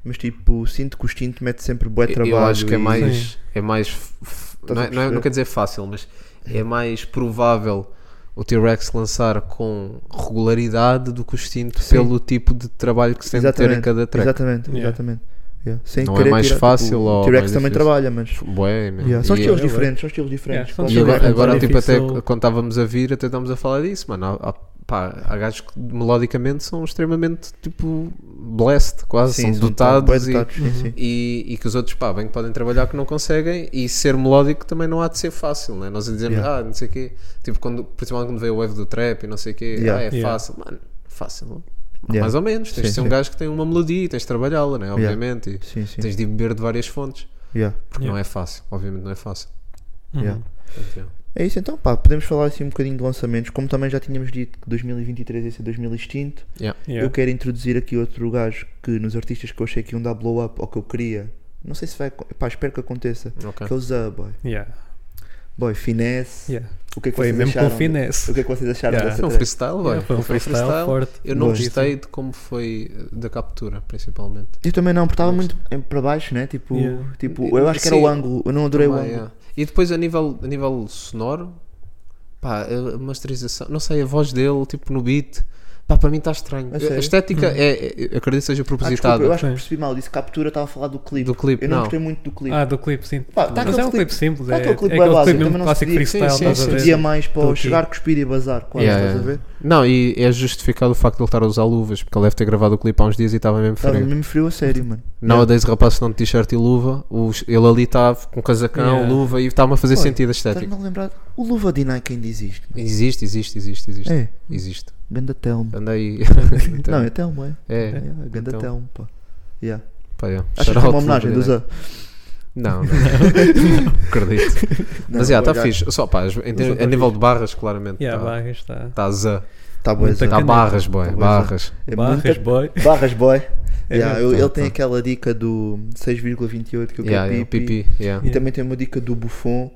[SPEAKER 5] mas tipo, sinto que o instinto mete sempre bué
[SPEAKER 7] Eu-
[SPEAKER 5] trabalho.
[SPEAKER 7] Eu acho que é
[SPEAKER 5] e-
[SPEAKER 7] mais. É mais f- f-
[SPEAKER 5] Estás
[SPEAKER 7] não,
[SPEAKER 5] a
[SPEAKER 7] é, não, é- não
[SPEAKER 5] perceber?
[SPEAKER 7] quer dizer fácil, mas é mais provável o T-Rex lançar com regularidade do que o Stint
[SPEAKER 5] Sim.
[SPEAKER 7] pelo tipo de trabalho que se tem de ter em
[SPEAKER 5] Exatamente,
[SPEAKER 7] cada track.
[SPEAKER 5] Exatamente,
[SPEAKER 6] Yeah.
[SPEAKER 5] exatamente. Yeah. Sem
[SPEAKER 7] Não é
[SPEAKER 5] querer
[SPEAKER 7] mais
[SPEAKER 5] tirar, tipo,
[SPEAKER 7] fácil ou
[SPEAKER 5] O T-Rex
[SPEAKER 7] mais
[SPEAKER 5] também
[SPEAKER 7] difícil.
[SPEAKER 5] trabalho trabalha, mas.
[SPEAKER 7] Bué, meu.
[SPEAKER 5] Yeah, São
[SPEAKER 7] E-
[SPEAKER 5] estilos
[SPEAKER 6] é, é.
[SPEAKER 5] diferentes, são estilos diferentes.
[SPEAKER 6] Yeah, são
[SPEAKER 5] claro.
[SPEAKER 7] E
[SPEAKER 6] Sim,
[SPEAKER 7] agora,
[SPEAKER 6] é
[SPEAKER 7] agora, tipo, até
[SPEAKER 6] difícil.
[SPEAKER 7] quando estávamos a vir, até estávamos a falar disso, mano. Há, há, pá, há gajos que melodicamente são extremamente, tipo, blessed, quase,
[SPEAKER 5] Sim,
[SPEAKER 7] são
[SPEAKER 5] são bué
[SPEAKER 7] dotados, e,
[SPEAKER 5] dotados, sim, sim.
[SPEAKER 7] e, e que os outros, pá, bem que podem trabalhar que não conseguem e ser melódico também não há de ser fácil, né? Nós a dizermos,
[SPEAKER 5] Yeah.
[SPEAKER 7] ah, não sei o quê, tipo, quando, principalmente quando veio o wave do trap e não sei o quê,
[SPEAKER 5] Yeah.
[SPEAKER 7] ah, é
[SPEAKER 6] Yeah.
[SPEAKER 7] fácil, mano, fácil,
[SPEAKER 5] Yeah.
[SPEAKER 7] mais ou menos, tens de
[SPEAKER 5] Sim,
[SPEAKER 7] ser um
[SPEAKER 5] sim.
[SPEAKER 7] gajo que tem uma melodia e tens de trabalhá-la, né? Obviamente, e
[SPEAKER 5] Sim, sim.
[SPEAKER 7] tens de beber de várias fontes,
[SPEAKER 5] Yeah.
[SPEAKER 7] porque
[SPEAKER 6] Yeah.
[SPEAKER 7] não é fácil, obviamente não é fácil.
[SPEAKER 5] Yeah.
[SPEAKER 6] uhum.
[SPEAKER 7] Portanto, yeah.
[SPEAKER 5] É isso então, pá, podemos falar assim um bocadinho de lançamentos, como também já tínhamos dito que 2023 ia ser 2000 extinto,
[SPEAKER 7] Yeah.
[SPEAKER 6] Yeah.
[SPEAKER 5] eu quero introduzir aqui outro gajo que nos artistas que eu achei que iam dar blow up ou que eu queria, não sei se vai, acon- pá, espero que aconteça,
[SPEAKER 7] Ok.
[SPEAKER 5] que é o Zaboy,
[SPEAKER 6] Yeah.
[SPEAKER 5] boy, finesse,
[SPEAKER 6] Yeah.
[SPEAKER 5] o que é que
[SPEAKER 6] Foi
[SPEAKER 5] vocês
[SPEAKER 6] mesmo
[SPEAKER 5] acharam?
[SPEAKER 6] com
[SPEAKER 5] de-
[SPEAKER 6] finesse.
[SPEAKER 5] O que é que vocês acharam
[SPEAKER 6] Yeah.
[SPEAKER 5] dessa
[SPEAKER 7] Foi um
[SPEAKER 5] track?
[SPEAKER 7] freestyle, vai.
[SPEAKER 6] Yeah, Foi um freestyle forte.
[SPEAKER 7] Eu não
[SPEAKER 5] Boa.
[SPEAKER 7] gostei de como foi eh, da captura, principalmente.
[SPEAKER 5] Eu também não, porque estava muito em- para baixo, né, tipo,
[SPEAKER 6] Yeah.
[SPEAKER 5] tipo, eu acho que era
[SPEAKER 7] Sim.
[SPEAKER 5] o ângulo, eu não adorei o
[SPEAKER 7] Também,
[SPEAKER 5] ângulo,
[SPEAKER 7] é. E depois a nível, a nível sonoro, pá, a masterização, não sei, a voz dele, tipo no beat, pá, para mim está estranho.
[SPEAKER 5] A
[SPEAKER 7] A,
[SPEAKER 5] sério? Hum.
[SPEAKER 7] estética é, é- eu acredito que seja
[SPEAKER 5] ah, desculpa,
[SPEAKER 7] propositada.
[SPEAKER 5] eu acho que
[SPEAKER 6] Sim.
[SPEAKER 5] percebi mal, disse captura, estava a falar do clipe,
[SPEAKER 7] Do clipe,
[SPEAKER 5] eu não,
[SPEAKER 7] não.
[SPEAKER 5] gostei muito do clipe.
[SPEAKER 6] Ah, do clipe, sim.
[SPEAKER 5] Pá, tá
[SPEAKER 6] Mas
[SPEAKER 5] aquele
[SPEAKER 6] é um clipe
[SPEAKER 5] clipe-
[SPEAKER 6] simples.
[SPEAKER 5] tá
[SPEAKER 6] É,
[SPEAKER 5] aquele clipe
[SPEAKER 6] é
[SPEAKER 5] bem
[SPEAKER 6] aquele
[SPEAKER 5] básico,
[SPEAKER 6] clipe mesmo
[SPEAKER 5] também não se
[SPEAKER 6] clássico
[SPEAKER 5] podia-
[SPEAKER 6] freestyle.
[SPEAKER 7] Sim, sim,
[SPEAKER 6] estás a
[SPEAKER 7] sim.
[SPEAKER 6] ver?
[SPEAKER 5] Pedia mais para
[SPEAKER 6] Estou aqui.
[SPEAKER 5] chegar, cuspir e bazar, quase,
[SPEAKER 7] Yeah,
[SPEAKER 5] estás a ver?
[SPEAKER 7] yeah. Não, e é justificado o facto de ele estar a usar luvas, porque ele deve ter gravado o clipe há uns dias e estava mesmo
[SPEAKER 5] Estava
[SPEAKER 7] frio.
[SPEAKER 5] mesmo frio a sério, mano.
[SPEAKER 7] Nowadays, rapaz, se não de t-shirt e luva, os- ele ali está com casacão,
[SPEAKER 6] Yeah.
[SPEAKER 7] luva e está-me a fazer
[SPEAKER 5] Olha,
[SPEAKER 7] sentido a
[SPEAKER 5] Estás-me
[SPEAKER 7] estética.
[SPEAKER 5] a lembrar, o Luva de Nike ainda existe.
[SPEAKER 7] Existe, existe, existe, existe.
[SPEAKER 5] Tá. É,
[SPEAKER 7] Existe.
[SPEAKER 5] ganda Telmo.
[SPEAKER 7] Anda aí.
[SPEAKER 5] Não, é Telmo, é.
[SPEAKER 7] é.
[SPEAKER 5] É, é, ganda
[SPEAKER 7] então.
[SPEAKER 5] Telmo, pá. Yeah.
[SPEAKER 7] Pá, é.
[SPEAKER 5] Acho que
[SPEAKER 7] Shout
[SPEAKER 5] foi uma
[SPEAKER 7] out,
[SPEAKER 5] homenagem do
[SPEAKER 7] Luva
[SPEAKER 5] Zé.
[SPEAKER 7] Não, não. acredito. Mas já, está fixe. Só pá, as- em ter-
[SPEAKER 5] tá
[SPEAKER 7] a nível de barras, claramente.
[SPEAKER 6] Yeah,
[SPEAKER 7] Está
[SPEAKER 6] barras,
[SPEAKER 5] É
[SPEAKER 6] está.
[SPEAKER 7] tá zã.
[SPEAKER 5] Tá boa,
[SPEAKER 6] Muita
[SPEAKER 5] Zé.
[SPEAKER 7] Tá
[SPEAKER 6] Caneta.
[SPEAKER 7] barras, boy.
[SPEAKER 5] Tá bué,
[SPEAKER 7] barras.
[SPEAKER 5] É
[SPEAKER 6] Barras,
[SPEAKER 5] muita-
[SPEAKER 6] boy.
[SPEAKER 5] Barras boy.
[SPEAKER 6] É
[SPEAKER 5] Yeah,
[SPEAKER 6] mesmo.
[SPEAKER 5] eu- Ele
[SPEAKER 7] Tá,
[SPEAKER 5] tem
[SPEAKER 7] tá.
[SPEAKER 5] aquela dica do 6,28 que eu
[SPEAKER 7] Yeah, yeah,
[SPEAKER 5] quero
[SPEAKER 7] pipi.
[SPEAKER 5] pipi.
[SPEAKER 7] Yeah,
[SPEAKER 5] E também tem uma dica do Buffon.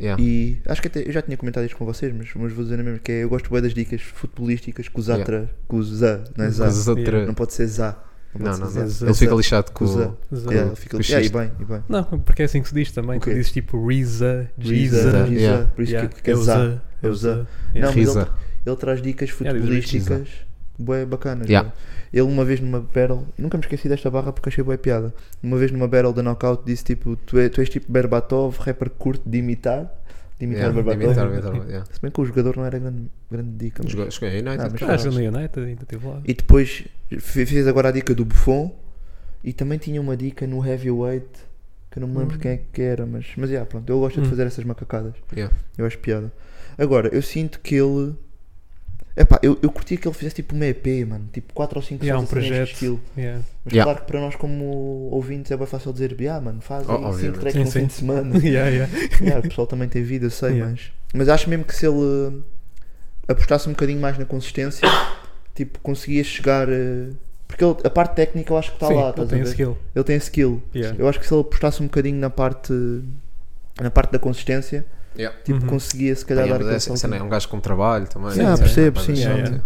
[SPEAKER 7] yeah.
[SPEAKER 5] E acho que até eu já tinha comentado isto com vocês, mas, mas vou dizer na mesma que é, eu gosto bem das dicas futebolísticas que o
[SPEAKER 7] Yeah.
[SPEAKER 5] Zatra, que o Zé, não é Zá.
[SPEAKER 7] Mas outra-
[SPEAKER 5] Não pode ser Zá. pode
[SPEAKER 7] Não,
[SPEAKER 5] ser
[SPEAKER 7] não,
[SPEAKER 5] Zé.
[SPEAKER 7] não.
[SPEAKER 5] É
[SPEAKER 7] Ele
[SPEAKER 5] Zé.
[SPEAKER 7] fica lixado com
[SPEAKER 5] Zé.
[SPEAKER 7] o.
[SPEAKER 6] Zé.
[SPEAKER 5] Yeah, fica-
[SPEAKER 7] com o
[SPEAKER 5] Yeah, e
[SPEAKER 7] xista.
[SPEAKER 5] bem, e bem.
[SPEAKER 6] Não, porque é assim que se diz também.
[SPEAKER 5] Ok.
[SPEAKER 6] Tu dizes tipo Riza,
[SPEAKER 5] Giza,
[SPEAKER 6] Giza.
[SPEAKER 7] Giza, yeah.
[SPEAKER 5] por isso
[SPEAKER 6] Yeah,
[SPEAKER 5] que, que é
[SPEAKER 6] eu
[SPEAKER 5] Zá.
[SPEAKER 6] Zé,
[SPEAKER 5] É
[SPEAKER 6] eu
[SPEAKER 5] o Zé.
[SPEAKER 6] Zé. Yeah.
[SPEAKER 5] Não, mas ele,
[SPEAKER 7] Risa.
[SPEAKER 5] ele traz dicas
[SPEAKER 6] Yeah, É, diz o Risa.
[SPEAKER 5] futebolísticas bué bacanas.
[SPEAKER 7] Yeah.
[SPEAKER 5] bué. Ele uma vez numa battle, nunca me esqueci desta barra porque achei bué piada. Uma vez numa battle da Knockout disse tipo, tu, é- tu és tipo Berbatov, rapper curto de imitar. De imitar
[SPEAKER 7] Yeah,
[SPEAKER 5] Berbatov.
[SPEAKER 7] imitar, imitar, yeah.
[SPEAKER 5] Se bem que o jogador não era grande, grande dica. mas-
[SPEAKER 7] Jogou- Jogou em
[SPEAKER 5] Ah,
[SPEAKER 7] United.
[SPEAKER 5] mas-
[SPEAKER 6] Ah, jogou no United, ainda teve lá.
[SPEAKER 5] E depois fe- fez agora a dica do Buffon e também tinha uma dica no Heavyweight que eu não me lembro quem é que era, mas, mas yeah, pronto, eu gosto
[SPEAKER 6] Hum.
[SPEAKER 5] de fazer essas macacadas.
[SPEAKER 7] Yeah.
[SPEAKER 5] Eu acho piada. Agora, eu sinto que ele. Epá, eu, eu curtia que ele fizesse tipo uma EP, mano. Tipo 4 ou 5
[SPEAKER 6] Yeah, um projeto.
[SPEAKER 5] estilo.
[SPEAKER 6] Yeah.
[SPEAKER 5] Mas
[SPEAKER 7] Yeah.
[SPEAKER 5] claro que para nós, como ouvintes, é bem fácil dizer: Ah, mano, faz
[SPEAKER 7] Oh,
[SPEAKER 5] aí 5
[SPEAKER 7] obviamente.
[SPEAKER 5] tracks
[SPEAKER 6] Sim,
[SPEAKER 5] num
[SPEAKER 6] sim.
[SPEAKER 5] fim de semana.
[SPEAKER 6] Yeah, yeah.
[SPEAKER 5] Yeah, o pessoal também tem vida, eu sei,
[SPEAKER 6] Yeah.
[SPEAKER 5] mas. Mas acho mesmo que se ele apostasse um bocadinho mais na consistência, tipo, conseguia chegar. eh, Porque ele- a parte técnica eu acho que está
[SPEAKER 6] Sim,
[SPEAKER 5] lá,
[SPEAKER 6] ele
[SPEAKER 5] estás
[SPEAKER 6] tem
[SPEAKER 5] a ver?
[SPEAKER 6] skill.
[SPEAKER 5] Ele tem skill.
[SPEAKER 6] Yeah.
[SPEAKER 5] Eu acho que se ele apostasse um bocadinho na parte. na parte da consistência,
[SPEAKER 7] Yeah.
[SPEAKER 5] tipo,
[SPEAKER 6] Uhum.
[SPEAKER 5] conseguia se
[SPEAKER 7] Ah,
[SPEAKER 5] calhar
[SPEAKER 7] yeah,
[SPEAKER 5] dar
[SPEAKER 7] mas
[SPEAKER 5] aquele
[SPEAKER 7] essa- essa
[SPEAKER 5] salto.
[SPEAKER 7] não é um gajo com trabalho também.
[SPEAKER 5] Yeah,
[SPEAKER 7] Sim,
[SPEAKER 5] percebo,
[SPEAKER 7] pá,
[SPEAKER 5] sim,
[SPEAKER 7] mas-
[SPEAKER 6] yeah, yeah.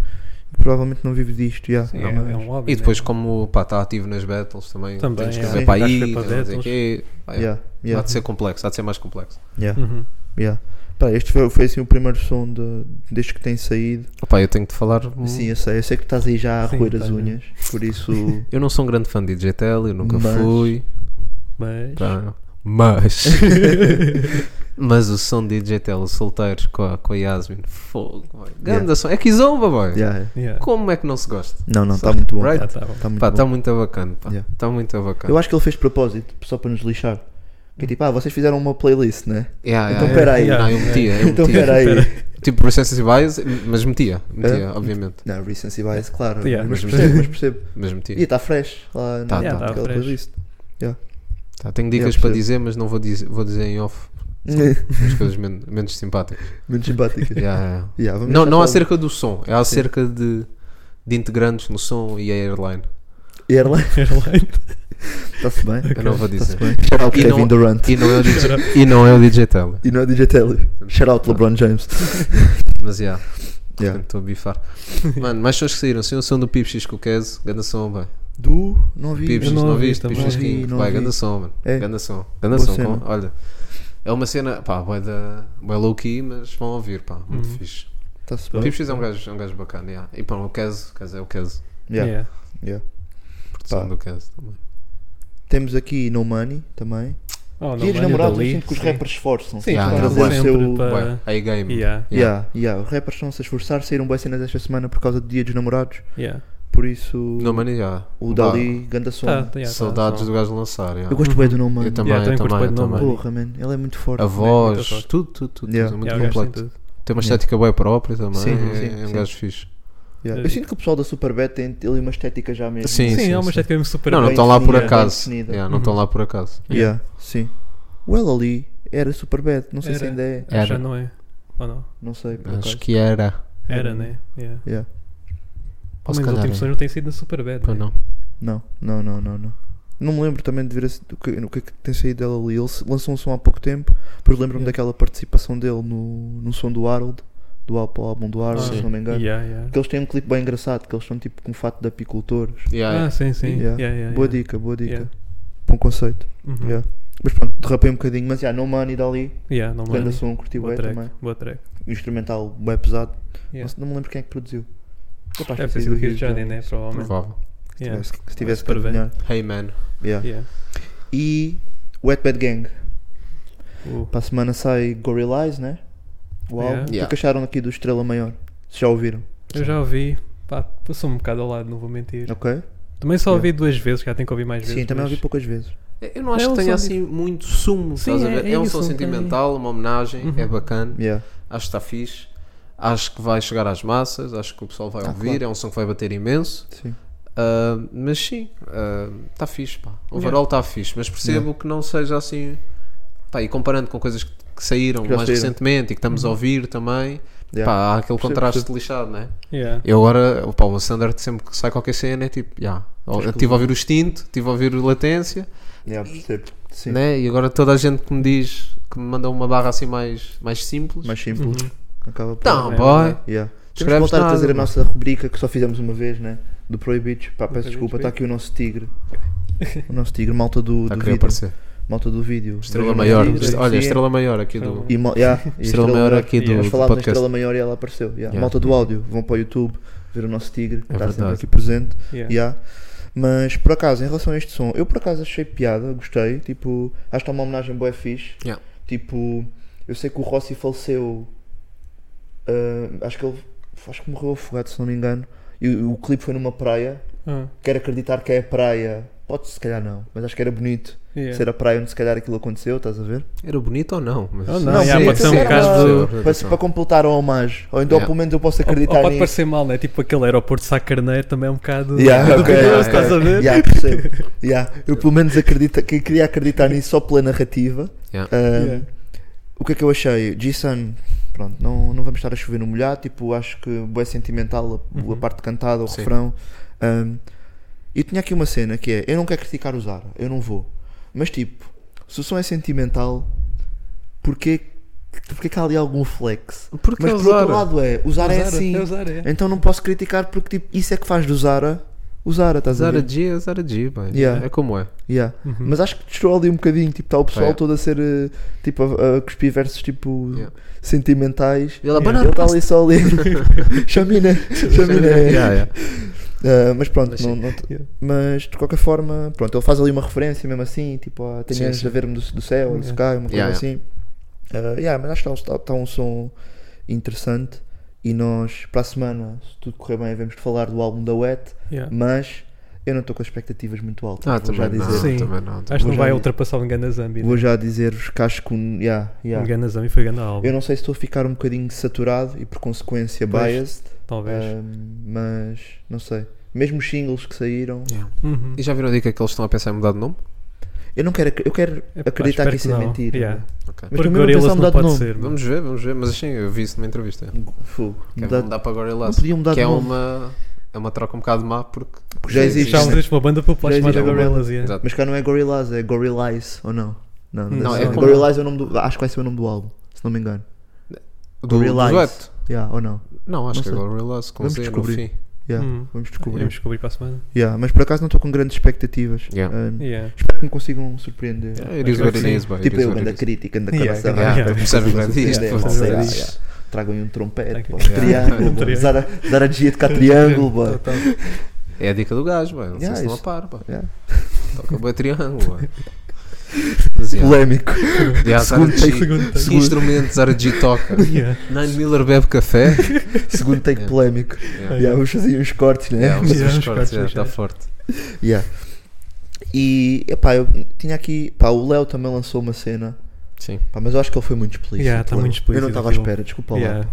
[SPEAKER 5] provavelmente não vive disto. Yeah,
[SPEAKER 6] Sim,
[SPEAKER 5] não,
[SPEAKER 6] é,
[SPEAKER 5] mas-
[SPEAKER 6] é um hobby.
[SPEAKER 7] E depois,
[SPEAKER 6] né?
[SPEAKER 7] como pá, está ativo nas battles também,
[SPEAKER 6] Também,
[SPEAKER 7] tem que
[SPEAKER 6] é.
[SPEAKER 7] escrever
[SPEAKER 5] Sim.
[SPEAKER 7] para
[SPEAKER 6] Acho que
[SPEAKER 7] aí,
[SPEAKER 6] é para
[SPEAKER 7] não sei o
[SPEAKER 6] battles.
[SPEAKER 7] quê. Pá, é.
[SPEAKER 5] yeah, yeah,
[SPEAKER 7] Há de ser complexo, há de ser mais complexo.
[SPEAKER 5] yeah,
[SPEAKER 6] Uhum.
[SPEAKER 5] yeah. Pá, este foi, foi assim o primeiro som de, desde que tem saído.
[SPEAKER 7] Opa, eu tenho de falar. hum,
[SPEAKER 5] Sim, eu sei, eu sei que estás aí já a
[SPEAKER 6] Sim,
[SPEAKER 5] roer as
[SPEAKER 6] tá.
[SPEAKER 5] unhas, por isso.
[SPEAKER 7] Eu não sou um grande fã de DJ Tele, eu nunca
[SPEAKER 5] Mas-
[SPEAKER 7] fui.
[SPEAKER 6] Mas.
[SPEAKER 7] pá, Mas. Mas o som de DJ Tele, solteiros com a, com a Yasmin, fogo, boy. Ganda
[SPEAKER 5] Yeah.
[SPEAKER 7] som. É que zomba, boy.
[SPEAKER 5] yeah, yeah.
[SPEAKER 6] Yeah.
[SPEAKER 7] Como é que não se gosta?
[SPEAKER 5] Não, não, está
[SPEAKER 7] Sorry,
[SPEAKER 5] muito bom.
[SPEAKER 7] right?
[SPEAKER 6] Tá, tá bom.
[SPEAKER 5] Tá muito
[SPEAKER 7] Pá,
[SPEAKER 5] bom.
[SPEAKER 7] está muito bacana, pá. Está
[SPEAKER 5] Yeah.
[SPEAKER 7] muito bacana.
[SPEAKER 5] Eu acho que ele fez de propósito, só para nos lixar.
[SPEAKER 7] Hum.
[SPEAKER 5] Que é tipo, ah, vocês fizeram uma playlist, né?
[SPEAKER 7] Yeah,
[SPEAKER 5] Então,
[SPEAKER 7] yeah,
[SPEAKER 5] pera aí.
[SPEAKER 7] yeah. Não, eu metia, eu
[SPEAKER 5] Então
[SPEAKER 7] metia.
[SPEAKER 5] peraí. É.
[SPEAKER 7] Tipo, Recency Bias, mas metia, metia, obviamente.
[SPEAKER 5] Não, Recency Bias, claro.
[SPEAKER 6] Yeah.
[SPEAKER 5] mas percebo, mas percebo.
[SPEAKER 7] Mas
[SPEAKER 5] E
[SPEAKER 7] metia.
[SPEAKER 5] está fresh lá
[SPEAKER 7] Tá,
[SPEAKER 5] na,
[SPEAKER 7] tá, tá
[SPEAKER 5] naquela
[SPEAKER 6] fresh.
[SPEAKER 5] playlist.
[SPEAKER 7] Tá, tenho dicas
[SPEAKER 5] Yeah,
[SPEAKER 7] para
[SPEAKER 5] percebo.
[SPEAKER 7] dizer, mas não vou dizer, vou dizer em off. As coisas men- menos simpáticas.
[SPEAKER 5] Muito simpática.
[SPEAKER 7] Yeah, yeah.
[SPEAKER 5] Yeah, vamos
[SPEAKER 7] Não,
[SPEAKER 5] deixar
[SPEAKER 7] não
[SPEAKER 5] só- um-
[SPEAKER 7] acerca do som, é acerca de, de integrantes no som e a airline.
[SPEAKER 5] Airline,
[SPEAKER 6] Airline.
[SPEAKER 5] está-se bem.
[SPEAKER 7] Eu não vou dizer.
[SPEAKER 5] Está-se Tá bem. Shout out
[SPEAKER 7] E
[SPEAKER 5] Kevin
[SPEAKER 7] não-
[SPEAKER 5] Durant.
[SPEAKER 7] E não é o DJ, e não é o DJ Tele.
[SPEAKER 5] E não é DJ Telly. Shout out LeBron James.
[SPEAKER 7] Mas já,
[SPEAKER 5] Yeah.
[SPEAKER 7] estou a bifar. Mano, mais sons que saíram, sem o som do Pipsis com o Kez, ganda som, bem.
[SPEAKER 5] Do, não vi.
[SPEAKER 7] Pipsis
[SPEAKER 6] eu não
[SPEAKER 7] não
[SPEAKER 6] ouvi
[SPEAKER 7] viste,
[SPEAKER 6] também.
[SPEAKER 7] Pipsis
[SPEAKER 5] Não ouvi,
[SPEAKER 7] King.
[SPEAKER 5] não
[SPEAKER 7] Vai,
[SPEAKER 5] ouvi.
[SPEAKER 7] ganda som, mano.
[SPEAKER 5] É.
[SPEAKER 7] Ganda som. Ganda
[SPEAKER 5] Boa
[SPEAKER 7] som,
[SPEAKER 5] cena.
[SPEAKER 7] com- olha. É uma cena, pá, vai da. Vai low key, mas vão ouvir, pá, muito
[SPEAKER 6] Uhum.
[SPEAKER 7] fixe.
[SPEAKER 5] Está-se
[SPEAKER 7] O
[SPEAKER 5] bem.
[SPEAKER 7] Pipsis é um gajo, é um gajo bacana, yeah. E pá, o Kez, Kez é o Kez,
[SPEAKER 5] Yeah,
[SPEAKER 6] Yeah.
[SPEAKER 5] yeah.
[SPEAKER 7] produção
[SPEAKER 5] Pá.
[SPEAKER 7] do Kez também.
[SPEAKER 5] Temos aqui No Money também.
[SPEAKER 6] Oh, não,
[SPEAKER 5] Dias
[SPEAKER 6] Mano
[SPEAKER 5] namorados, eu
[SPEAKER 6] Dali,
[SPEAKER 5] sinto que os
[SPEAKER 6] sim.
[SPEAKER 5] rappers esforçam.
[SPEAKER 6] Sim,
[SPEAKER 7] Yeah,
[SPEAKER 6] yeah,
[SPEAKER 7] yeah.
[SPEAKER 6] yeah.
[SPEAKER 5] Trazer
[SPEAKER 6] sempre
[SPEAKER 5] o seu-
[SPEAKER 6] para.
[SPEAKER 7] Ué, aí game.
[SPEAKER 6] Yeah.
[SPEAKER 5] Yeah, yeah. Os rappers estão-se a esforçar, saíram boas cenas esta semana por causa do Dia dos Namorados.
[SPEAKER 6] Yeah.
[SPEAKER 5] Por isso,
[SPEAKER 7] No Money, já.
[SPEAKER 5] o Dali, ganda som.
[SPEAKER 6] Tá, tá, yeah, tá,
[SPEAKER 7] Saudades
[SPEAKER 6] só-
[SPEAKER 7] do gajo lançar, já.
[SPEAKER 5] Eu gosto bem do No Money.
[SPEAKER 7] Eu também,
[SPEAKER 6] Yeah,
[SPEAKER 7] eu
[SPEAKER 6] também curto
[SPEAKER 7] também,
[SPEAKER 6] bué
[SPEAKER 7] eu
[SPEAKER 6] de No
[SPEAKER 7] também.
[SPEAKER 6] Money.
[SPEAKER 5] Porra, man, ele é muito forte.
[SPEAKER 7] A voz,
[SPEAKER 6] forte.
[SPEAKER 7] tudo, tudo, tudo.
[SPEAKER 5] Yeah.
[SPEAKER 7] É muito
[SPEAKER 6] Yeah, o gajo tem
[SPEAKER 7] completo.
[SPEAKER 6] tudo.
[SPEAKER 7] Tem uma
[SPEAKER 5] Yeah.
[SPEAKER 7] estética bem própria também.
[SPEAKER 5] Sim,
[SPEAKER 7] é,
[SPEAKER 5] sim,
[SPEAKER 7] é um
[SPEAKER 5] sim.
[SPEAKER 7] gajo fixe.
[SPEAKER 6] É.
[SPEAKER 5] Yeah. Eu sinto que o pessoal da Superbad tem ali uma estética já mesmo.
[SPEAKER 7] Sim,
[SPEAKER 6] Sim,
[SPEAKER 7] sim,
[SPEAKER 6] é uma
[SPEAKER 7] sim.
[SPEAKER 6] estética mesmo super.
[SPEAKER 7] Não, não
[SPEAKER 5] bem
[SPEAKER 7] estão lá por
[SPEAKER 5] definida, bem
[SPEAKER 7] acaso.
[SPEAKER 5] definida.
[SPEAKER 7] Yeah, não estão lá por acaso.
[SPEAKER 5] Yeah, sim. O El ali era Superbad, não sei se
[SPEAKER 6] Era.
[SPEAKER 5] ainda é.
[SPEAKER 7] Era.
[SPEAKER 6] Já não é. Ou não?
[SPEAKER 5] Não sei,
[SPEAKER 6] Uhum.
[SPEAKER 5] por
[SPEAKER 7] Acho
[SPEAKER 5] acaso.
[SPEAKER 7] que era.
[SPEAKER 6] Era, né? Yeah.
[SPEAKER 5] Yeah.
[SPEAKER 6] Pelo
[SPEAKER 7] Ou
[SPEAKER 6] menos
[SPEAKER 7] se
[SPEAKER 6] os
[SPEAKER 7] calhar
[SPEAKER 6] últimos
[SPEAKER 7] era.
[SPEAKER 6] sonhos não têm sido na Superbad.
[SPEAKER 7] Ou
[SPEAKER 6] né?
[SPEAKER 7] não.
[SPEAKER 5] Não, não, não, não, não. Não me lembro também de ver esse- do que, no que é que tem saído dela ali. Ele se- lançou um som há pouco tempo, depois lembro-me daquela participação dele no, no som do Harold, do álbum, álbum do Harold,
[SPEAKER 6] Ah,
[SPEAKER 5] se não me engano.
[SPEAKER 6] Yeah, yeah.
[SPEAKER 5] Que eles têm um clipe bem engraçado, que eles são tipo com um fato de apicultores.
[SPEAKER 7] Yeah,
[SPEAKER 6] Ah, sim, sim.
[SPEAKER 5] Yeah.
[SPEAKER 6] Yeah. Yeah, yeah,
[SPEAKER 5] boa dica, boa dica.
[SPEAKER 6] Yeah.
[SPEAKER 5] Bom conceito.
[SPEAKER 6] Uhum.
[SPEAKER 5] Yeah. Mas pronto, derrapei um bocadinho, mas já, yeah, No Money dali,
[SPEAKER 6] Yeah, não
[SPEAKER 5] grande
[SPEAKER 6] Money.
[SPEAKER 5] som, curti
[SPEAKER 6] Boa
[SPEAKER 5] bem
[SPEAKER 6] track,
[SPEAKER 5] também.
[SPEAKER 6] boa track.
[SPEAKER 5] O instrumental bem pesado.
[SPEAKER 6] Yeah.
[SPEAKER 5] Não, não me lembro quem é que produziu. Capaz
[SPEAKER 6] Deve ter
[SPEAKER 5] de ter
[SPEAKER 6] sido o
[SPEAKER 5] Rio
[SPEAKER 6] Kid
[SPEAKER 5] de
[SPEAKER 6] Johnny,
[SPEAKER 5] Janeiro.
[SPEAKER 6] né? Provavelmente.
[SPEAKER 7] provável.
[SPEAKER 6] Yeah.
[SPEAKER 5] Se tivesse- Se tivesse que
[SPEAKER 6] Super bem.
[SPEAKER 5] adivinhar.
[SPEAKER 7] Hey man.
[SPEAKER 5] Yeah.
[SPEAKER 6] Yeah.
[SPEAKER 5] E Wet Bad Gang.
[SPEAKER 6] O-
[SPEAKER 5] Para a semana sai Gorilla Eyes, né? Uau.
[SPEAKER 6] Uh. Yeah.
[SPEAKER 5] O que é
[SPEAKER 7] Yeah.
[SPEAKER 5] que acharam aqui do Estrela Maior? Se já ouviram?
[SPEAKER 6] Eu já ouvi. Pá, passou um bocado ao lado, não vou mentir.
[SPEAKER 5] Ok?
[SPEAKER 6] Também só ouvi duas vezes, já tenho que ouvir mais vezes.
[SPEAKER 5] Sim, também
[SPEAKER 6] mas-
[SPEAKER 5] ouvi poucas vezes.
[SPEAKER 7] Eu não acho
[SPEAKER 6] É um
[SPEAKER 7] que tenha
[SPEAKER 6] som
[SPEAKER 7] assim muito sumo.
[SPEAKER 6] Sim,
[SPEAKER 7] estás a
[SPEAKER 6] é-
[SPEAKER 7] ver?
[SPEAKER 6] é
[SPEAKER 7] É, um
[SPEAKER 6] isso,
[SPEAKER 7] som
[SPEAKER 6] não tem-
[SPEAKER 7] sentimental, uma homenagem, é bacana.
[SPEAKER 5] Yeah.
[SPEAKER 7] Acho que está fixe. Acho que vai chegar às massas, acho que o pessoal
[SPEAKER 6] Tá,
[SPEAKER 7] vai ouvir,
[SPEAKER 5] claro.
[SPEAKER 7] é um som que vai bater imenso.
[SPEAKER 5] Sim.
[SPEAKER 7] Ah, mas sim, está fixe, pá. Overall está fixe, mas percebo que não seja assim. Pá, e comparando com coisas que que saíram
[SPEAKER 5] Já
[SPEAKER 7] mais
[SPEAKER 5] saíram. Uhum.
[SPEAKER 7] recentemente e que estamos a ouvir também,
[SPEAKER 5] Yeah.
[SPEAKER 7] pá, há aquele
[SPEAKER 5] Percebo,
[SPEAKER 7] contraste
[SPEAKER 5] percebo.
[SPEAKER 7] lixado, né?
[SPEAKER 6] Yeah.
[SPEAKER 7] Eu agora, pá, o Sander sempre que sai qualquer cena é tipo, já. Estive a ouvir o extinto, estive a ouvir o latência,
[SPEAKER 5] Yeah, percebo. Sim.
[SPEAKER 7] né? E agora toda a gente que me diz, que me manda uma barra assim mais, mais simples.
[SPEAKER 5] Mais
[SPEAKER 6] Uhum.
[SPEAKER 5] simples. Acaba por.
[SPEAKER 7] Então,
[SPEAKER 6] É,
[SPEAKER 7] boy,
[SPEAKER 5] Yeah. Temos que
[SPEAKER 7] escreves
[SPEAKER 5] voltar a
[SPEAKER 7] nada,
[SPEAKER 5] trazer a
[SPEAKER 7] mano.
[SPEAKER 5] nossa rubrica que só fizemos uma vez, né? Do Proibidos. Pá, peço
[SPEAKER 6] Proibidos,
[SPEAKER 5] desculpa,
[SPEAKER 6] foi.
[SPEAKER 5] está aqui o nosso tigre. O nosso tigre, malta do,
[SPEAKER 7] Está a
[SPEAKER 5] do
[SPEAKER 7] querer
[SPEAKER 5] vídeo.
[SPEAKER 7] Tá
[SPEAKER 5] é,
[SPEAKER 7] aparecer.
[SPEAKER 5] Malta do vídeo.
[SPEAKER 7] Estrela
[SPEAKER 5] Vejam o
[SPEAKER 7] maior.
[SPEAKER 5] tigre,
[SPEAKER 7] est- Olha,
[SPEAKER 5] sim.
[SPEAKER 7] estrela maior aqui do.
[SPEAKER 5] E, mal- yeah, e
[SPEAKER 7] Estrela maior aqui
[SPEAKER 6] yeah.
[SPEAKER 7] do,
[SPEAKER 5] Nós
[SPEAKER 7] do
[SPEAKER 5] falámos da
[SPEAKER 7] podcast.
[SPEAKER 5] estrela maior e ela apareceu. yeah.
[SPEAKER 7] Yeah. É
[SPEAKER 5] Malta do áudio, vão para o YouTube ver o nosso tigre, que está sempre
[SPEAKER 7] verdade.
[SPEAKER 5] aqui presente.
[SPEAKER 6] Yeah.
[SPEAKER 5] yeah. Mas por acaso, em relação a este som, eu por acaso achei piada, gostei. Tipo, acho que está uma homenagem boa fixe.
[SPEAKER 7] Yeah.
[SPEAKER 5] Tipo, eu sei que o Rossi faleceu. ah, acho que ele acho que morreu afogado, se não me engano. E o, o clipe foi numa praia.
[SPEAKER 6] Ah,
[SPEAKER 5] Quero acreditar que é a praia. Pode se calhar não, mas acho que era bonito
[SPEAKER 6] yeah.
[SPEAKER 5] ser a praia onde se calhar aquilo aconteceu, estás a ver?
[SPEAKER 7] Era bonito ou não? Mas...
[SPEAKER 6] Ou não, Não,
[SPEAKER 5] sim,
[SPEAKER 6] yeah, pode ser um
[SPEAKER 5] era
[SPEAKER 6] bocado-
[SPEAKER 5] para- Para, para completar o homage. Ou então
[SPEAKER 7] Yeah.
[SPEAKER 5] pelo menos eu posso
[SPEAKER 6] Ou, ou
[SPEAKER 5] acreditar
[SPEAKER 6] pode
[SPEAKER 5] nisso.
[SPEAKER 6] parecer mal, né? Tipo aquele aeroporto de Sá Carneiro também é um bocado
[SPEAKER 5] Yeah,
[SPEAKER 6] duvidoso,
[SPEAKER 5] ok, ok.
[SPEAKER 6] estás a ver?
[SPEAKER 5] Yeah, percebo. Yeah. Eu pelo menos acredito, que queria acreditar nisso só pela narrativa.
[SPEAKER 7] Yeah.
[SPEAKER 5] Ahm,
[SPEAKER 6] Yeah.
[SPEAKER 5] O que é que eu achei? Jason, pronto, não, não vamos estar a chover no molhado. Tipo, acho que é sentimental a,
[SPEAKER 6] Uhum.
[SPEAKER 5] a parte cantada, o
[SPEAKER 7] Sim.
[SPEAKER 5] refrão. Ahm, e tinha aqui uma cena que é: eu não quero criticar o Zara, eu não vou. Mas tipo, se o som é sentimental, porquê porque é que há ali algum flex?
[SPEAKER 7] Porque
[SPEAKER 5] Mas
[SPEAKER 7] é o
[SPEAKER 5] por outro
[SPEAKER 7] Zara.
[SPEAKER 5] lado é, o Zara é assim.
[SPEAKER 6] É o Zara, é.
[SPEAKER 5] Então não posso criticar porque tipo, isso é que faz do Zara o Zara, estás a
[SPEAKER 7] Zara
[SPEAKER 5] ver?
[SPEAKER 7] G é Zara G, bem.
[SPEAKER 5] Yeah.
[SPEAKER 7] É como é.
[SPEAKER 5] Yeah.
[SPEAKER 6] Uhum.
[SPEAKER 5] Mas acho que destruiu ali um bocadinho, tipo, está o pessoal
[SPEAKER 7] Oh, Yeah.
[SPEAKER 5] todo a ser eh, tipo a, a cuspir versos tipo
[SPEAKER 7] Yeah.
[SPEAKER 5] sentimentais.
[SPEAKER 7] E ela,
[SPEAKER 5] Ele
[SPEAKER 7] banana
[SPEAKER 5] está ali só ali. Chamina, Chamina.
[SPEAKER 7] Yeah, yeah.
[SPEAKER 5] Ah, mas pronto,
[SPEAKER 7] Mas
[SPEAKER 5] não,
[SPEAKER 7] sim.
[SPEAKER 5] não te- mas de qualquer forma, pronto, ele faz ali uma referência mesmo assim, tipo, ah, tenho
[SPEAKER 7] Sim,
[SPEAKER 5] anos
[SPEAKER 7] sim.
[SPEAKER 5] a ver-me do, do céu, do sky, uma coisa
[SPEAKER 7] Yeah, yeah.
[SPEAKER 5] assim. Ah, yeah, mas acho que está está um som interessante e nós, para a semana, se tudo correr bem, vamos falar do álbum da Wet,
[SPEAKER 6] Yeah.
[SPEAKER 5] mas eu não estou com expectativas muito altas,
[SPEAKER 7] Ah,
[SPEAKER 5] vou, já
[SPEAKER 7] também não,
[SPEAKER 5] dizer,
[SPEAKER 6] Sim.
[SPEAKER 7] também não.
[SPEAKER 6] Acho que
[SPEAKER 5] Vou
[SPEAKER 6] não
[SPEAKER 5] já
[SPEAKER 6] vai
[SPEAKER 5] dizer.
[SPEAKER 6] ultrapassar o Engana Zambi.
[SPEAKER 5] vou já dizer-vos que acho que um- yeah,
[SPEAKER 6] O
[SPEAKER 5] yeah.
[SPEAKER 6] Engana Zambi foi grande álbum,
[SPEAKER 5] eu não sei se estou a ficar um bocadinho saturado e por consequência
[SPEAKER 6] Pois.
[SPEAKER 5] biased,
[SPEAKER 6] talvez.
[SPEAKER 5] ah, mas não sei. Mesmo os singles que saíram,
[SPEAKER 6] Uhum.
[SPEAKER 7] E já viram a dica que eles estão a pensar em mudar de nome?
[SPEAKER 5] Eu não quero, ac- eu quero
[SPEAKER 6] Epá,
[SPEAKER 5] acreditar
[SPEAKER 6] espero
[SPEAKER 5] que isso é
[SPEAKER 6] não.
[SPEAKER 5] mentira.
[SPEAKER 6] Yeah.
[SPEAKER 5] né?
[SPEAKER 7] Ok.
[SPEAKER 5] Mas
[SPEAKER 6] Porque
[SPEAKER 5] também não pensava
[SPEAKER 6] Gorillaz não
[SPEAKER 5] mudar de
[SPEAKER 6] pode
[SPEAKER 5] nome.
[SPEAKER 6] ser. mano.
[SPEAKER 7] Vamos ver, vamos ver. Mas sim, eu vi isso numa entrevista.
[SPEAKER 5] Fogo.
[SPEAKER 7] Que é
[SPEAKER 5] Mudar-
[SPEAKER 7] mudar para Gorillaz.
[SPEAKER 5] Não podiam mudar
[SPEAKER 7] que
[SPEAKER 5] de
[SPEAKER 7] é
[SPEAKER 5] nome.
[SPEAKER 7] uma, é uma troca um bocado má porque...
[SPEAKER 5] Porque já existe.
[SPEAKER 6] Já
[SPEAKER 5] né?
[SPEAKER 6] existe uma banda popular
[SPEAKER 5] Já
[SPEAKER 6] chamada
[SPEAKER 5] existe uma
[SPEAKER 6] Gorillaz. yeah.
[SPEAKER 7] é Exato.
[SPEAKER 5] Mas cá não é Gorillaz, é Gorillaz, ou não? Não, não,
[SPEAKER 6] Não,
[SPEAKER 5] deve
[SPEAKER 7] é
[SPEAKER 5] ser.
[SPEAKER 7] como-
[SPEAKER 5] Gorillaz é o nome do. Acho que vai ser o nome do álbum, se não me engano.
[SPEAKER 7] Do, do
[SPEAKER 5] Gorillaz.
[SPEAKER 7] dueto.
[SPEAKER 5] Yeah, ou não?
[SPEAKER 7] Não, acho
[SPEAKER 5] Não
[SPEAKER 7] que é
[SPEAKER 5] sei.
[SPEAKER 7] Gorillaz com
[SPEAKER 5] Vamos
[SPEAKER 7] Z no
[SPEAKER 5] descobrir.
[SPEAKER 7] fim.
[SPEAKER 5] Yeah,
[SPEAKER 6] Hum.
[SPEAKER 5] Vamos descobrir.
[SPEAKER 6] Vamos descobrir para a semana.
[SPEAKER 5] Yeah, mas por acaso não estou com grandes expectativas.
[SPEAKER 7] Yeah. É,
[SPEAKER 5] Um,
[SPEAKER 6] Yeah.
[SPEAKER 5] Espero que me consigam surpreender.
[SPEAKER 7] Yeah, it is what it is, boy,
[SPEAKER 5] Tipo
[SPEAKER 7] it is
[SPEAKER 5] eu,
[SPEAKER 7] what it
[SPEAKER 5] anda
[SPEAKER 7] is.
[SPEAKER 5] crítica, anda
[SPEAKER 6] Yeah,
[SPEAKER 5] cabeça.
[SPEAKER 6] yeah,
[SPEAKER 5] aberta,
[SPEAKER 6] yeah.
[SPEAKER 5] preciso
[SPEAKER 7] Percebes bem
[SPEAKER 5] surpreender,
[SPEAKER 7] disto,
[SPEAKER 5] malta,
[SPEAKER 7] percebes
[SPEAKER 5] yeah,
[SPEAKER 7] disto.
[SPEAKER 5] yeah. Tragam-lhe um trompete,
[SPEAKER 6] Tá
[SPEAKER 5] pá, um
[SPEAKER 6] aqui.
[SPEAKER 7] Yeah.
[SPEAKER 5] triângulo,
[SPEAKER 6] Um
[SPEAKER 5] pá,
[SPEAKER 6] triângulo.
[SPEAKER 5] Zara Zara Gia de cá triângulo, pá.
[SPEAKER 7] É a dica do gajo, boy. Não sei
[SPEAKER 5] Yeah,
[SPEAKER 7] se não
[SPEAKER 5] isso.
[SPEAKER 7] aparo, pá.
[SPEAKER 5] Yeah.
[SPEAKER 7] Toca bem triângulo, boy. Mas, yeah.
[SPEAKER 5] Polémico.
[SPEAKER 7] Yeah, Zara
[SPEAKER 5] Segundo take,
[SPEAKER 7] G.
[SPEAKER 6] segundo take.
[SPEAKER 7] Que instrumento Zara G toca?
[SPEAKER 6] Yeah.
[SPEAKER 7] Nine Miller bebe café?
[SPEAKER 5] Segundo take
[SPEAKER 7] Yeah.
[SPEAKER 5] polémico. Yeah, vamos fazer uns cortes, né?
[SPEAKER 7] Yeah, os
[SPEAKER 6] Yeah,
[SPEAKER 7] seus
[SPEAKER 6] os
[SPEAKER 7] cortes,
[SPEAKER 6] cortes
[SPEAKER 7] yeah, tá
[SPEAKER 6] lixados.
[SPEAKER 7] forte.
[SPEAKER 5] Yeah. E epá, eu tinha aqui. Pá, o Léo também lançou uma cena.
[SPEAKER 7] Sim.
[SPEAKER 5] Pá, mas eu acho que ele foi muito explícito.
[SPEAKER 6] Yeah, tá
[SPEAKER 5] Léo.
[SPEAKER 6] muito explícito
[SPEAKER 5] Eu não estava à
[SPEAKER 6] aquilo.
[SPEAKER 5] espera, desculpa lá.
[SPEAKER 6] Yeah.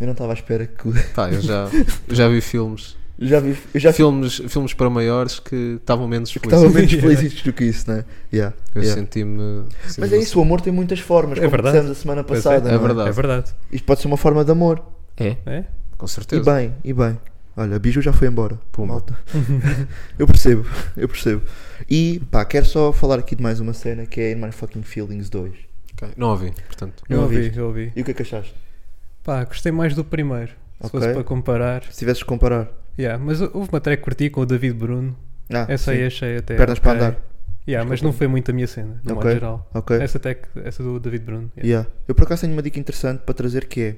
[SPEAKER 5] Eu não estava à espera que.
[SPEAKER 7] Pá, eu já, já vi filmes,
[SPEAKER 5] já vi. Eu já vi
[SPEAKER 7] filmes, filmes para maiores que estavam menos
[SPEAKER 5] que estavam
[SPEAKER 7] explícitos.
[SPEAKER 5] menos
[SPEAKER 6] Yeah.
[SPEAKER 5] explícitos do que isso, né? Yeah,
[SPEAKER 7] Eu
[SPEAKER 5] yeah.
[SPEAKER 7] senti-me. assim
[SPEAKER 5] Mas é isso, o amor tem muitas formas,
[SPEAKER 6] É
[SPEAKER 5] como
[SPEAKER 6] verdade.
[SPEAKER 5] dissemos a semana
[SPEAKER 7] Pois é,
[SPEAKER 5] passada.
[SPEAKER 7] é
[SPEAKER 5] não
[SPEAKER 7] verdade.
[SPEAKER 6] É verdade.
[SPEAKER 5] Isto pode ser uma forma de amor.
[SPEAKER 7] É,
[SPEAKER 6] É?
[SPEAKER 7] com
[SPEAKER 5] E
[SPEAKER 7] certeza.
[SPEAKER 5] bem, e bem. Olha, a Biju já foi embora.
[SPEAKER 7] Pumba.
[SPEAKER 5] Malta. eu percebo, eu percebo. E pá, quero só falar aqui de mais uma cena que é In My Fucking Feelings 2.
[SPEAKER 7] Ok, Não ouvi, portanto.
[SPEAKER 5] Não
[SPEAKER 6] Eu ouvi,
[SPEAKER 5] ouviste?
[SPEAKER 6] eu ouvi.
[SPEAKER 5] E o que é que achaste?
[SPEAKER 6] Pá, gostei mais do primeiro. Se fosse
[SPEAKER 5] Ok.
[SPEAKER 6] para comparar.
[SPEAKER 5] Se tivesses de comparar.
[SPEAKER 6] Yeah, mas houve uma track que curti com o David Bruno.
[SPEAKER 5] Ah,
[SPEAKER 7] É
[SPEAKER 6] Essa aí
[SPEAKER 5] sim.
[SPEAKER 6] achei até.
[SPEAKER 5] Pernas para
[SPEAKER 6] ok.
[SPEAKER 5] andar.
[SPEAKER 6] Yeah, mas não foi muito a minha cena, no modo
[SPEAKER 5] Ok.
[SPEAKER 6] geral.
[SPEAKER 7] É
[SPEAKER 5] Ok.
[SPEAKER 6] Essa até que- essa do David Bruno. yeah.
[SPEAKER 5] Yeah. Eu por acaso tenho uma dica interessante para trazer que é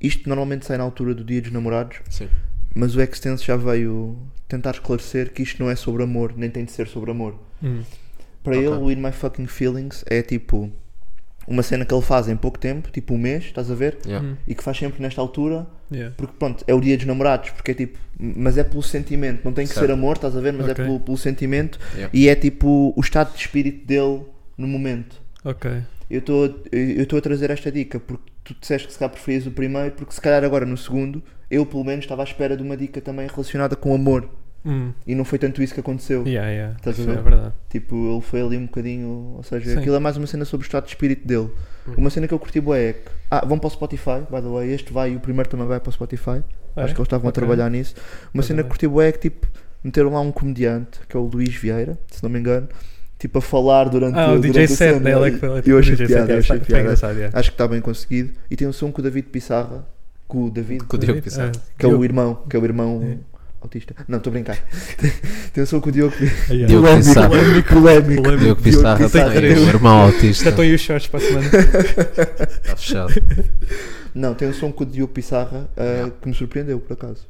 [SPEAKER 5] isto normalmente sai na altura do dia dos namorados,
[SPEAKER 7] Sim.
[SPEAKER 5] mas o Extense já veio tentar esclarecer que isto não é sobre amor, nem tem de ser sobre amor.
[SPEAKER 6] Hum.
[SPEAKER 5] Para ele, o In My Fucking Feelings é tipo uma cena que ele faz em pouco tempo, tipo um mês, estás a ver?
[SPEAKER 7] Yeah.
[SPEAKER 5] E que faz sempre nesta altura,
[SPEAKER 6] Yeah.
[SPEAKER 5] porque pronto, é o dia dos namorados, porque é tipo, mas é pelo sentimento, não tem que
[SPEAKER 7] Certo.
[SPEAKER 5] ser amor, estás a ver? Mas
[SPEAKER 6] Ok.
[SPEAKER 5] é pelo, pelo sentimento
[SPEAKER 7] Yeah.
[SPEAKER 5] e é tipo o estado de espírito dele no momento.
[SPEAKER 6] Ok.
[SPEAKER 5] Eu estou a trazer esta dica porque tu disseste que se calhar preferias o primeiro, porque se calhar agora no segundo, eu pelo menos estava à espera de uma dica também relacionada com amor
[SPEAKER 6] Hum.
[SPEAKER 5] e não foi tanto isso que aconteceu.
[SPEAKER 6] Yeah, yeah.
[SPEAKER 5] Estás a
[SPEAKER 6] Isso É
[SPEAKER 5] ver?
[SPEAKER 6] verdade.
[SPEAKER 5] Tipo, ele foi ali um bocadinho. Ou seja,
[SPEAKER 6] Sim. Uhum.
[SPEAKER 5] aquilo é mais uma cena sobre o estado de espírito dele. Uma cena que eu curti bué é que. Ah, vão para o Spotify, by the way. Este vai e o primeiro também vai para o Spotify.
[SPEAKER 6] É?
[SPEAKER 5] Acho que eles
[SPEAKER 6] Ok.
[SPEAKER 5] estavam a trabalhar nisso. Uma
[SPEAKER 6] Pois
[SPEAKER 5] cena
[SPEAKER 6] é.
[SPEAKER 5] que curti bué é que tipo, meteram lá um comediante, que é o Luís Vieira, se não me engano, tipo a falar durante
[SPEAKER 6] Ah, o
[SPEAKER 5] durante
[SPEAKER 6] DJ
[SPEAKER 5] a
[SPEAKER 6] set
[SPEAKER 5] cena.
[SPEAKER 6] dela é que
[SPEAKER 5] E
[SPEAKER 6] foi lá,
[SPEAKER 5] Eu achei
[SPEAKER 6] DJ set,
[SPEAKER 5] piada, eu
[SPEAKER 6] yeah,
[SPEAKER 5] achei
[SPEAKER 6] foi
[SPEAKER 5] piada.
[SPEAKER 6] engraçado, yeah.
[SPEAKER 5] Acho que está bem conseguido. E tem um som com o David Pissarra, com o David,
[SPEAKER 7] Com o Diogo Pissarra.
[SPEAKER 6] Ah,
[SPEAKER 5] que é o
[SPEAKER 6] Diogo-
[SPEAKER 5] irmão, que é o irmão autista. Não, estou a brincar. tem um som com o Diogo Pissarra.
[SPEAKER 6] Ah, yeah.
[SPEAKER 7] Diogo
[SPEAKER 5] Polémico,
[SPEAKER 7] Pissarra.
[SPEAKER 5] polémico,
[SPEAKER 6] Polémico.
[SPEAKER 5] polémico.
[SPEAKER 7] Diogo Pissarra
[SPEAKER 5] Pissarra
[SPEAKER 7] tem
[SPEAKER 5] tem
[SPEAKER 7] um
[SPEAKER 5] um-
[SPEAKER 7] irmão
[SPEAKER 6] Já
[SPEAKER 7] autista.
[SPEAKER 6] estão aí os shorts para a semana.
[SPEAKER 7] Está fechado.
[SPEAKER 5] Não, tem um som com o Diogo Pissarra ah, que me surpreendeu, por acaso.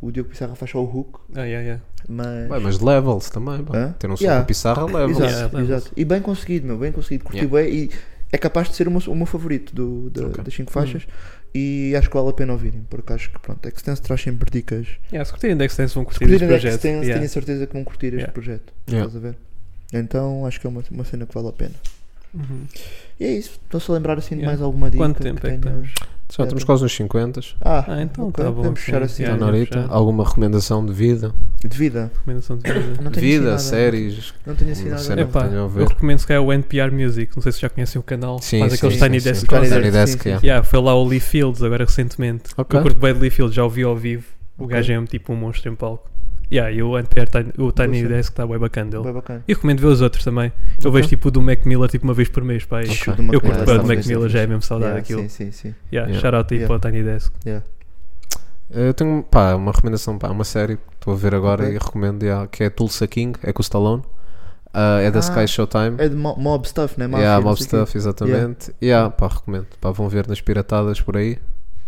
[SPEAKER 5] O Diogo Pissarra faz só o hook,
[SPEAKER 6] Ah, yeah, yeah.
[SPEAKER 5] mas.
[SPEAKER 7] Bem, mas levels também, pá.
[SPEAKER 5] Hã?
[SPEAKER 7] Ter um som
[SPEAKER 5] Yeah.
[SPEAKER 7] com pissarra, levels.
[SPEAKER 5] exato,
[SPEAKER 6] Yeah, levels.
[SPEAKER 5] exato. E bem conseguido, meu, bem conseguido. Curti
[SPEAKER 7] Yeah.
[SPEAKER 5] bem e é capaz de ser o meu, o meu favorito do, da-
[SPEAKER 7] Ok.
[SPEAKER 5] das 5 faixas. E acho que vale a pena ouvirem, porque acho que pronto, Extense traz sempre dicas.
[SPEAKER 6] Yeah, se curtirem da Extense vão curtir
[SPEAKER 5] Se
[SPEAKER 6] este
[SPEAKER 5] curtirem da
[SPEAKER 6] projeto.
[SPEAKER 5] Extense, tenho
[SPEAKER 6] Yeah.
[SPEAKER 5] a certeza que vão curtir este
[SPEAKER 6] Yeah.
[SPEAKER 5] projeto.
[SPEAKER 7] Yeah.
[SPEAKER 5] Estás a ver? Então acho que é uma, uma cena que vale a pena.
[SPEAKER 6] Uhum.
[SPEAKER 5] E é isso, estou-se a lembrar assim de
[SPEAKER 6] Yeah.
[SPEAKER 5] mais alguma dica.
[SPEAKER 6] Quanto tempo é que
[SPEAKER 5] tenhas?
[SPEAKER 7] Já estamos quase nos 50.
[SPEAKER 5] Ah,
[SPEAKER 6] Ah, então
[SPEAKER 5] ok,
[SPEAKER 6] tá bom,
[SPEAKER 5] podemos fechar
[SPEAKER 6] sim,
[SPEAKER 5] assim.
[SPEAKER 7] Está
[SPEAKER 6] Yeah, já
[SPEAKER 7] na horita.
[SPEAKER 6] fechado.
[SPEAKER 7] Alguma recomendação de vida?
[SPEAKER 5] De vida.
[SPEAKER 6] Recomendação de vida.
[SPEAKER 5] Não tenho assim
[SPEAKER 7] Vida,
[SPEAKER 5] nada.
[SPEAKER 7] séries.
[SPEAKER 5] Não tenho assim
[SPEAKER 7] Uma
[SPEAKER 5] nada.
[SPEAKER 7] cena
[SPEAKER 5] não.
[SPEAKER 7] que
[SPEAKER 6] Epá,
[SPEAKER 7] tenham a
[SPEAKER 6] eu
[SPEAKER 7] ver.
[SPEAKER 6] recomendo se calhar o NPR Music. Não sei se já conhecem o canal.
[SPEAKER 7] Sim,
[SPEAKER 6] Faz
[SPEAKER 7] sim,
[SPEAKER 6] aqueles
[SPEAKER 7] sim,
[SPEAKER 6] Tiny
[SPEAKER 7] sim,
[SPEAKER 6] Desk
[SPEAKER 7] sim.
[SPEAKER 5] Tiny
[SPEAKER 6] Concerts.
[SPEAKER 7] Tiny
[SPEAKER 5] Desk,
[SPEAKER 7] Desk,
[SPEAKER 5] sim,
[SPEAKER 7] yeah.
[SPEAKER 5] sim.
[SPEAKER 6] Yeah, foi lá o Lee Fields agora recentemente.
[SPEAKER 7] Ok.
[SPEAKER 6] Eu curto bem de Lee Fields, já o vi ao vivo. O
[SPEAKER 5] Ok.
[SPEAKER 6] gajo é um tipo um monstro em palco. Yeah, e o NPR, Tin- o Tiny
[SPEAKER 5] Boa cena.
[SPEAKER 6] Desk está bem bacana dele.
[SPEAKER 5] Bem bacana.
[SPEAKER 6] E recomendo ver os outros também. Eu vejo tipo o do Mac Miller tipo uma vez por mês. Pá, e
[SPEAKER 7] Ok.
[SPEAKER 5] Show de uma
[SPEAKER 6] Eu curto
[SPEAKER 5] coisa,
[SPEAKER 6] bem o
[SPEAKER 5] sabe?
[SPEAKER 6] Mac Miller, já é mesmo saudade
[SPEAKER 5] Yeah,
[SPEAKER 6] daquilo.
[SPEAKER 5] Sim, sim, sim.
[SPEAKER 6] Yeah,
[SPEAKER 7] Yeah.
[SPEAKER 6] Shout out aí
[SPEAKER 5] Yeah.
[SPEAKER 6] para o Tiny Desk.
[SPEAKER 5] Yeah.
[SPEAKER 7] Eu tenho pá, uma recomendação, pá, uma série que estou a ver agora
[SPEAKER 5] Ok.
[SPEAKER 7] e recomendo, yeah, que é Tulsa King, é com o Stallone, Ah, é da
[SPEAKER 5] Ah,
[SPEAKER 7] Sky Showtime.
[SPEAKER 5] É de mo- mob stuff, né? Máfia,
[SPEAKER 7] yeah,
[SPEAKER 5] não
[SPEAKER 7] Mob
[SPEAKER 5] sei o quê.
[SPEAKER 6] É,
[SPEAKER 7] Stuff, exatamente. Yeah, pá, recomendo. Pá, vão ver nas piratadas por aí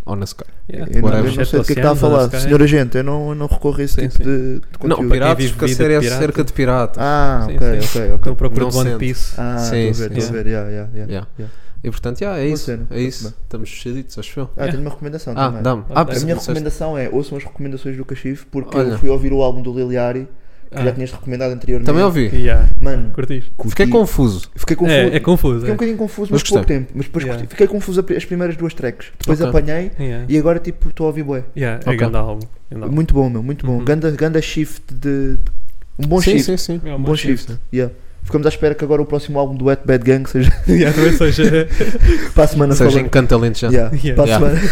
[SPEAKER 7] ou na Sky.
[SPEAKER 6] Yeah.
[SPEAKER 5] Eu não, eu
[SPEAKER 7] Whatever.
[SPEAKER 5] não sei do que é que está a
[SPEAKER 6] Oceanos,
[SPEAKER 5] falar.
[SPEAKER 6] Sky.
[SPEAKER 5] Senhor agente, eu não, eu não recorro a esse
[SPEAKER 6] assim, Sim,
[SPEAKER 5] tipo
[SPEAKER 6] sim.
[SPEAKER 5] De, de conteúdo.
[SPEAKER 7] Não,
[SPEAKER 6] pirata.
[SPEAKER 7] piratas, porque a
[SPEAKER 6] vida
[SPEAKER 7] série
[SPEAKER 6] de
[SPEAKER 7] é
[SPEAKER 6] pirata.
[SPEAKER 7] acerca de pirata.
[SPEAKER 5] Ah,
[SPEAKER 6] Sim,
[SPEAKER 5] ok,
[SPEAKER 6] sim.
[SPEAKER 5] ok, ok.
[SPEAKER 6] Estou à procura
[SPEAKER 7] Não
[SPEAKER 6] de One
[SPEAKER 7] sente.
[SPEAKER 6] Piece.
[SPEAKER 5] Ah,
[SPEAKER 7] Sim,
[SPEAKER 5] estou a
[SPEAKER 7] sim,
[SPEAKER 5] ver, estou a
[SPEAKER 6] sim.
[SPEAKER 5] ver. Yeah, yeah, yeah.
[SPEAKER 7] Yeah.
[SPEAKER 5] é. yeah.
[SPEAKER 7] E portanto, yeah, é
[SPEAKER 5] Boa
[SPEAKER 7] isso.
[SPEAKER 5] cena,
[SPEAKER 7] É
[SPEAKER 5] parece
[SPEAKER 7] isso.
[SPEAKER 5] bem.
[SPEAKER 7] Estamos fedidos, acho eu.
[SPEAKER 5] Ah, tenho uma recomendação
[SPEAKER 7] Ah,
[SPEAKER 5] também.
[SPEAKER 7] dá-me.
[SPEAKER 6] Ah,
[SPEAKER 7] Ah,
[SPEAKER 6] dá-me.
[SPEAKER 5] A
[SPEAKER 7] pensei
[SPEAKER 5] minha
[SPEAKER 7] que disseste-
[SPEAKER 5] recomendação é ouçam as recomendações do Cachif porque
[SPEAKER 7] Olha.
[SPEAKER 5] eu fui ouvir o álbum do Liliari que
[SPEAKER 6] Ah.
[SPEAKER 5] já tinhas recomendado anteriormente.
[SPEAKER 7] Também ouvi.
[SPEAKER 6] Yeah.
[SPEAKER 5] Mano,
[SPEAKER 6] Curtiste?
[SPEAKER 7] Fiquei
[SPEAKER 5] curti.
[SPEAKER 7] confuso.
[SPEAKER 5] Fiquei confuso.
[SPEAKER 6] É, é confuso.
[SPEAKER 5] Fiquei um
[SPEAKER 6] É.
[SPEAKER 5] bocadinho confuso,
[SPEAKER 7] Mas
[SPEAKER 5] mas, pouco
[SPEAKER 7] gostei.
[SPEAKER 5] tempo. Mas depois
[SPEAKER 6] Yeah.
[SPEAKER 5] curti. fiquei confuso a pri- as primeiras duas tracks. Depois
[SPEAKER 7] Ok.
[SPEAKER 5] apanhei
[SPEAKER 6] Yeah.
[SPEAKER 5] e agora tipo estou a ouvir bué.
[SPEAKER 6] Yeah,
[SPEAKER 7] Ok.
[SPEAKER 6] É grande álbum. Grande álbum.
[SPEAKER 5] Muito bom, meu, muito bom.
[SPEAKER 6] Uhum.
[SPEAKER 5] Ganda, ganda shift de. de- Um bom
[SPEAKER 7] sim,
[SPEAKER 5] shift.
[SPEAKER 7] sim, sim.
[SPEAKER 6] É
[SPEAKER 5] Um bom shift. Yeah. Ficamos à espera que agora o próximo álbum do Wet Bad Gang seja
[SPEAKER 6] yeah, também seja.
[SPEAKER 5] para a semana
[SPEAKER 7] Seja
[SPEAKER 5] falamos.
[SPEAKER 7] encanta lento já.
[SPEAKER 5] Yeah.
[SPEAKER 6] Yeah.
[SPEAKER 5] Para a
[SPEAKER 7] Yeah.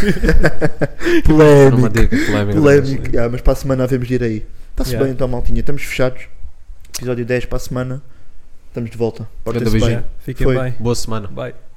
[SPEAKER 5] semana.
[SPEAKER 7] Numa
[SPEAKER 5] Polémico.
[SPEAKER 7] dica polémica.
[SPEAKER 5] Polémico. Yeah, mas para a semana havemos de ir aí. Está-se
[SPEAKER 6] Yeah.
[SPEAKER 5] bem então, maltinha. Estamos fechados. Episódio 10 para a semana. Estamos de volta.
[SPEAKER 7] Grande
[SPEAKER 5] Portem-se bem.
[SPEAKER 7] beijinho.
[SPEAKER 6] Yeah, Fiquem
[SPEAKER 5] Foi.
[SPEAKER 6] bem.
[SPEAKER 7] Boa semana.
[SPEAKER 6] Bye.